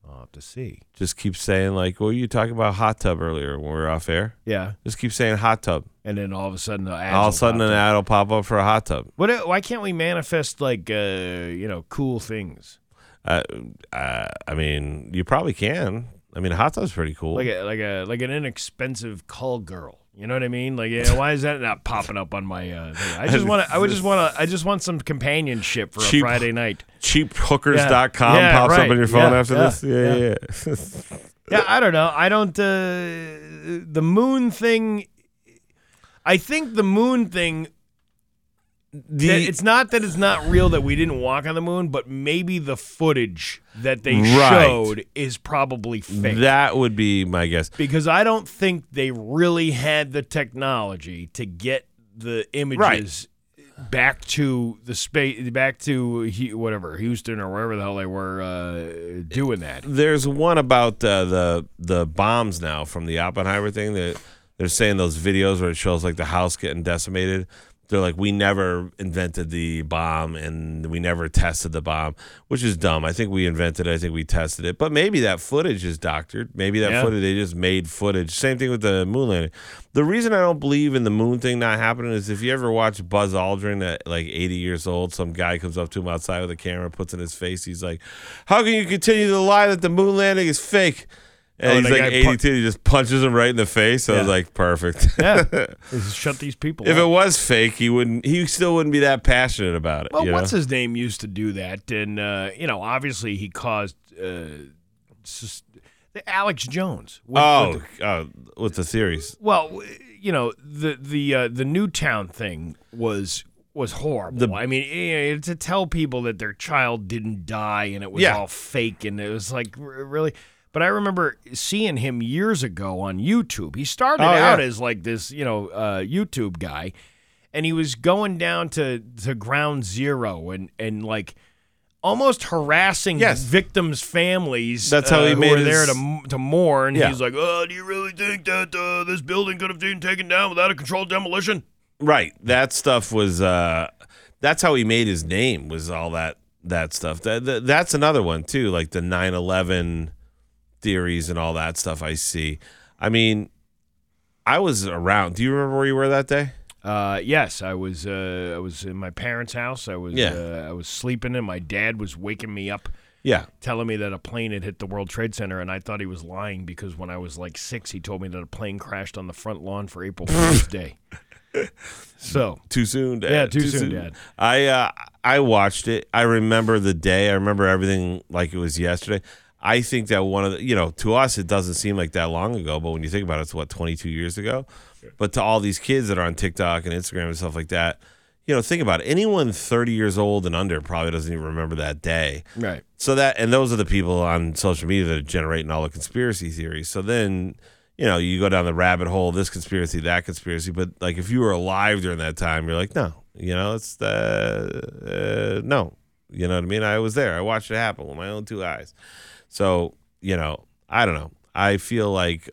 [SPEAKER 1] I'll have to see.
[SPEAKER 2] Just keep saying like, well, you were talking about hot tub earlier when we were off air.
[SPEAKER 1] Yeah.
[SPEAKER 2] Just keep saying hot tub.
[SPEAKER 1] And then all of a sudden, the ads
[SPEAKER 2] All
[SPEAKER 1] will
[SPEAKER 2] of a sudden
[SPEAKER 1] pop
[SPEAKER 2] an
[SPEAKER 1] up.
[SPEAKER 2] ad will pop up for a hot tub.
[SPEAKER 1] What? uh, Why can't we manifest like uh, you know cool things?
[SPEAKER 2] Uh, uh, I mean, you probably can. I mean, hot tub's pretty cool.
[SPEAKER 1] Like a like a like an inexpensive call girl. You know what I mean? Like, yeah, why is that not popping up on my? Uh, thing?
[SPEAKER 2] (laughs)
[SPEAKER 1] I just want to. I would just want to. I just want some companionship for a
[SPEAKER 2] Cheap-
[SPEAKER 1] Friday night.
[SPEAKER 2] Cheaphookers.com
[SPEAKER 1] Yeah,
[SPEAKER 2] pops
[SPEAKER 1] right.
[SPEAKER 2] up on your phone
[SPEAKER 1] Yeah,
[SPEAKER 2] after
[SPEAKER 1] yeah,
[SPEAKER 2] this. Yeah, yeah. (laughs) yeah.
[SPEAKER 1] Yeah, I don't know. I don't. Uh, the moon thing. I think the moon thing. that
[SPEAKER 2] The-
[SPEAKER 1] it's not that it's not real that we didn't walk on the moon, but maybe the footage that they
[SPEAKER 2] Right.
[SPEAKER 1] showed is probably fake.
[SPEAKER 2] that would be my guess.
[SPEAKER 1] because I don't think they really had the technology to get the images back to the space, back to Hu- whatever Houston or wherever the hell they were uh, doing
[SPEAKER 2] (laughs)
[SPEAKER 1] that.
[SPEAKER 2] There's one about uh, the the bombs now from the Oppenheimer thing that they're saying those videos where it shows like the house getting decimated. They're like, we never invented the bomb and we never tested the bomb, which is dumb. I think we invented it. I think we tested it. But maybe that footage is doctored. Maybe that
[SPEAKER 1] Yeah.
[SPEAKER 2] footage, they just made footage. Same thing with the moon landing. The reason I don't believe in the moon thing not happening is if you ever watch Buzz Aldrin at like 80 years old, some guy comes up to him outside with a camera, puts it in his face. He's like, How can you continue to lie that the moon landing is fake? And
[SPEAKER 1] Oh, and
[SPEAKER 2] he's
[SPEAKER 1] the
[SPEAKER 2] like
[SPEAKER 1] guy
[SPEAKER 2] 82.
[SPEAKER 1] pu-
[SPEAKER 2] he just punches him right in the face. I was
[SPEAKER 1] Yeah.
[SPEAKER 2] like, Perfect. (laughs)
[SPEAKER 1] Yeah, Just shut these people.
[SPEAKER 2] If
[SPEAKER 1] up.
[SPEAKER 2] it was fake, he wouldn't. He still wouldn't be that passionate about it.
[SPEAKER 1] Well,
[SPEAKER 2] you
[SPEAKER 1] what's
[SPEAKER 2] know?
[SPEAKER 1] his name used to do that, and uh, you know, obviously he caused uh, sus- Alex Jones. with-
[SPEAKER 2] oh,
[SPEAKER 1] with
[SPEAKER 2] with the, uh, with the theories.
[SPEAKER 1] the- well, w- you know the the uh, the Newtown thing was was horrible. I mean, eh, to tell people that their child didn't die and it was
[SPEAKER 2] Yeah.
[SPEAKER 1] all fake, and it was like r- really. But I remember seeing him years ago on YouTube. He started
[SPEAKER 2] Oh,
[SPEAKER 1] out
[SPEAKER 2] yeah.
[SPEAKER 1] as like this, you know, uh, YouTube guy, and he was going down to to ground zero and and like almost harassing victims' families.
[SPEAKER 2] That's how
[SPEAKER 1] uh,
[SPEAKER 2] he
[SPEAKER 1] who
[SPEAKER 2] made
[SPEAKER 1] were there to
[SPEAKER 2] his-
[SPEAKER 1] m- to mourn.
[SPEAKER 2] Yeah.
[SPEAKER 1] He's like, "Oh, do you really think that uh, this building could have been taken down without a controlled demolition?"
[SPEAKER 2] Right. That stuff was. Uh, that's how he made his name. Was all that that stuff. That, that that's another one too. Like the 9-11 theories and all that stuff. I see. I mean, I was around. Do you remember where you were that day?
[SPEAKER 1] Uh, yes, I was. Uh, I was in my parents' house. I was.
[SPEAKER 2] Yeah.
[SPEAKER 1] Uh, I was sleeping, and my dad was waking me up.
[SPEAKER 2] Yeah.
[SPEAKER 1] Telling me that a plane had hit the World Trade Center, and I thought he was (laughs) lying because when I was like six, he told me that a plane crashed on the front lawn for April Fool's Day. So
[SPEAKER 2] too soon, Dad.
[SPEAKER 1] Yeah, too soon, Dad.
[SPEAKER 2] I uh, I watched it. I remember the day. I remember everything like it was yesterday. I think that one of the you know to us it doesn't seem like that long ago, but when you think about it, it's what twenty two years ago. But to all these kids that are on TikTok and Instagram and stuff like that, you know, think about it. Anyone thirty years old and under probably doesn't even remember that day.
[SPEAKER 1] Right.
[SPEAKER 2] So that and those are the people on social media that are generating all the conspiracy theories. So then, you know, you go down the rabbit hole, this conspiracy, that conspiracy. But like if you were alive during that time, you're like, no, you know, it's the uh, no, you know what I mean. I was there. I watched it happen with my own two eyes. So you know, I don't know. I feel like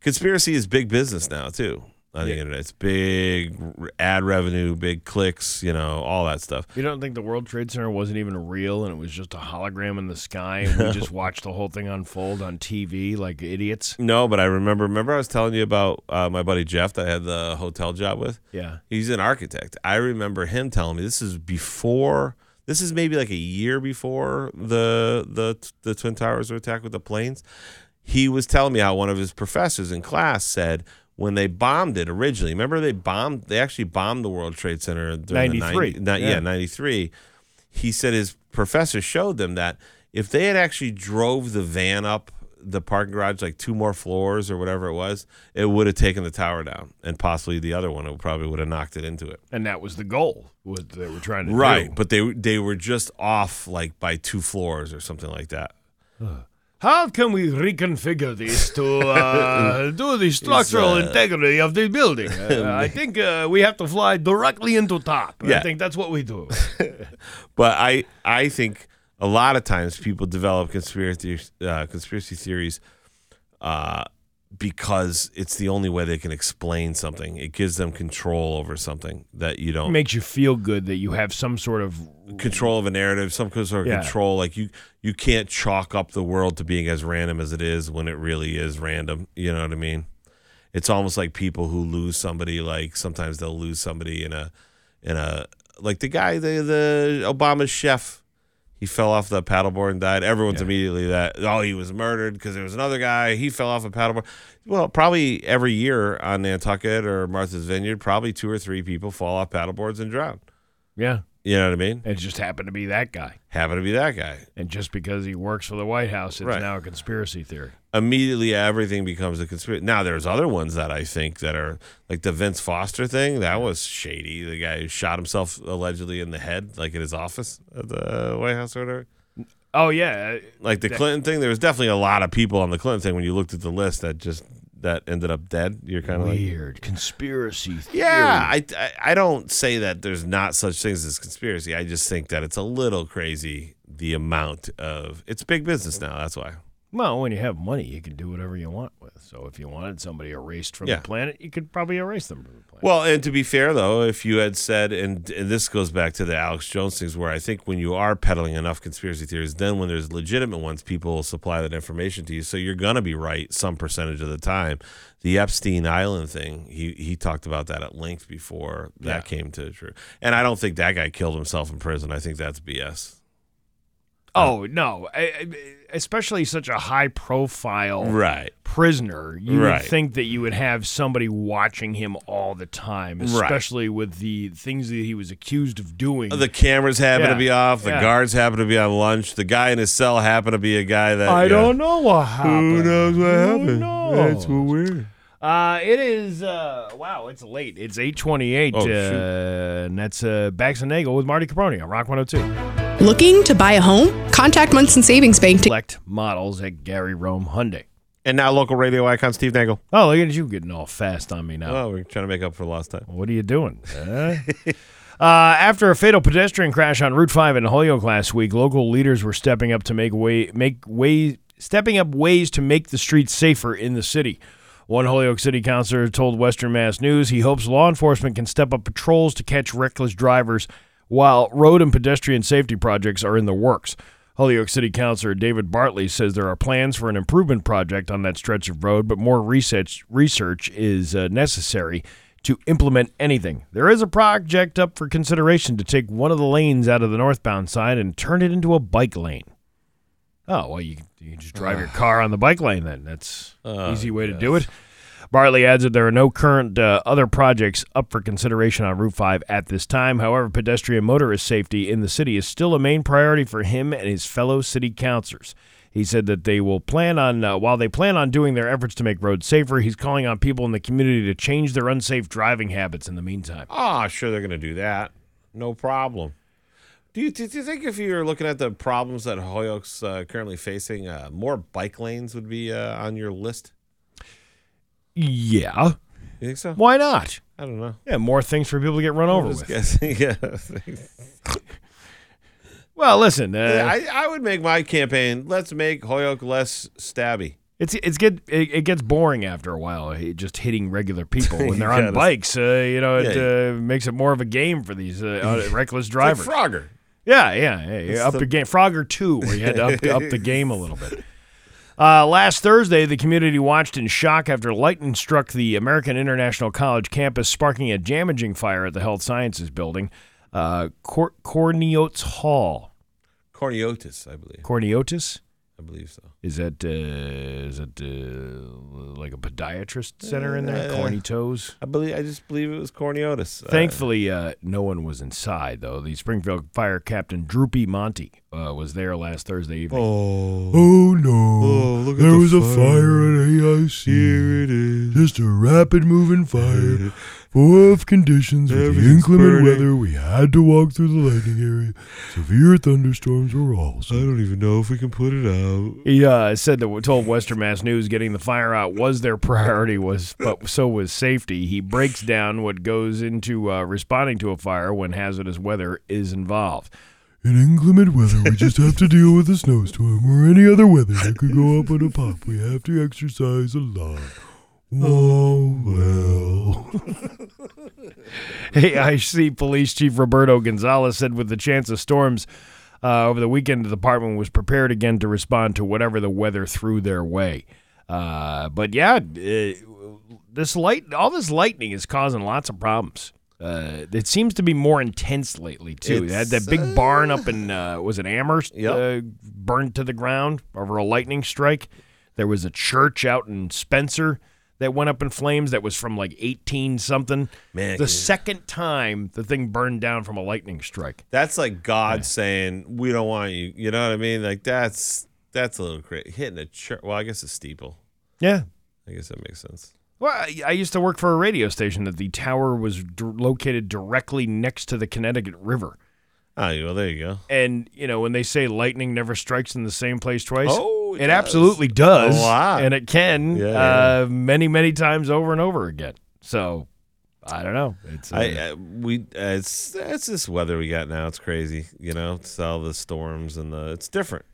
[SPEAKER 2] conspiracy is big business now too on the internet. It's big r- ad revenue, big clicks, you know, all that stuff.
[SPEAKER 1] You don't think the World Trade Center wasn't even real and it was just a hologram in the sky and (laughs) we just watched the whole thing unfold on TV like idiots?
[SPEAKER 2] No, but I remember. Remember, I was telling you about uh, my buddy Jeff that I had the hotel job with.
[SPEAKER 1] Yeah.
[SPEAKER 2] he's an architect. I remember him telling me this is before. This is maybe like a year before the the the twin towers were attacked with the planes. He was telling me how one of his professors in class said when they bombed it originally. Remember, they bombed. They actually bombed the World Trade Center during the
[SPEAKER 1] 93,
[SPEAKER 2] 90 ni-
[SPEAKER 1] yeah.
[SPEAKER 2] yeah, 93 he said his professor showed them that if they had actually drove the van up the parking garage like two more floors or whatever it was it would have taken the tower down and possibly the other one it probably would have knocked it into it
[SPEAKER 1] And that was the goal, what they were trying to
[SPEAKER 2] right
[SPEAKER 1] do.
[SPEAKER 2] but they they were just off like by two floors or something like that
[SPEAKER 1] How can we reconfigure this to (laughs) uh, do the structural
[SPEAKER 2] It's, uh,
[SPEAKER 1] integrity of the (laughs) building? Uh, I think uh, we have to fly directly into top. I
[SPEAKER 2] Yeah.
[SPEAKER 1] think that's what we do.
[SPEAKER 2] but I I think a lot of times people develop conspiracy uh, conspiracy theories uh, because it's the only way they can explain something. It gives them control over something that you
[SPEAKER 1] It (laughs)
[SPEAKER 2] don't
[SPEAKER 1] makes you feel good that you have some sort of
[SPEAKER 2] control of a narrative, some sort of
[SPEAKER 1] Yeah.
[SPEAKER 2] control. Like you you can't chalk up the world to being as random as it is when it really is random. You know what I mean? It's almost like people who lose somebody. Like sometimes they'll lose somebody in a in a like the guy the the Obama chef. He fell off the paddleboard and died. Everyone's immediately that oh he was murdered because there was another guy. He fell off a paddleboard. Well, probably every year on Nantucket or Martha's Vineyard, probably two or three people fall off paddleboards and drown.
[SPEAKER 1] Yeah.
[SPEAKER 2] You know what I mean?
[SPEAKER 1] It just happened to be that guy.
[SPEAKER 2] Happened to be that guy.
[SPEAKER 1] And just because he works for the White House, it's
[SPEAKER 2] Right.
[SPEAKER 1] now a conspiracy theory.
[SPEAKER 2] immediately everything becomes a conspiracy. Now there's other ones that I think that are like the Vince Foster thing. That was shady. The guy who shot himself allegedly in the head, like in his office at the White House or whatever.
[SPEAKER 1] Oh, yeah.
[SPEAKER 2] Like the
[SPEAKER 1] That-
[SPEAKER 2] Clinton thing, there was definitely a lot of people on the Clinton thing. When you looked at the list, that just that ended up dead. You're kind of like,
[SPEAKER 1] Weird conspiracy theory.
[SPEAKER 2] yeah. I, I I don't say that there's not such things as conspiracy. I just think that it's a little crazy the amount of it's big business now. That's why.
[SPEAKER 1] Well, when you have money, you can do whatever you want with. So if you wanted somebody erased from
[SPEAKER 2] Yeah.
[SPEAKER 1] the planet, you could probably erase them from the planet.
[SPEAKER 2] Well, and to be fair though, if you had said, and, and this goes back to the Alex Jones things, where I think when you are peddling enough conspiracy theories, then when there's legitimate ones, people will supply that information to you, so you're gonna be right some percentage of the time. The Epstein Island thing, he he talked about that at length before that came to true, and I don't think that guy killed himself in prison. I think that's BS. Uh,
[SPEAKER 1] Oh no! I, I, especially such a high-profile
[SPEAKER 2] Right.
[SPEAKER 1] prisoner, you
[SPEAKER 2] Right.
[SPEAKER 1] would think that you would have somebody watching him all the time,
[SPEAKER 2] Right.
[SPEAKER 1] especially with the things that he was accused of doing.
[SPEAKER 2] The cameras happen
[SPEAKER 1] Yeah.
[SPEAKER 2] to be off. The
[SPEAKER 1] Yeah.
[SPEAKER 2] guards happen to be on lunch. The guy in his cell happened to be a guy that
[SPEAKER 4] I
[SPEAKER 2] you
[SPEAKER 4] don't know what happened.
[SPEAKER 2] knows what happened?
[SPEAKER 4] That's
[SPEAKER 1] knows?
[SPEAKER 2] weird.
[SPEAKER 1] Uh, it is. Uh, wow, it's late. It's eight twenty-eight,
[SPEAKER 19] Oh,
[SPEAKER 1] uh,
[SPEAKER 19] shoot.
[SPEAKER 1] and that's uh, Bax and Nagel with Marty Caproni on Rock One Hundred Two.
[SPEAKER 19] Looking to buy a home? Contact Munson Savings Bank to
[SPEAKER 1] Select models at Gary Rome Hyundai.
[SPEAKER 2] And now local radio icon Steve Dangle.
[SPEAKER 1] Oh, look at you getting all fast on me now.
[SPEAKER 2] Well, we're trying to make up for lost time.
[SPEAKER 1] What are you doing? huh? (laughs) uh, after a fatal pedestrian crash on Route 5 in Holyoke last week, local leaders were stepping up to make way make way stepping up ways to make the streets safer in the city. One Holyoke City councilor told Western Mass News he hopes law enforcement can step up patrols to catch reckless drivers while road and pedestrian safety projects are in the works. Holyoke City Councilor David Bartley says there are plans for an improvement project on that stretch of road, but more research research is uh, necessary to implement anything. There is a project up for consideration to take one of the lanes out of the northbound side and turn it into a bike lane. Oh well, you you can just drive your car on the bike lane then. That's
[SPEAKER 2] Oh,
[SPEAKER 1] easy way to do it. Bartley adds that there are no current uh, other projects up for consideration on Route 5 at this time. However, pedestrian motorist safety in the city is still a main priority for him and his fellow city councilors. He said that they will plan on, uh, while they plan on doing their efforts to make roads safer, he's calling on people in the community to change their unsafe driving habits in the meantime.
[SPEAKER 2] Ah, sure they're going to do that. No problem. Do you, do you think if you were looking at the problems that Holyoke's uh, currently facing, uh, more bike lanes would be uh, on your list?
[SPEAKER 1] Yeah.
[SPEAKER 2] You think so?
[SPEAKER 1] Why not?
[SPEAKER 2] I don't know. (laughs)
[SPEAKER 1] Yeah, more things for people to get run over
[SPEAKER 2] just
[SPEAKER 1] with.
[SPEAKER 2] guessing. Yeah.
[SPEAKER 1] well, listen. Uh,
[SPEAKER 2] Yeah, I, I would make my campaign. Let's make Hoyoke less stabby.
[SPEAKER 1] It's it's get it, it gets boring after a while. eh, Just hitting regular people
[SPEAKER 2] (laughs) You
[SPEAKER 1] when they're on
[SPEAKER 2] gotta-
[SPEAKER 1] bikes, uh, you know, it
[SPEAKER 2] Yeah.
[SPEAKER 1] uh, makes it more of a game for these
[SPEAKER 2] (laughs)
[SPEAKER 1] uh, uh, reckless drivers.
[SPEAKER 2] It's like Frogger.
[SPEAKER 1] Yeah, yeah, yeah. yeah,
[SPEAKER 2] It's
[SPEAKER 1] Up
[SPEAKER 2] the-
[SPEAKER 1] the game, Frogger Two, where you had to up,
[SPEAKER 2] (laughs)
[SPEAKER 1] up the game a little bit. Uh, last Thursday, the community watched in shock after lightning struck the American International College campus, sparking a damaging fire at the Health Sciences Building, uh, Cor- Corniotes Hall.
[SPEAKER 2] Corniotis, I believe.
[SPEAKER 1] Corniotis
[SPEAKER 2] I believe so.
[SPEAKER 1] is that uh, is that uh, like a podiatrist center in there?
[SPEAKER 2] Uh,
[SPEAKER 1] Corny toes.
[SPEAKER 2] I believe. I just believe it was Corniotis. Uh,
[SPEAKER 1] Thankfully, uh, no one was inside, though. The Springfield Fire Captain Droopy Monty uh, was there last Thursday evening.
[SPEAKER 2] Oh,
[SPEAKER 4] no.
[SPEAKER 1] Oh, look at
[SPEAKER 4] there
[SPEAKER 1] the
[SPEAKER 4] was a
[SPEAKER 1] fire.
[SPEAKER 4] fire at AIC. Here it is. Just a rapid moving fire. Full of conditions with the
[SPEAKER 20] Everything's
[SPEAKER 4] inclement
[SPEAKER 20] burning.
[SPEAKER 4] weather, we had to walk through the lightning area. Severe thunderstorms were also. I don't even know if we can put it out.
[SPEAKER 1] He uh, said that told Western Mass News getting the fire out was their priority was, but so was safety. He breaks down what goes into uh, responding to a fire when hazardous weather is involved.
[SPEAKER 4] In inclement weather, we just have to deal with a snowstorm or any other weather that could go up on a pop. We have to exercise a (laughs) lot. Oh, well.
[SPEAKER 1] AIC Police Chief Roberto Gonzalez said with the chance of storms uh, over the weekend, the department was prepared again to respond to whatever the weather threw their way. Uh, but yeah, uh, this light, all this lightning is causing lots of problems. Uh, it seems to be more intense lately too. They had that
[SPEAKER 2] It's,
[SPEAKER 1] big barn up in uh, was it Amherst uh, burned to the ground over a lightning strike. There was a church out in Spencer that went up in flames that was from like 18 something.
[SPEAKER 2] Man,
[SPEAKER 1] the
[SPEAKER 2] can you-
[SPEAKER 1] second time the thing burned down from a lightning strike.
[SPEAKER 2] That's like God saying, "We don't want you." You know what I mean? Like that's that's a little crazy. Hitting a church. Well, I guess a steeple.
[SPEAKER 1] Yeah.
[SPEAKER 2] I guess that makes sense.
[SPEAKER 1] Well, I- I used to work for a radio station that the tower was d- located directly next to the Connecticut River.
[SPEAKER 2] Oh, well, there you go.
[SPEAKER 1] And, you know, when they say lightning never strikes in the same place twice,
[SPEAKER 2] Oh, it
[SPEAKER 1] it,
[SPEAKER 2] does.
[SPEAKER 1] absolutely does.
[SPEAKER 2] A lot.
[SPEAKER 1] And it can
[SPEAKER 2] Yeah,
[SPEAKER 1] uh, many, many times over and over again. So I don't know. It's uh,
[SPEAKER 2] I, I we uh, it's it's this weather we got now. It's crazy, you know. It's all the storms and the it's different.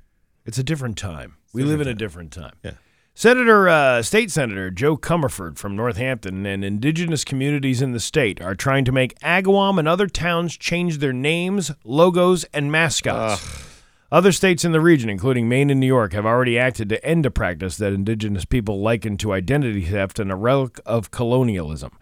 [SPEAKER 1] It's a different time. we live in a different time.
[SPEAKER 2] Yeah.
[SPEAKER 1] Senator, uh, State Senator Joe Comerford from Northampton and indigenous communities in the state are trying to make Agawam and other towns change their names, logos, and mascots. Other states in the region, including Maine and New York, have already acted to end a practice that indigenous people liken to identity theft and a relic of colonialism.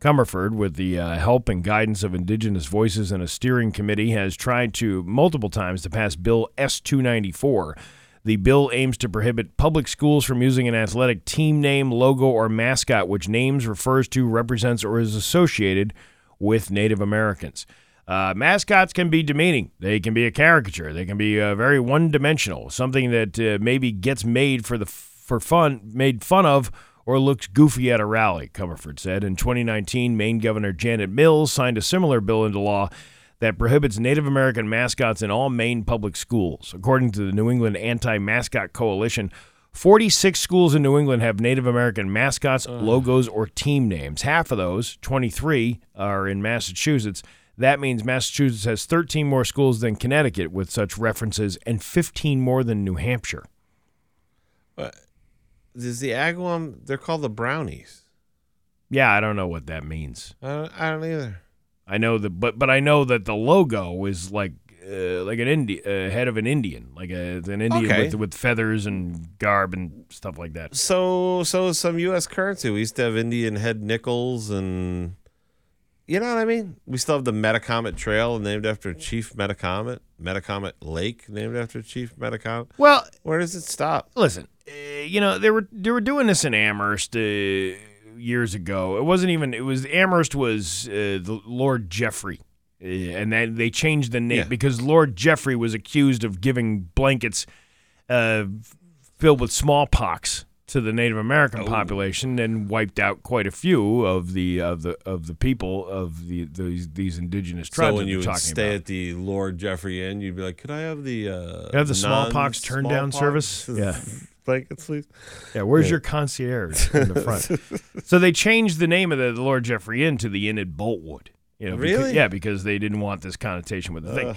[SPEAKER 1] Comerford, with the uh, help and guidance of Indigenous Voices and a steering committee, has tried to multiple times to pass Bill S 294. The bill aims to prohibit public schools from using an athletic team name, logo, or mascot which names, refers to, represents, or is associated with Native Americans. Uh, mascots can be demeaning. They can be a caricature. They can be uh, very one-dimensional, something that uh, maybe gets made for the for fun, made fun of, or looks goofy at a rally. Comerford said in 2019, Maine Governor Janet Mills signed a similar bill into law that prohibits Native American mascots in all Maine public schools, according to the New England Anti-Mascot Coalition. 46 schools in New England have Native American mascots, logos, or team names. Half of those, 23, are in Massachusetts. That means Massachusetts has 13 more schools than Connecticut with such references and 15 more than New Hampshire.
[SPEAKER 2] But is the Agawam? They're called the brownies.
[SPEAKER 1] Yeah, I don't know what that means.
[SPEAKER 2] I don't, I don't either.
[SPEAKER 1] I know that, but but I know that the logo is like uh, like an Indi- uh, head of an Indian, like a, it's an Indian
[SPEAKER 2] Okay.
[SPEAKER 1] with, with feathers and garb and stuff like that.
[SPEAKER 2] So so is some U.S. currency. We used to have Indian head nickels and. You know what I mean? We still have the Metacomet Trail named after Chief Metacomet, Metacomet Lake named after Chief Metacomet.
[SPEAKER 1] Well,
[SPEAKER 2] where does it stop?
[SPEAKER 1] eh, Listen, uh, you know they were they were doing this in Amherst. Uh, years ago. It wasn't even. It was Amherst was uh, the Lord Jeffrey, uh, and then they changed the name
[SPEAKER 2] Yeah.
[SPEAKER 1] because Lord Jeffrey was accused of giving blankets uh, filled with smallpox to the Native
[SPEAKER 2] Oh.
[SPEAKER 1] American population and wiped out quite a few of the of the of the people of the these, these indigenous tribes.
[SPEAKER 2] So when
[SPEAKER 1] that
[SPEAKER 2] you
[SPEAKER 1] we're
[SPEAKER 2] would
[SPEAKER 1] talking
[SPEAKER 2] stay
[SPEAKER 1] about.
[SPEAKER 2] at the Lord Jeffrey Inn, you'd be like, "Could I have the uh,
[SPEAKER 1] You have the smallpox turn
[SPEAKER 2] (laughs)
[SPEAKER 1] down
[SPEAKER 2] non-smallpox
[SPEAKER 1] service. Yeah.
[SPEAKER 2] blankets, please?"
[SPEAKER 1] Yeah, where's
[SPEAKER 2] Yeah.
[SPEAKER 1] your
[SPEAKER 2] (laughs)
[SPEAKER 1] concierge in the front? so they changed the name of the, the Lord Jeffrey Inn to the Inn at Boltwood. You know, becau-
[SPEAKER 2] Really? Uh.
[SPEAKER 1] yeah, because they didn't want this connotation with the
[SPEAKER 2] Ugh.
[SPEAKER 1] thing.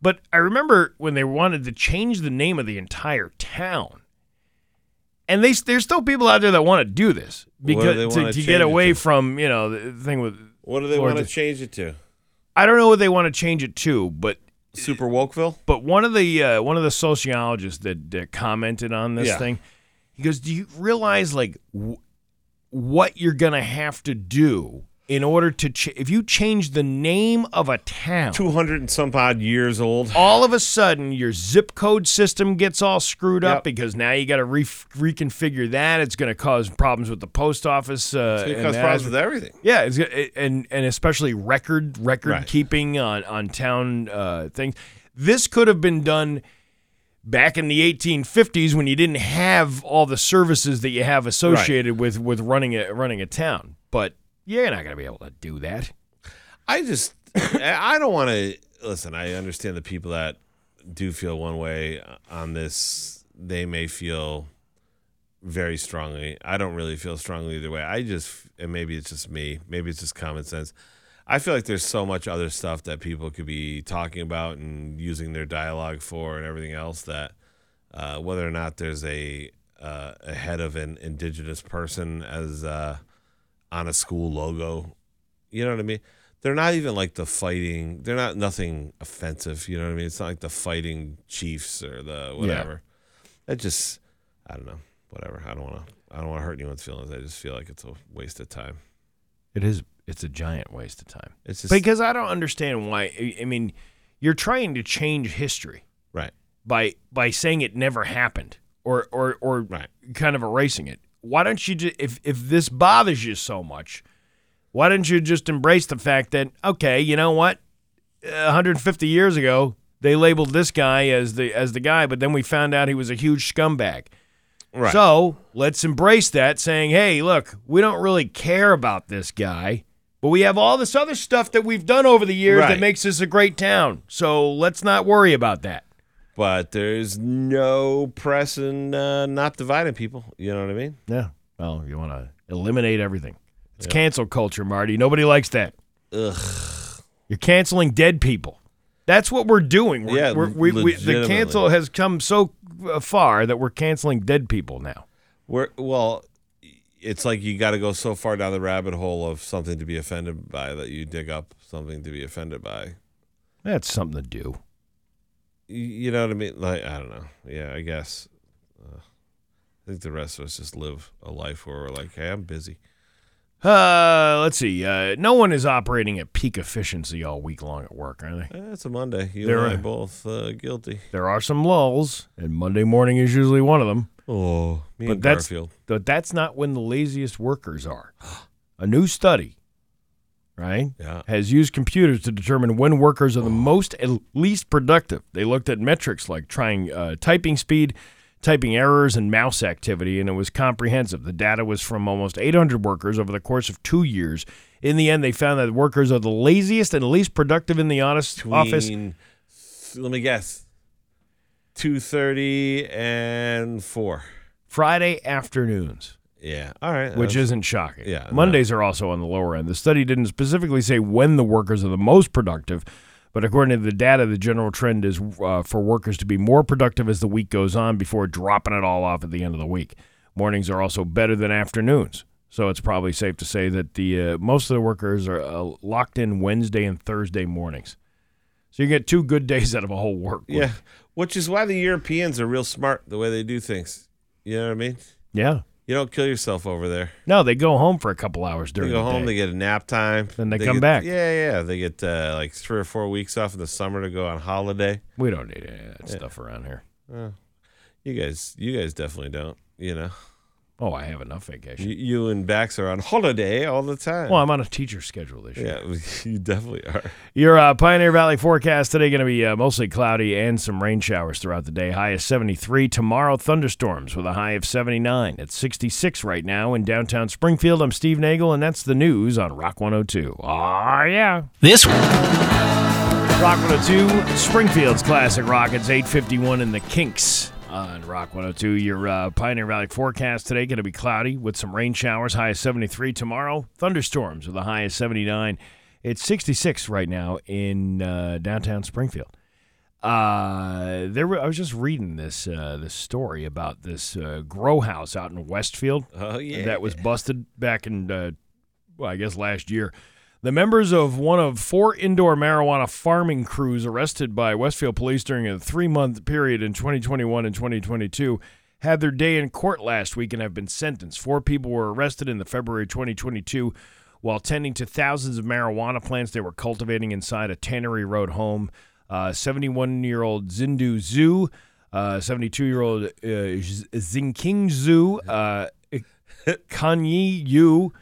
[SPEAKER 1] But I remember when they wanted to change the name of the entire town. And they, s- there's still people out there that want to do this
[SPEAKER 2] What do
[SPEAKER 1] because
[SPEAKER 2] they
[SPEAKER 1] to, to
[SPEAKER 2] wanna change
[SPEAKER 1] get
[SPEAKER 2] it
[SPEAKER 1] away from you know the the thing with
[SPEAKER 2] What do they
[SPEAKER 1] Lord
[SPEAKER 2] want to
[SPEAKER 1] Je-
[SPEAKER 2] change it to?
[SPEAKER 1] I don't know what they want to change it to, but
[SPEAKER 2] Super Wokeville.
[SPEAKER 1] But one of the uh, one of the sociologists that, that commented on this
[SPEAKER 2] Yeah.
[SPEAKER 1] thing, he goes, "Do you realize like w- what you're gonna have to do in order to ch- if you change the name of a town,
[SPEAKER 2] two hundred and some odd years old,
[SPEAKER 1] all of a sudden your zip code system gets all screwed
[SPEAKER 2] Yep.
[SPEAKER 1] up because now you got to re- reconfigure that. It's gonna cause problems with the post office. Uh,
[SPEAKER 2] It's gonna
[SPEAKER 1] and
[SPEAKER 2] cause
[SPEAKER 1] that
[SPEAKER 2] problems
[SPEAKER 1] as-
[SPEAKER 2] with everything.
[SPEAKER 1] yeah, it's, it, and and especially record record
[SPEAKER 2] Right.
[SPEAKER 1] keeping on on town uh, things. This could have been done back in the 1850s when you didn't have all the services that you have associated with with running a running a town. But you're not going to be able to do that.
[SPEAKER 2] I just I I don't want to listen. I understand the people that do feel one way on this. They may feel very strongly. I don't really feel strongly either way. I just and maybe it's just me. Maybe it's just common sense. I feel like there's so much other stuff that people could be talking about and using their dialogue for and everything else that uh, whether or not there's a uh, a head of an indigenous person as uh, on a school logo you know what I mean? They're not even like the fighting. They're not nothing offensive. You know what I mean? It's not like the fighting Chiefs or the whatever. That just, I don't know. Whatever. I don't want to. I don't want to hurt anyone's feelings. I just feel like it's a waste of time.
[SPEAKER 1] It is. It's a giant waste of time.
[SPEAKER 2] It's just
[SPEAKER 1] because I don't understand why. I- I mean, you're trying to change history,
[SPEAKER 2] right?
[SPEAKER 1] By by saying it never happened, or or or kind of erasing it. Why don't you just if if this bothers you so much, why don't you just embrace the fact that okay, you know what, Uh, 150 years ago they labeled this guy as the as the guy, but then we found out he was a huge scumbag.
[SPEAKER 2] Right.
[SPEAKER 1] So let's embrace that, saying, hey, look, we don't really care about this guy, but we have all this other stuff that we've done over the years
[SPEAKER 2] Right.
[SPEAKER 1] that makes this a great town. So let's not worry about that.
[SPEAKER 2] But there's no pressing, uh, not dividing people. You know what I mean?
[SPEAKER 1] Yeah. Well, you want to eliminate everything. It's
[SPEAKER 2] Yeah.
[SPEAKER 1] cancel culture, Marty. Nobody likes that.
[SPEAKER 2] Ugh.
[SPEAKER 1] You're canceling dead people. That's what we're doing. We're,
[SPEAKER 2] Yeah,
[SPEAKER 1] we're, we, we, the
[SPEAKER 2] legitimately.
[SPEAKER 1] cancel has come so uh, far that we're canceling dead people now.
[SPEAKER 2] We're well. It's like you got to go so far down the rabbit hole of something to be offended by that you dig up something to be offended by.
[SPEAKER 1] That's something to do.
[SPEAKER 2] Y- you know what I mean? Like I don't know. Yeah, I guess. Uh, I think the rest of us just live a life where we're like, hey, I'm busy.
[SPEAKER 1] Uh, let's see. Uh, no one is operating at peak efficiency all week long at work, are they?
[SPEAKER 2] Eh, it's a Monday. You
[SPEAKER 1] There
[SPEAKER 2] and I
[SPEAKER 1] are-
[SPEAKER 2] both uh, guilty.
[SPEAKER 1] There are some lulls, and Monday morning is usually one of them.
[SPEAKER 2] Oh, me
[SPEAKER 1] but
[SPEAKER 2] and
[SPEAKER 1] that's
[SPEAKER 2] Garfield.
[SPEAKER 1] but that's not when the laziest workers are. (gasps) A new study, right,
[SPEAKER 2] Yeah.
[SPEAKER 1] has used computers to determine when workers are the most and least productive. They looked at metrics like trying uh, typing speed, typing errors, and mouse activity, and it was comprehensive. The data was from almost 800 workers over the course of two years. In the end, they found that workers are the laziest and least productive in the honest office.
[SPEAKER 2] Between- Let me guess. Two thirty and four.
[SPEAKER 1] Friday afternoons.
[SPEAKER 2] Yeah. All right.
[SPEAKER 1] Which
[SPEAKER 2] that's-
[SPEAKER 1] isn't shocking.
[SPEAKER 2] Yeah, no.
[SPEAKER 1] Mondays are also on the lower end. The study didn't specifically say when the workers are the most productive, but according to the data, the general trend is uh, for workers to be more productive as the week goes on before dropping it all off at the end of the week. Mornings are also better than afternoons. So it's probably safe to say that the uh, most of the workers are uh, locked in Wednesday and Thursday mornings. So you get two good (laughs) days out of a whole work. week.
[SPEAKER 2] Yeah. Which is why the Europeans are real smart the way they do things. You know what I mean?
[SPEAKER 1] Yeah.
[SPEAKER 2] You don't kill yourself over there.
[SPEAKER 1] No, they go home for a couple hours during
[SPEAKER 2] they go
[SPEAKER 1] the
[SPEAKER 2] home,
[SPEAKER 1] day.
[SPEAKER 2] they get a nap time,
[SPEAKER 1] Then they come
[SPEAKER 2] get-
[SPEAKER 1] back.
[SPEAKER 2] Yeah, yeah. They get uh, like three or four weeks off in the summer to go on holiday.
[SPEAKER 1] We don't need any of that stuff around here.
[SPEAKER 2] Uh, you guys, you guys definitely don't. You know,
[SPEAKER 1] Oh, I have enough vacation.
[SPEAKER 2] You, you and Bax are on holiday all the time.
[SPEAKER 1] (laughs) Well, I'm on a teacher schedule this year.
[SPEAKER 2] yeah, (laughs) you definitely are.
[SPEAKER 1] Your uh, Pioneer Valley forecast today going to be uh, mostly cloudy and some rain showers throughout the day. High is 73. Tomorrow, thunderstorms with a high of 79. It's 66 right now in downtown Springfield. I'm Steve Nagel, and that's the news on Rock 102. Ah, yeah.
[SPEAKER 5] This
[SPEAKER 1] Rock 102, Springfield's Classic Rock. It's 851 in the Kinks on Rock 102. Your uh, Pioneer Valley forecast today going to be cloudy with some rain showers, high of 73. Tomorrow, thunderstorms with a high of 79. It's 66 right now in uh, downtown Springfield. Uh, there were, I was just reading this uh, this story about this uh, grow house out in Westfield.
[SPEAKER 2] Oh, yeah.
[SPEAKER 1] that was busted back in uh, well, I guess last year. The members of one of four indoor marijuana farming crews arrested by Westfield police during a three month period in 2021 and 2022 had their day in court last week and have been sentenced. Four people were arrested in the February 2022 while tending to thousands of marijuana plants they were cultivating inside a Tannery Road home. 71 year old Zindu Zhu, 72 year old uh, Z- Zinking Zhu, uh, Kanye Yu,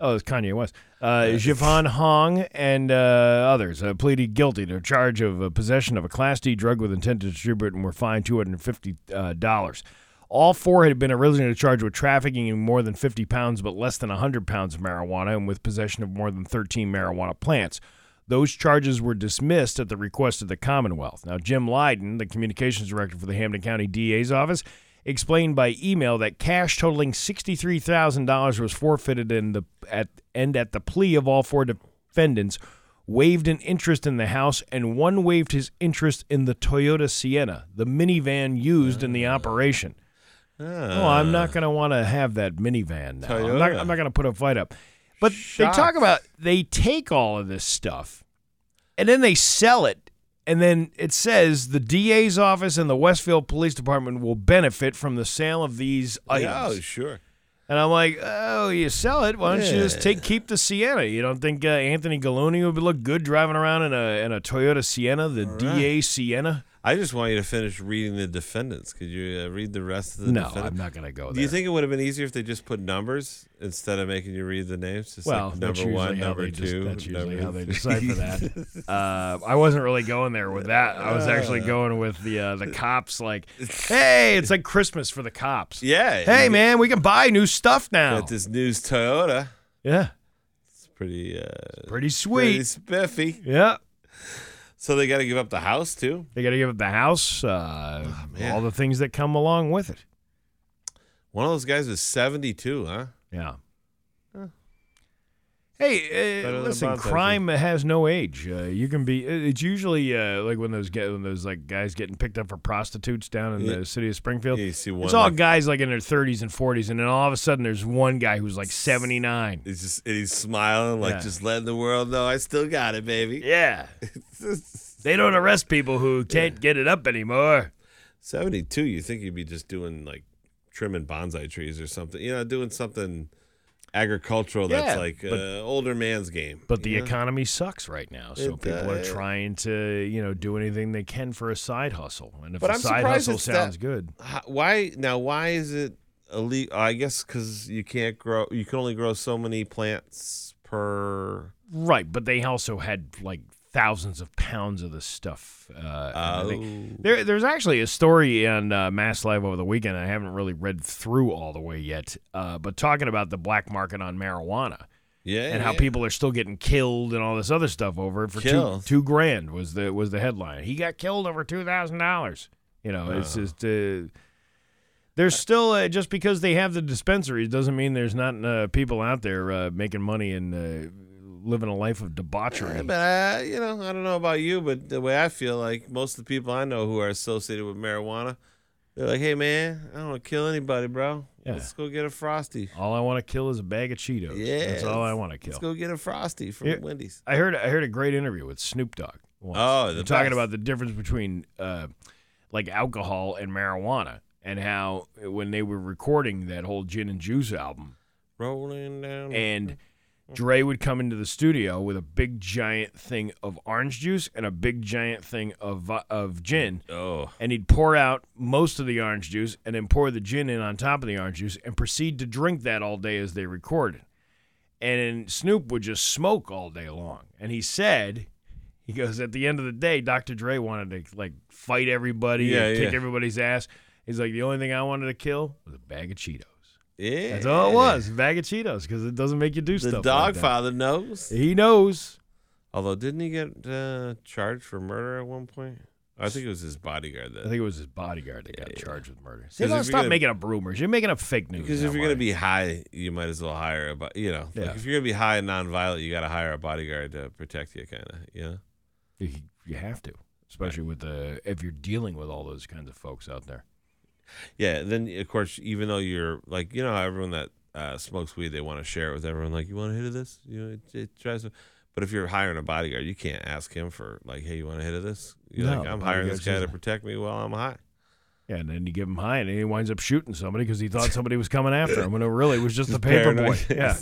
[SPEAKER 1] oh, it's Kanye West, uh, Jivon Hong, and uh, others uh, pleaded guilty to a charge of uh, possession of a Class D drug with intent to distribute and were fined $250. Uh, dollars. all four had been originally charged with trafficking in more than 50 pounds but less than 100 pounds of marijuana and with possession of more than 13 marijuana plants. Those charges were dismissed at the request of the Commonwealth. Now, Jim Lydon, the communications director for the Hampton County DA's office, explained by email that cash totaling sixty-three thousand dollars was forfeited, and the at and at the plea of all four defendants, waived an interest in the house, and one waived his interest in the Toyota Sienna, the minivan used in the operation. Oh, I'm not going to want to have that minivan now. I'm not,
[SPEAKER 2] Uh, Toyota.
[SPEAKER 1] I'm not going to put a fight up. But they talk
[SPEAKER 2] Shocked.
[SPEAKER 1] about they take all of this stuff and then they sell it. And then it says the DA's office and the Westfield Police Department will benefit from the sale of these items.
[SPEAKER 2] Oh, sure.
[SPEAKER 1] And I'm like, oh, you sell it. Why don't you just take keep the Sienna? You don't think uh, Anthony Galoni would look good driving around in a in a Toyota Sienna, the DA Sienna?
[SPEAKER 2] I just want you to finish reading the defendants. Could you uh, read the rest of the
[SPEAKER 1] No,
[SPEAKER 2] defendants?
[SPEAKER 1] I'm not going to go
[SPEAKER 2] Do you
[SPEAKER 1] Oh, there.
[SPEAKER 2] think it would have been easier if they just put numbers instead of making you read the names? Just
[SPEAKER 1] well,
[SPEAKER 2] like
[SPEAKER 1] that's
[SPEAKER 2] number one,
[SPEAKER 1] usually how
[SPEAKER 2] number
[SPEAKER 1] they
[SPEAKER 2] two.
[SPEAKER 1] just- that's usually
[SPEAKER 2] number
[SPEAKER 1] how they
[SPEAKER 2] (laughs) three.
[SPEAKER 1] decide for that.
[SPEAKER 2] (laughs)
[SPEAKER 1] Uh, I wasn't really going there with that. I was actually going with the uh, the cops. Like,
[SPEAKER 2] (laughs)
[SPEAKER 1] hey, it's like Christmas for the cops.
[SPEAKER 2] yeah.
[SPEAKER 1] Hey, man, we can buy new stuff now.
[SPEAKER 2] Got this news Toyota.
[SPEAKER 1] Yeah.
[SPEAKER 2] It's pretty. Uh,
[SPEAKER 1] pretty sweet.
[SPEAKER 2] Pretty spiffy.
[SPEAKER 1] Yeah.
[SPEAKER 2] So they got to give up the house too.
[SPEAKER 1] They got to give up the house, uh,
[SPEAKER 2] Oh,
[SPEAKER 1] all the things that come along with it.
[SPEAKER 2] One of those guys was 72, huh?
[SPEAKER 1] Yeah.
[SPEAKER 2] Huh.
[SPEAKER 1] Hey,
[SPEAKER 2] Better
[SPEAKER 1] uh,
[SPEAKER 2] than
[SPEAKER 1] listen,
[SPEAKER 2] Bonte, I think.
[SPEAKER 1] crime has no age. Uh, you can be. it- It's usually uh, like when those get when those like guys getting picked up for prostitutes down in
[SPEAKER 2] Yeah.
[SPEAKER 1] the city of Springfield.
[SPEAKER 2] Yeah, you see one
[SPEAKER 1] it's all
[SPEAKER 2] like-
[SPEAKER 1] guys like in their 30s and 40s, and then all of a sudden there's one guy who's like 79.
[SPEAKER 2] He's just and he's smiling like
[SPEAKER 1] Yeah.
[SPEAKER 2] just letting the world know I still got it, baby.
[SPEAKER 1] Yeah. (laughs) they don't arrest people who can't get it up anymore.
[SPEAKER 2] 72, you think you'd be just doing like trimming bonsai trees or something. You know, doing something agricultural
[SPEAKER 1] Yeah,
[SPEAKER 2] that's like
[SPEAKER 1] but-
[SPEAKER 2] uh, older man's game.
[SPEAKER 1] But the
[SPEAKER 2] you know?
[SPEAKER 1] economy sucks right now, so
[SPEAKER 2] It
[SPEAKER 1] people are
[SPEAKER 2] does.
[SPEAKER 1] trying to you know do anything they can for a side hustle. And if
[SPEAKER 2] But
[SPEAKER 1] a
[SPEAKER 2] I'm
[SPEAKER 1] side
[SPEAKER 2] surprised
[SPEAKER 1] hustle
[SPEAKER 2] it's that-
[SPEAKER 1] sounds good,
[SPEAKER 2] How- why now why is it illegal? I guess cuz you can't grow you can only grow so many plants per
[SPEAKER 1] Right, but they also had like thousands of pounds of this stuff. Uh, and I think-
[SPEAKER 2] Oh.
[SPEAKER 1] there, there's actually a story on uh, Mass Live over the weekend. I haven't really read through all the way yet, uh, but talking about the black market on marijuana
[SPEAKER 2] Yeah.
[SPEAKER 1] and how
[SPEAKER 2] yeah.
[SPEAKER 1] people are still getting killed and all this other stuff over it for two,
[SPEAKER 2] Killed.
[SPEAKER 1] two grand was the was the headline. He got killed over two thousand dollars. You know, it's
[SPEAKER 2] Oh.
[SPEAKER 1] just. Uh, there's still uh, just because they have the dispensaries doesn't mean there's not uh, people out there uh, making money and uh, living a life of debauchery.
[SPEAKER 2] But I, you know, I don't know about you, but the way I feel, like most of the people I know who are associated with marijuana, they're like, "Hey, man, I don't want to kill anybody, bro.
[SPEAKER 1] Yeah.
[SPEAKER 2] Let's go get a frosty.
[SPEAKER 1] All I want to kill is a bag of Cheetos.
[SPEAKER 2] Yeah,
[SPEAKER 1] that's all I want to
[SPEAKER 2] let's-
[SPEAKER 1] kill.
[SPEAKER 2] Let's go get a frosty from
[SPEAKER 1] Yeah.
[SPEAKER 2] Wendy's.
[SPEAKER 1] I heard I heard a great interview with Snoop Dogg. Once.
[SPEAKER 2] Oh, the
[SPEAKER 1] They're talking
[SPEAKER 2] best.
[SPEAKER 1] about the difference between uh, like alcohol and marijuana, and how when they were recording that whole Gin and Juice album,
[SPEAKER 2] Rolling down.
[SPEAKER 1] and Dre would come into the studio with a big giant thing of orange juice and a big giant thing of vi- of gin.
[SPEAKER 2] Oh.
[SPEAKER 1] And he'd pour out most of the orange juice and then pour the gin in on top of the orange juice and proceed to drink that all day as they recorded. And then Snoop would just smoke all day long. And he said, he goes, at the end of the day, Dr. Dre wanted to like fight everybody
[SPEAKER 2] Yeah,
[SPEAKER 1] and kick
[SPEAKER 2] yeah.
[SPEAKER 1] everybody's ass. He's like, the only thing I wanted to kill was a bag of Cheetos.
[SPEAKER 2] Yeah.
[SPEAKER 1] That's all it was, a bag of Cheetos, because it doesn't make you do
[SPEAKER 2] The
[SPEAKER 1] stuff. like that.
[SPEAKER 2] Dogfather knows.
[SPEAKER 1] He knows.
[SPEAKER 2] Although, didn't he get uh, charged for murder at one point? I think it was his bodyguard. That
[SPEAKER 1] I think it was his bodyguard that got charged with murder. See,
[SPEAKER 2] 'Cause
[SPEAKER 1] no,
[SPEAKER 2] if you're
[SPEAKER 1] stop
[SPEAKER 2] gonna-
[SPEAKER 1] making up rumors. You're making up fake news.
[SPEAKER 2] Because
[SPEAKER 1] now,
[SPEAKER 2] if you're
[SPEAKER 1] Mark.
[SPEAKER 2] gonna be high, you might as well hire a bo- you know. like,
[SPEAKER 1] Yeah.
[SPEAKER 2] if you're gonna be high and nonviolent, you gotta hire a bodyguard to protect you, kind of. You know.
[SPEAKER 1] You, you have to, especially with the if you're dealing with all those kinds of folks out there.
[SPEAKER 2] Yeah. Then of course, even though you're like, you know, how everyone that uh, smokes weed, they want to share it with everyone. Like, you want a hit of this? You know, it, it drives. me- But if you're hiring a bodyguard, you can't ask him for like, hey, you want a hit of this? You're
[SPEAKER 1] No,
[SPEAKER 2] like,
[SPEAKER 1] the
[SPEAKER 2] I'm hiring this
[SPEAKER 1] bodyguard's
[SPEAKER 2] guy to
[SPEAKER 1] just-
[SPEAKER 2] protect me while I'm high.
[SPEAKER 1] Yeah, and then you give him high, and he winds up shooting somebody because he thought somebody was coming
[SPEAKER 2] (laughs)
[SPEAKER 1] after him, when it really was just the paper
[SPEAKER 2] Paranoid.
[SPEAKER 1] boy. Yeah.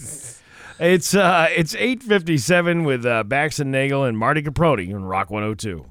[SPEAKER 1] It's uh, it's eight fifty seven with uh, Bax and Nagel and Marty Caproni on Rock one hundred two.